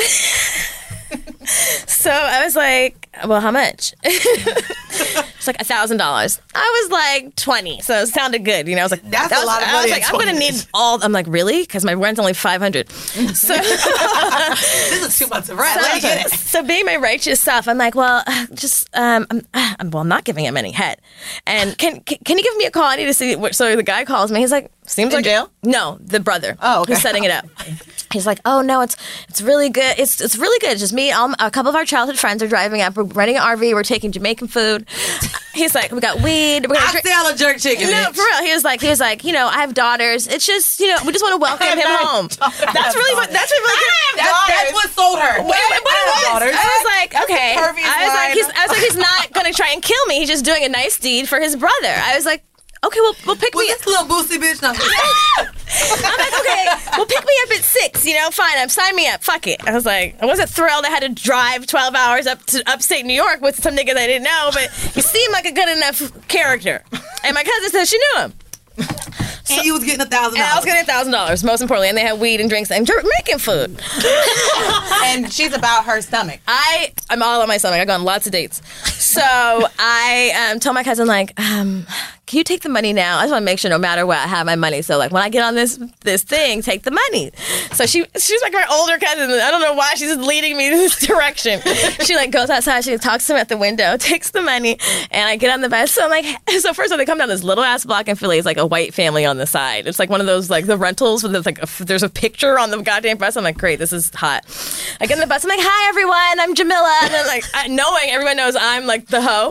Speaker 5: so i was like well how much it's like a thousand dollars i was like 20 so it sounded good you know i was like that's
Speaker 4: a lot of
Speaker 5: i was
Speaker 4: money
Speaker 5: like
Speaker 4: at
Speaker 5: i'm gonna
Speaker 4: 20.
Speaker 5: need all i'm like really because my rent's only 500 so
Speaker 4: this is two months of rent. Let me get
Speaker 5: so,
Speaker 4: it.
Speaker 5: so being my righteous self, I'm like, well, uh, just um, I'm, uh, I'm- well, I'm not giving him any head. And can, can can you give me a call? I need to see. What, so the guy calls me. He's like, seems
Speaker 16: In
Speaker 5: like
Speaker 16: jail?
Speaker 5: No, the brother. Oh,
Speaker 16: okay.
Speaker 5: Who's setting it up? He's like, oh no, it's it's really good. It's it's really good. It's just me. All, a couple of our childhood friends are driving up. We're renting an RV. We're taking Jamaican food. He's like, we got weed. We're gonna drink.
Speaker 4: Oxtail or jerk chicken?
Speaker 5: No,
Speaker 4: bitch?
Speaker 5: for real. He was like, he was like, you know, I have daughters. It's just, you know, we just want to welcome him home. That's really what. That's really what.
Speaker 4: That- that's what sold her.
Speaker 5: What, what it
Speaker 4: I have
Speaker 5: was.
Speaker 4: daughters.
Speaker 5: I was like,
Speaker 4: That's a
Speaker 5: okay. I
Speaker 4: pervious
Speaker 5: was like,
Speaker 4: line.
Speaker 5: he's, I was like, he's not gonna try and kill me. He's just doing a nice deed for his brother. I was like, okay, well, well, pick me.
Speaker 4: This little boosty bitch. No,
Speaker 5: I'm like, okay, well, pick me up at six. You know, fine. I'm sign me up. Fuck it. I was like, I wasn't thrilled. I had to drive 12 hours up to upstate New York with some niggas I didn't know, but he seemed like a good enough character. And my cousin said she knew him.
Speaker 4: and you was getting a thousand.
Speaker 5: And I was getting a thousand dollars, most importantly, and they had weed and drinks and Jamaican food.
Speaker 16: and she's about her stomach.
Speaker 5: I I'm all on my stomach. I've gone lots of dates, so I um, told my cousin like, um, can you take the money now? I just want to make sure no matter what I have my money. So like when I get on this this thing, take the money. So she she's like my older cousin. I don't know why she's just leading me in this direction. she like goes outside. She talks to him at the window, takes the money, and I get on the bus. So I'm like, so first of all, they come down this little ass block in Philly. It's like a white family on the side. It's like one of those like the rentals with like a, there's a picture on the goddamn bus. I'm like, great, this is hot. I get on the bus. I'm like, hi everyone, I'm Jamila, and I'm like, I, knowing everyone knows I'm like the hoe.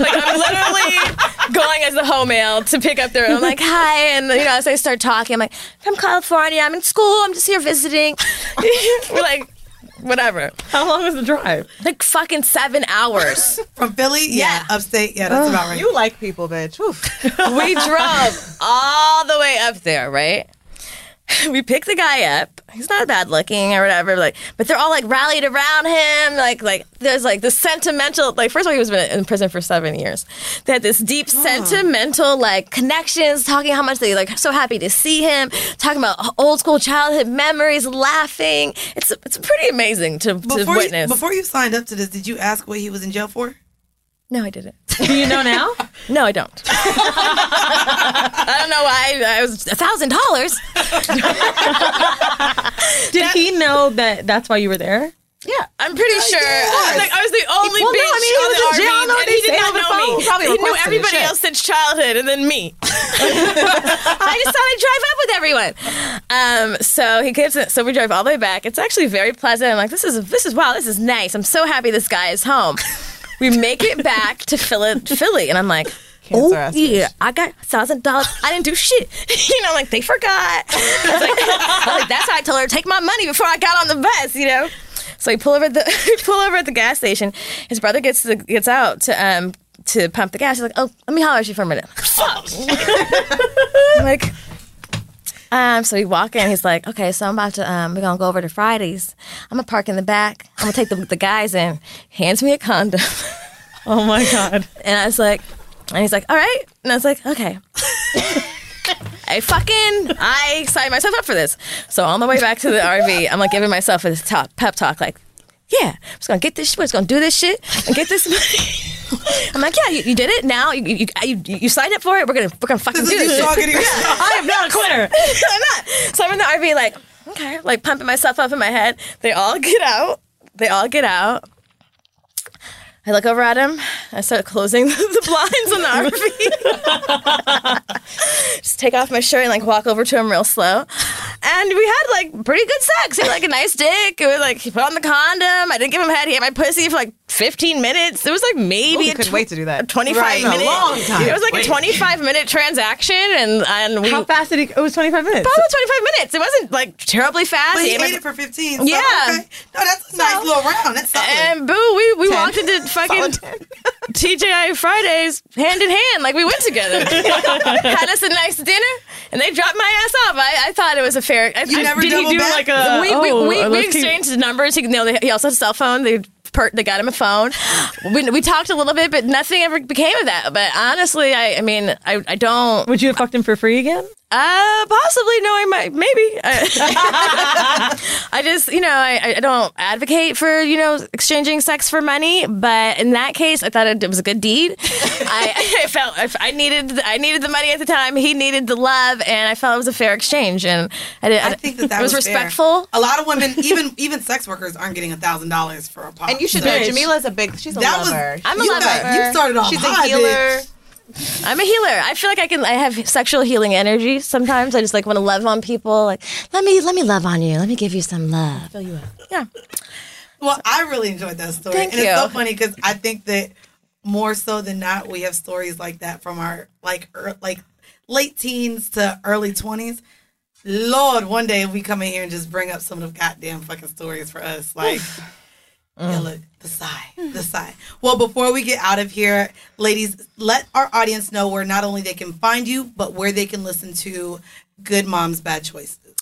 Speaker 5: like I'm literally going as the hoe male to pick up their. I'm like, hi, and you know as I start talking, I'm like, from California, I'm in school, I'm just here visiting. We're like. Whatever. How long was the drive? Like fucking seven hours.
Speaker 4: From Philly? Yeah. Upstate? Yeah, that's about right.
Speaker 16: You like people, bitch. Oof.
Speaker 5: we drove all the way up there, right? We picked the guy up. He's not bad looking or whatever, like, but they're all like rallied around him. Like, like there's like the sentimental. Like, first of all, he was been in prison for seven years. They had this deep sentimental like connections, talking how much they like so happy to see him, talking about old school childhood memories, laughing. It's it's pretty amazing to, to
Speaker 4: Before you,
Speaker 5: witness.
Speaker 4: before you signed up to this, did you ask what he was in jail for?
Speaker 5: No, I didn't. Do you know now? no, I don't. I don't know why I, I was a thousand dollars.
Speaker 3: Did he know that that's why you were there?
Speaker 5: Yeah, I'm pretty sure. I was, like, I was the only
Speaker 3: Well, no,
Speaker 5: bitch
Speaker 3: I mean, he
Speaker 5: on
Speaker 3: was
Speaker 5: the
Speaker 3: in jail,
Speaker 5: RV,
Speaker 3: no,
Speaker 5: and
Speaker 3: they
Speaker 5: he did
Speaker 3: say
Speaker 5: not
Speaker 3: on the
Speaker 5: know
Speaker 3: phone,
Speaker 5: me.
Speaker 3: probably
Speaker 5: he knew
Speaker 3: requested
Speaker 5: everybody
Speaker 3: shit.
Speaker 5: else since childhood, and then me. I just thought I'd drive up with everyone. Um, so he gives it. So we drive all the way back. It's actually very pleasant. I'm like, this is this is wow, this is nice. I'm so happy this guy is home. We make it back to Philly, Philly and I'm like. Oh yeah, I got thousand dollars. I didn't do shit. You know, like they forgot. I was like, I was like, that's how I told her to take my money before I got on the bus. You know, so he pull over at the he pull over at the gas station. His brother gets to, gets out to um to pump the gas. He's like, oh, let me holler at you for a minute. I'm like, Um, so we walk in. He's like, okay, so I'm about to, um, we're going to go over to Fridays. I'm going to park in the back. I'm going to take the, the guys in. Hands me a condom.
Speaker 18: oh my God.
Speaker 5: And I was like, and he's like, all right. And I was like, okay. I fucking, I signed myself up for this. So on the way back to the RV, I'm like giving myself a talk, pep talk, like, yeah, I'm just gonna get this shit, I'm just gonna do this shit and get this money. I'm like, yeah, you, you did it now. You, you, you, you signed up for it. We're gonna, we're gonna fucking
Speaker 18: This
Speaker 5: do
Speaker 18: is
Speaker 5: this.
Speaker 18: you talking to
Speaker 5: shit.
Speaker 18: yourself. I am not a quitter.
Speaker 5: I'm not. So I'm in the RV, like, okay, like pumping myself up in my head. They all get out. They all get out. I look over at him. I start closing the blinds on the RV. Just take off my shirt and like walk over to him real slow. And we had like pretty good sex. He had like a nice dick. It was like he put on the condom. I didn't give him head. He had my pussy for like 15 minutes. It was like maybe a
Speaker 3: Ooh, couldn't
Speaker 5: tw-
Speaker 3: wait to do that.
Speaker 5: a 25
Speaker 3: Right, a
Speaker 5: minute.
Speaker 3: long time.
Speaker 5: It was like
Speaker 3: Wait.
Speaker 5: a 25 minute transaction, and and we
Speaker 18: How fast did he? It was 25 minutes.
Speaker 5: Probably 25 minutes. It wasn't like terribly fast.
Speaker 18: But he
Speaker 5: ate my-
Speaker 18: ate it for
Speaker 4: 15.
Speaker 18: so
Speaker 5: yeah.
Speaker 18: okay.
Speaker 4: No, that's a nice little round. That's solid.
Speaker 5: And boo, we, we walked into fucking TGI Fridays hand in hand. Like we went together. Had us a nice dinner, and they dropped my ass off. I, I thought it was a fair. I,
Speaker 18: You
Speaker 5: I-
Speaker 18: never Did he double do, back? like, a,
Speaker 5: We, we,
Speaker 18: oh,
Speaker 5: we,
Speaker 18: uh,
Speaker 5: we
Speaker 18: let's keep-
Speaker 5: exchanged numbers. He, you know, they, he also had a cell phone. They. Per, they got him a phone. We, we talked a little bit, but nothing ever became of that. But honestly, I, I mean, I, I don't.
Speaker 18: Would you have fucked him for free again?
Speaker 5: Uh, possibly. No, I might. Maybe. I, I just, you know, I, I don't advocate for you know exchanging sex for money, but in that case, I thought it was a good deed. I, I felt I, I needed I needed the money at the time. He needed the love, and I felt it was a fair exchange. And I, did, I think
Speaker 4: that
Speaker 5: it was,
Speaker 4: fair.
Speaker 5: respectful.
Speaker 4: A lot of women, even even sex workers, aren't getting a thousand dollars for a pop.
Speaker 3: And you should know, Bitch. Jamila's a big- she's a lover. I'm a
Speaker 4: you
Speaker 3: lover.
Speaker 4: got- you started off.
Speaker 3: She's a
Speaker 4: high,
Speaker 3: healer.
Speaker 4: bitch.
Speaker 5: I'm a healer. I feel like I can. I have sexual healing energy. Sometimes I just like want to love on people. Like let me let me love on you. Let me give you some love.
Speaker 3: Fill you up.
Speaker 4: Well, I really enjoyed that story,
Speaker 5: Thank
Speaker 4: and it's so
Speaker 5: you.
Speaker 4: funny because I think that more so than not, we have stories like that from our like er, like late teens to early twenties. Lord, one day we come in here and just bring up some of the goddamn fucking stories for us. Like,
Speaker 3: Mm.
Speaker 4: yeah, look, the sigh, the sigh. Well, before we get out of here, ladies, let our audience know where not only they can find you, but where they can listen to Good Moms Bad Choices.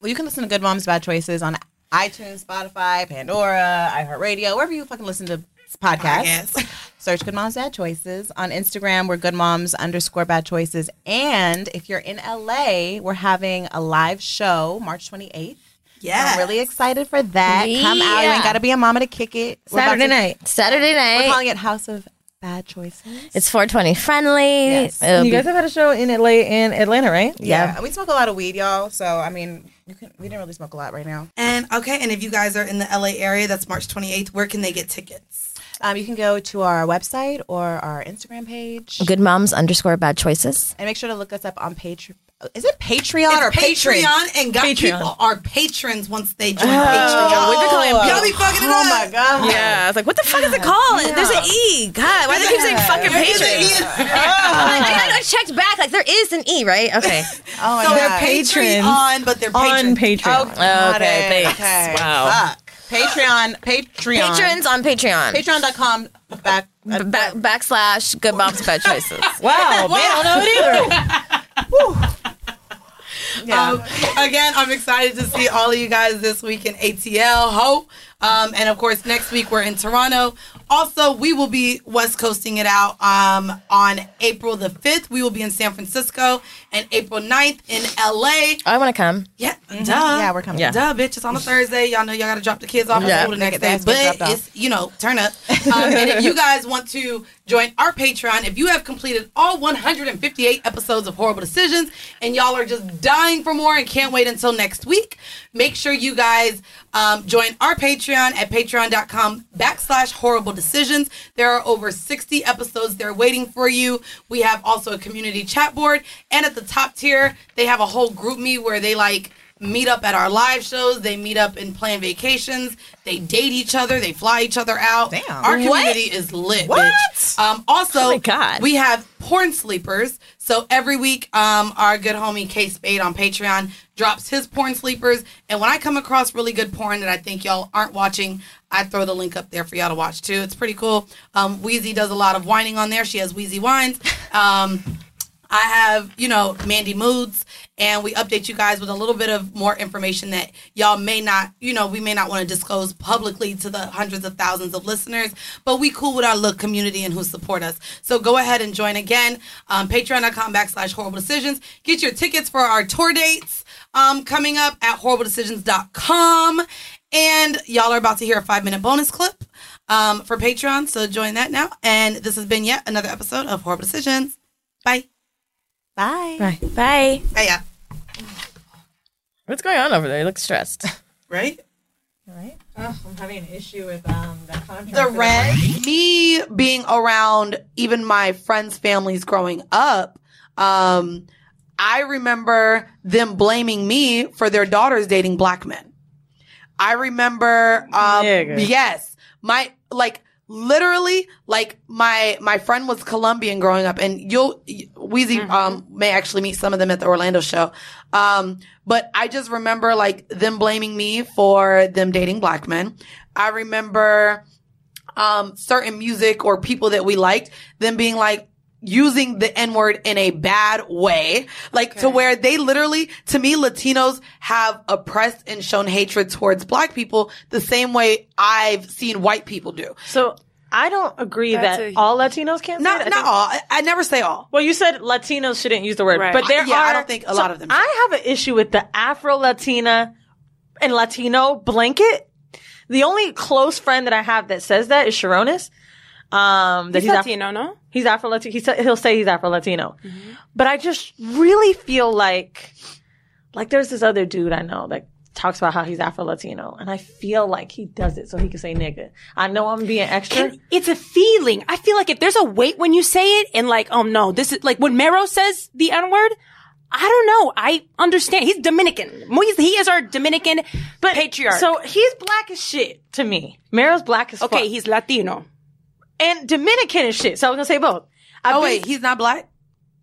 Speaker 3: Well, you can listen to Good Moms Bad Choices on iTunes, Spotify, Pandora, iHeartRadio, wherever you fucking listen to podcasts. Search Good Moms Bad Choices on Instagram. We're Good Moms underscore Bad Choices, and if you're in LA, we're having a live show March 28th.
Speaker 4: Yeah,
Speaker 3: I'm really excited for that. Come out. You
Speaker 5: Yeah.
Speaker 3: ain't got to be a mama to kick it. We're about
Speaker 5: Saturday
Speaker 3: to-
Speaker 5: night. Saturday night.
Speaker 3: We're calling it House of Bad Choices.
Speaker 5: It's 420 friendly. It'll
Speaker 18: you
Speaker 5: be-
Speaker 18: guys have had a show in LA in Atlanta, right?
Speaker 3: Yeah. we smoke a lot of weed, y'all. So I mean, you can, we didn't really smoke a lot right now.
Speaker 4: And okay, and if you guys are in the LA area, that's March 28th. Where can they get tickets?
Speaker 3: Um, you can go to our website or our Instagram page,
Speaker 5: Good moms underscore bad choices.
Speaker 3: and make sure to look us up on Patreon. Is it Patreon
Speaker 4: It's
Speaker 3: or Patreon?
Speaker 4: Patreon and got
Speaker 3: Patreon.
Speaker 4: people are patrons once they join Patreon.
Speaker 5: Oh, we've been calling it
Speaker 4: Y'all be
Speaker 5: Patreon.
Speaker 4: fucking it
Speaker 5: Oh
Speaker 4: up.
Speaker 5: my God. Yeah, I was like, what the fuck is it called? There's an E. God, why do they keep saying fucking
Speaker 4: There
Speaker 5: patrons? Oh.
Speaker 4: is an E.
Speaker 5: I, I- I checked back. Like, there is an E, right? Okay.
Speaker 3: Oh, my
Speaker 4: So they're
Speaker 3: God.
Speaker 4: patrons on, but they're
Speaker 18: On
Speaker 4: patrons.
Speaker 18: Patreon.
Speaker 3: Oh, got
Speaker 5: Okay,
Speaker 3: it.
Speaker 5: thanks.
Speaker 3: Okay.
Speaker 5: Wow.
Speaker 3: Fuck. Patreon. Patreon.
Speaker 5: Patrons on Patreon.
Speaker 3: Patreon.com back.
Speaker 5: Back, backslash good moms bad choices.
Speaker 18: Wow, man, I don't know it either.
Speaker 4: Um, again, I'm excited to see all of you guys this week in ATL, Hope. Um, and of course, next week we're in Toronto. Also, we will be West Coasting it out um, on April the 5th. We will be in San Francisco and April 9th in LA.
Speaker 5: I want to come.
Speaker 4: Yeah, duh.
Speaker 3: Mm-hmm. Yeah, we're coming.
Speaker 4: Yeah.
Speaker 3: Yeah.
Speaker 4: Duh, bitch. It's on a Thursday. Y'all know y'all gotta drop the kids off
Speaker 3: Yeah.
Speaker 4: at school the next
Speaker 3: Get their
Speaker 4: day.
Speaker 3: ass beat
Speaker 4: But
Speaker 3: dropped off.
Speaker 4: it's you know, turn up. Um, and if you guys want to join our Patreon, if you have completed all 158 episodes of Horrible Decisions and y'all are just dying for more and can't wait until next week, make sure you guys um, join our Patreon at patreon.com backslash horrible decisions. There are over 60 episodes there waiting for you. We have also a community chat board. And at the top tier, they have a whole group me where they like meet up at our live shows. They meet up and plan vacations. They date each other. They fly each other out. Damn. Our
Speaker 3: What?
Speaker 4: community is lit.
Speaker 3: What?
Speaker 4: bitch. Um, also,
Speaker 3: Oh my God.
Speaker 4: we have porn sleepers. So every week, um, our good homie K Spade on Patreon drops his porn sleepers. And when I come across really good porn that I think y'all aren't watching, I throw the link up there for y'all to watch too. It's pretty cool. Um, Wheezy does a lot of whining on there. She has Wheezy Wines. Um, I have, you know, Mandy Moods, and we update you guys with a little bit of more information that y'all may not, you know, we may not want to disclose publicly to the hundreds of thousands of listeners, but we cool with our little community and who support us. So go ahead and join again. Um, Patreon.com backslash horrible decisions. Get your tickets for our tour dates um, coming up at horribledecisions.com. And y'all are about to hear a five minute bonus clip um, for Patreon. So join that now. And this has been yet another episode of Horrible Decisions. Bye.
Speaker 19: Bye.
Speaker 3: Bye. Bye.
Speaker 4: Bye. Yeah.
Speaker 19: What's going on over there? You look stressed.
Speaker 4: Right?
Speaker 3: Right? Oh, I'm having an issue with um the contract.
Speaker 4: The red. Me being around even my friends' families growing up, um, I remember them blaming me for their daughters dating black men. I remember, um,
Speaker 3: Nigga.
Speaker 4: yes, my like literally like my my friend was Colombian growing up, and you'll Wheezy um, may actually meet some of them at the Orlando show. Um, but I just remember like them blaming me for them dating black men. I remember um, certain music or people that we liked, them being like using the N word in a bad way, like to where they literally, to me, Latinos have oppressed and shown hatred towards black people the same way I've seen white people do.
Speaker 3: So I don't agree
Speaker 4: That's
Speaker 3: that
Speaker 4: a-
Speaker 3: all Latinos can't.
Speaker 4: Not-
Speaker 3: say that. I
Speaker 4: not
Speaker 3: think-
Speaker 4: all. I, I never say all.
Speaker 3: Well, you said Latinos shouldn't use the word,
Speaker 4: Right.
Speaker 3: but there
Speaker 4: Yeah,
Speaker 3: are.
Speaker 4: I don't think a lot
Speaker 3: so
Speaker 4: of them
Speaker 3: I have an issue with the Afro Latina and Latino blanket. The only close friend that I have that says that is Sharonis. Um, that
Speaker 5: He's Latino,
Speaker 3: no? He's Afro Latino. He'll say he's Afro Latino,
Speaker 4: Mm-hmm.
Speaker 3: but I just really feel like, like there's this other dude I know that talks about how he's Afro Latino, and I feel like he does it so he can say nigga. I know I'm being extra.
Speaker 5: It's a feeling. I feel like if there's a weight when you say it and like, oh no, this is like when Mero says the N word, I don't know. I understand. He's Dominican. Mo- he's- He is our Dominican but, patriarch.
Speaker 3: So he's black as shit to me. Mero's black as fuck.
Speaker 5: Okay, he's Latino.
Speaker 3: And Dominican as shit. So I was gonna say both. I've
Speaker 5: Oh,
Speaker 3: been-
Speaker 5: wait,
Speaker 4: he's not black?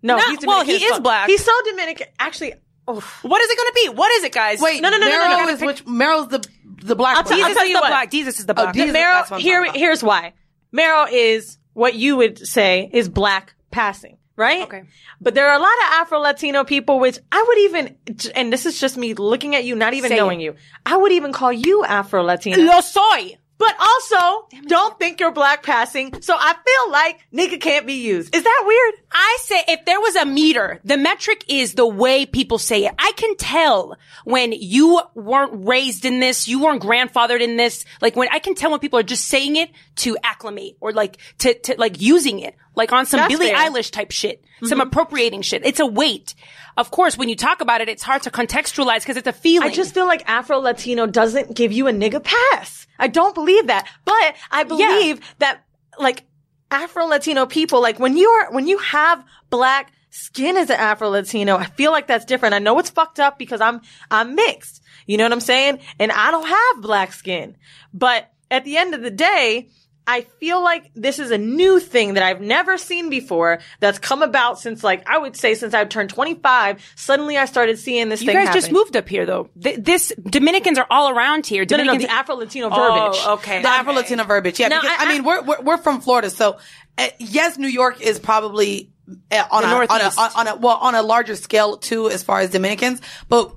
Speaker 3: No,
Speaker 5: Not-
Speaker 3: he's Dominican
Speaker 5: well, he
Speaker 3: as
Speaker 5: is
Speaker 3: fuck.
Speaker 5: black.
Speaker 3: He's so Dominican. Actually, oh.
Speaker 5: what is it gonna be? What is it, guys?
Speaker 4: Wait,
Speaker 3: no, no, no, no,
Speaker 4: Meryl
Speaker 3: no, no.
Speaker 4: is which Meryl's the the black.
Speaker 3: I'll,
Speaker 4: one.
Speaker 3: t- I'll tell you what.
Speaker 5: Jesus is the
Speaker 4: black. Oh,
Speaker 3: The
Speaker 4: Jesus,
Speaker 3: Meryl-
Speaker 4: that's what I'm
Speaker 3: here,
Speaker 4: talking about.
Speaker 3: here's why. Meryl is what you would say is black passing, right? Okay. But there are a lot of Afro Latino people, which I would even, and this is just me looking at you, not even
Speaker 5: Say
Speaker 3: knowing
Speaker 5: it.
Speaker 3: you. I would even call you Afro Latino.
Speaker 5: Lo soy.
Speaker 3: But also, don't think you're black passing. So I feel like nigga can't be used. Is that weird?
Speaker 5: I say if there was a meter, the metric is the way people say it. I can tell when you weren't raised in this, you weren't grandfathered in this. Like when I can tell when people are just saying it to acclimate or like to, to like using it, like on some
Speaker 3: That's
Speaker 5: Billie
Speaker 3: fair.
Speaker 5: Eilish type shit, some
Speaker 3: Mhm.
Speaker 5: appropriating shit. It's a weight. Of course, when you talk about it, it's hard to contextualize because it's a feeling.
Speaker 3: I just feel like Afro Latino doesn't give you a nigga pass. I don't believe that. But I believe that like Afro Latino people, like when you are when you have black skin as an Afro Latino, I feel like that's different. I know it's fucked up because I'm I'm mixed. You know what I'm saying? And I don't have black skin. But at the end of the day, I feel like this is a new thing that I've never seen before that's come about since like I would say since I've turned 25, suddenly I started seeing this
Speaker 5: you
Speaker 3: thing
Speaker 5: guys
Speaker 3: happen.
Speaker 5: just moved up here though. Th- this Dominicans are all around here.
Speaker 3: No, no, no,
Speaker 5: Dominicans,
Speaker 3: the Afro Latino
Speaker 4: verbiage.
Speaker 5: Oh, okay.
Speaker 4: The Afro Latina verbiage. Yeah,
Speaker 5: No,
Speaker 4: because I, mean, we're, we're we're from Florida, so uh, yes, New York is probably uh, on
Speaker 5: The
Speaker 4: a, on a
Speaker 5: Northeast.
Speaker 4: on a well on a larger scale too, as far as Dominicans, but.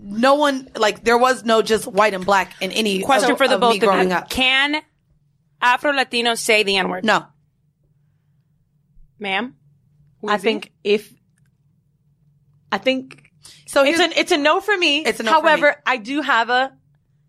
Speaker 4: No one like there was no just white and black in any
Speaker 5: Question
Speaker 4: of-
Speaker 5: for the
Speaker 4: of
Speaker 5: both
Speaker 4: me
Speaker 5: of you.
Speaker 4: growing up.
Speaker 5: Can Afro Latinos say the N word?
Speaker 4: No.
Speaker 5: Ma'am?
Speaker 3: I think if I think
Speaker 4: so
Speaker 3: it's a it's a no for me. It's
Speaker 4: Oh, a no for
Speaker 3: However, I do have a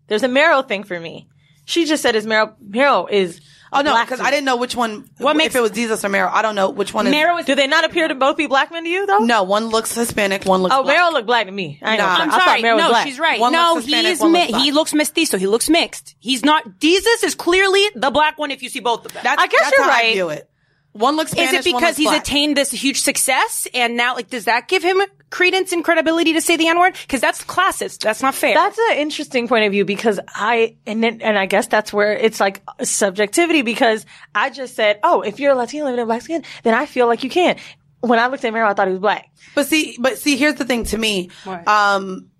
Speaker 3: there's a Meryl thing for me. She just said is Meryl Meryl is
Speaker 4: Oh no,
Speaker 3: black
Speaker 4: because
Speaker 3: to-
Speaker 4: I didn't know which one. What makes if it was Jesus or Meryl? I don't know which one.
Speaker 3: Meryl
Speaker 4: is
Speaker 3: do they not appear to both be black men to you though?
Speaker 4: No, one looks Hispanic, one looks.
Speaker 3: Oh,
Speaker 4: black.
Speaker 3: Meryl looked black to me. I ain't gonna
Speaker 4: Nah.
Speaker 3: lie.
Speaker 5: I'm
Speaker 3: I thought
Speaker 5: sorry.
Speaker 3: Meryl was
Speaker 5: no,
Speaker 3: black.
Speaker 5: she's right.
Speaker 4: One
Speaker 5: no,
Speaker 4: looks
Speaker 5: he
Speaker 4: Hispanic,
Speaker 5: is
Speaker 4: one
Speaker 5: mi-
Speaker 4: looks black.
Speaker 5: he looks mestizo. He looks mixed. He's not. Jesus is clearly the black one. If you see both of them,
Speaker 4: That's,
Speaker 5: I guess
Speaker 4: that's
Speaker 5: you're
Speaker 4: how
Speaker 5: right.
Speaker 4: I view it. One looks. Spanish,
Speaker 5: is it
Speaker 4: one
Speaker 5: because
Speaker 4: looks
Speaker 5: he's
Speaker 4: black.
Speaker 5: attained this huge success and now like does that give him credence and credibility to say the N word? Because that's classist. That's not fair.
Speaker 3: That's an interesting point of view because I and then, and I guess that's where it's like subjectivity because I just said, oh, if you're a Latino living in black skin, then I feel like you can. When I looked at Meryl, I thought he was black.
Speaker 4: But see, but see, here's the thing to me. Um,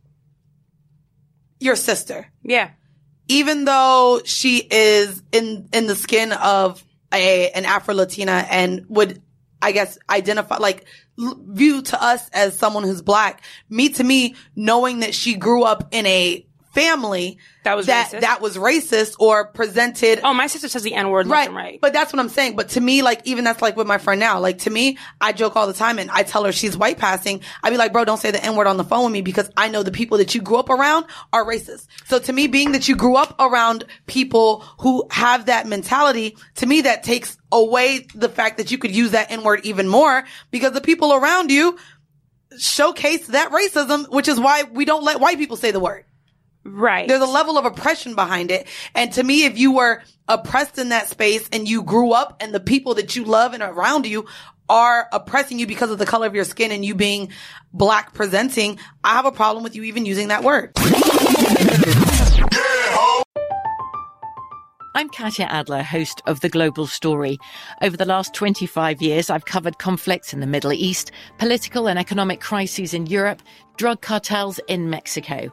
Speaker 4: your sister,
Speaker 5: yeah.
Speaker 4: even though she is in in the skin of a an Afro Latina and would, I guess, identify like l- view to us as someone who's black. Me to me, knowing that she grew up in a family that
Speaker 3: was
Speaker 4: that
Speaker 3: racist?
Speaker 4: that was racist or presented.
Speaker 3: Oh, my sister says the N word left
Speaker 4: right,
Speaker 3: and right.
Speaker 4: But that's what I'm saying. But to me, like even that's like with my friend now. Like to me, I joke all the time and I tell her she's white passing. I be like, bro, don't say the N word on the phone with me because I know the people that you grew up around are racist. So to me, being that you grew up around people who have that mentality, to me that takes away the fact that you could use that N word even more because the people around you showcase that racism, which is why we don't let white people say the word.
Speaker 3: Right.
Speaker 4: There's a level of oppression behind it. And to me, if you were oppressed in that space and you grew up and the people that you love and around you are oppressing you because of the color of your skin and you being black presenting, I have a problem with you even using that word.
Speaker 5: I'm Katya Adler, host of The Global Story. Over the last 25 years, I've covered conflicts in the Middle East, political and economic crises in Europe, drug cartels in Mexico.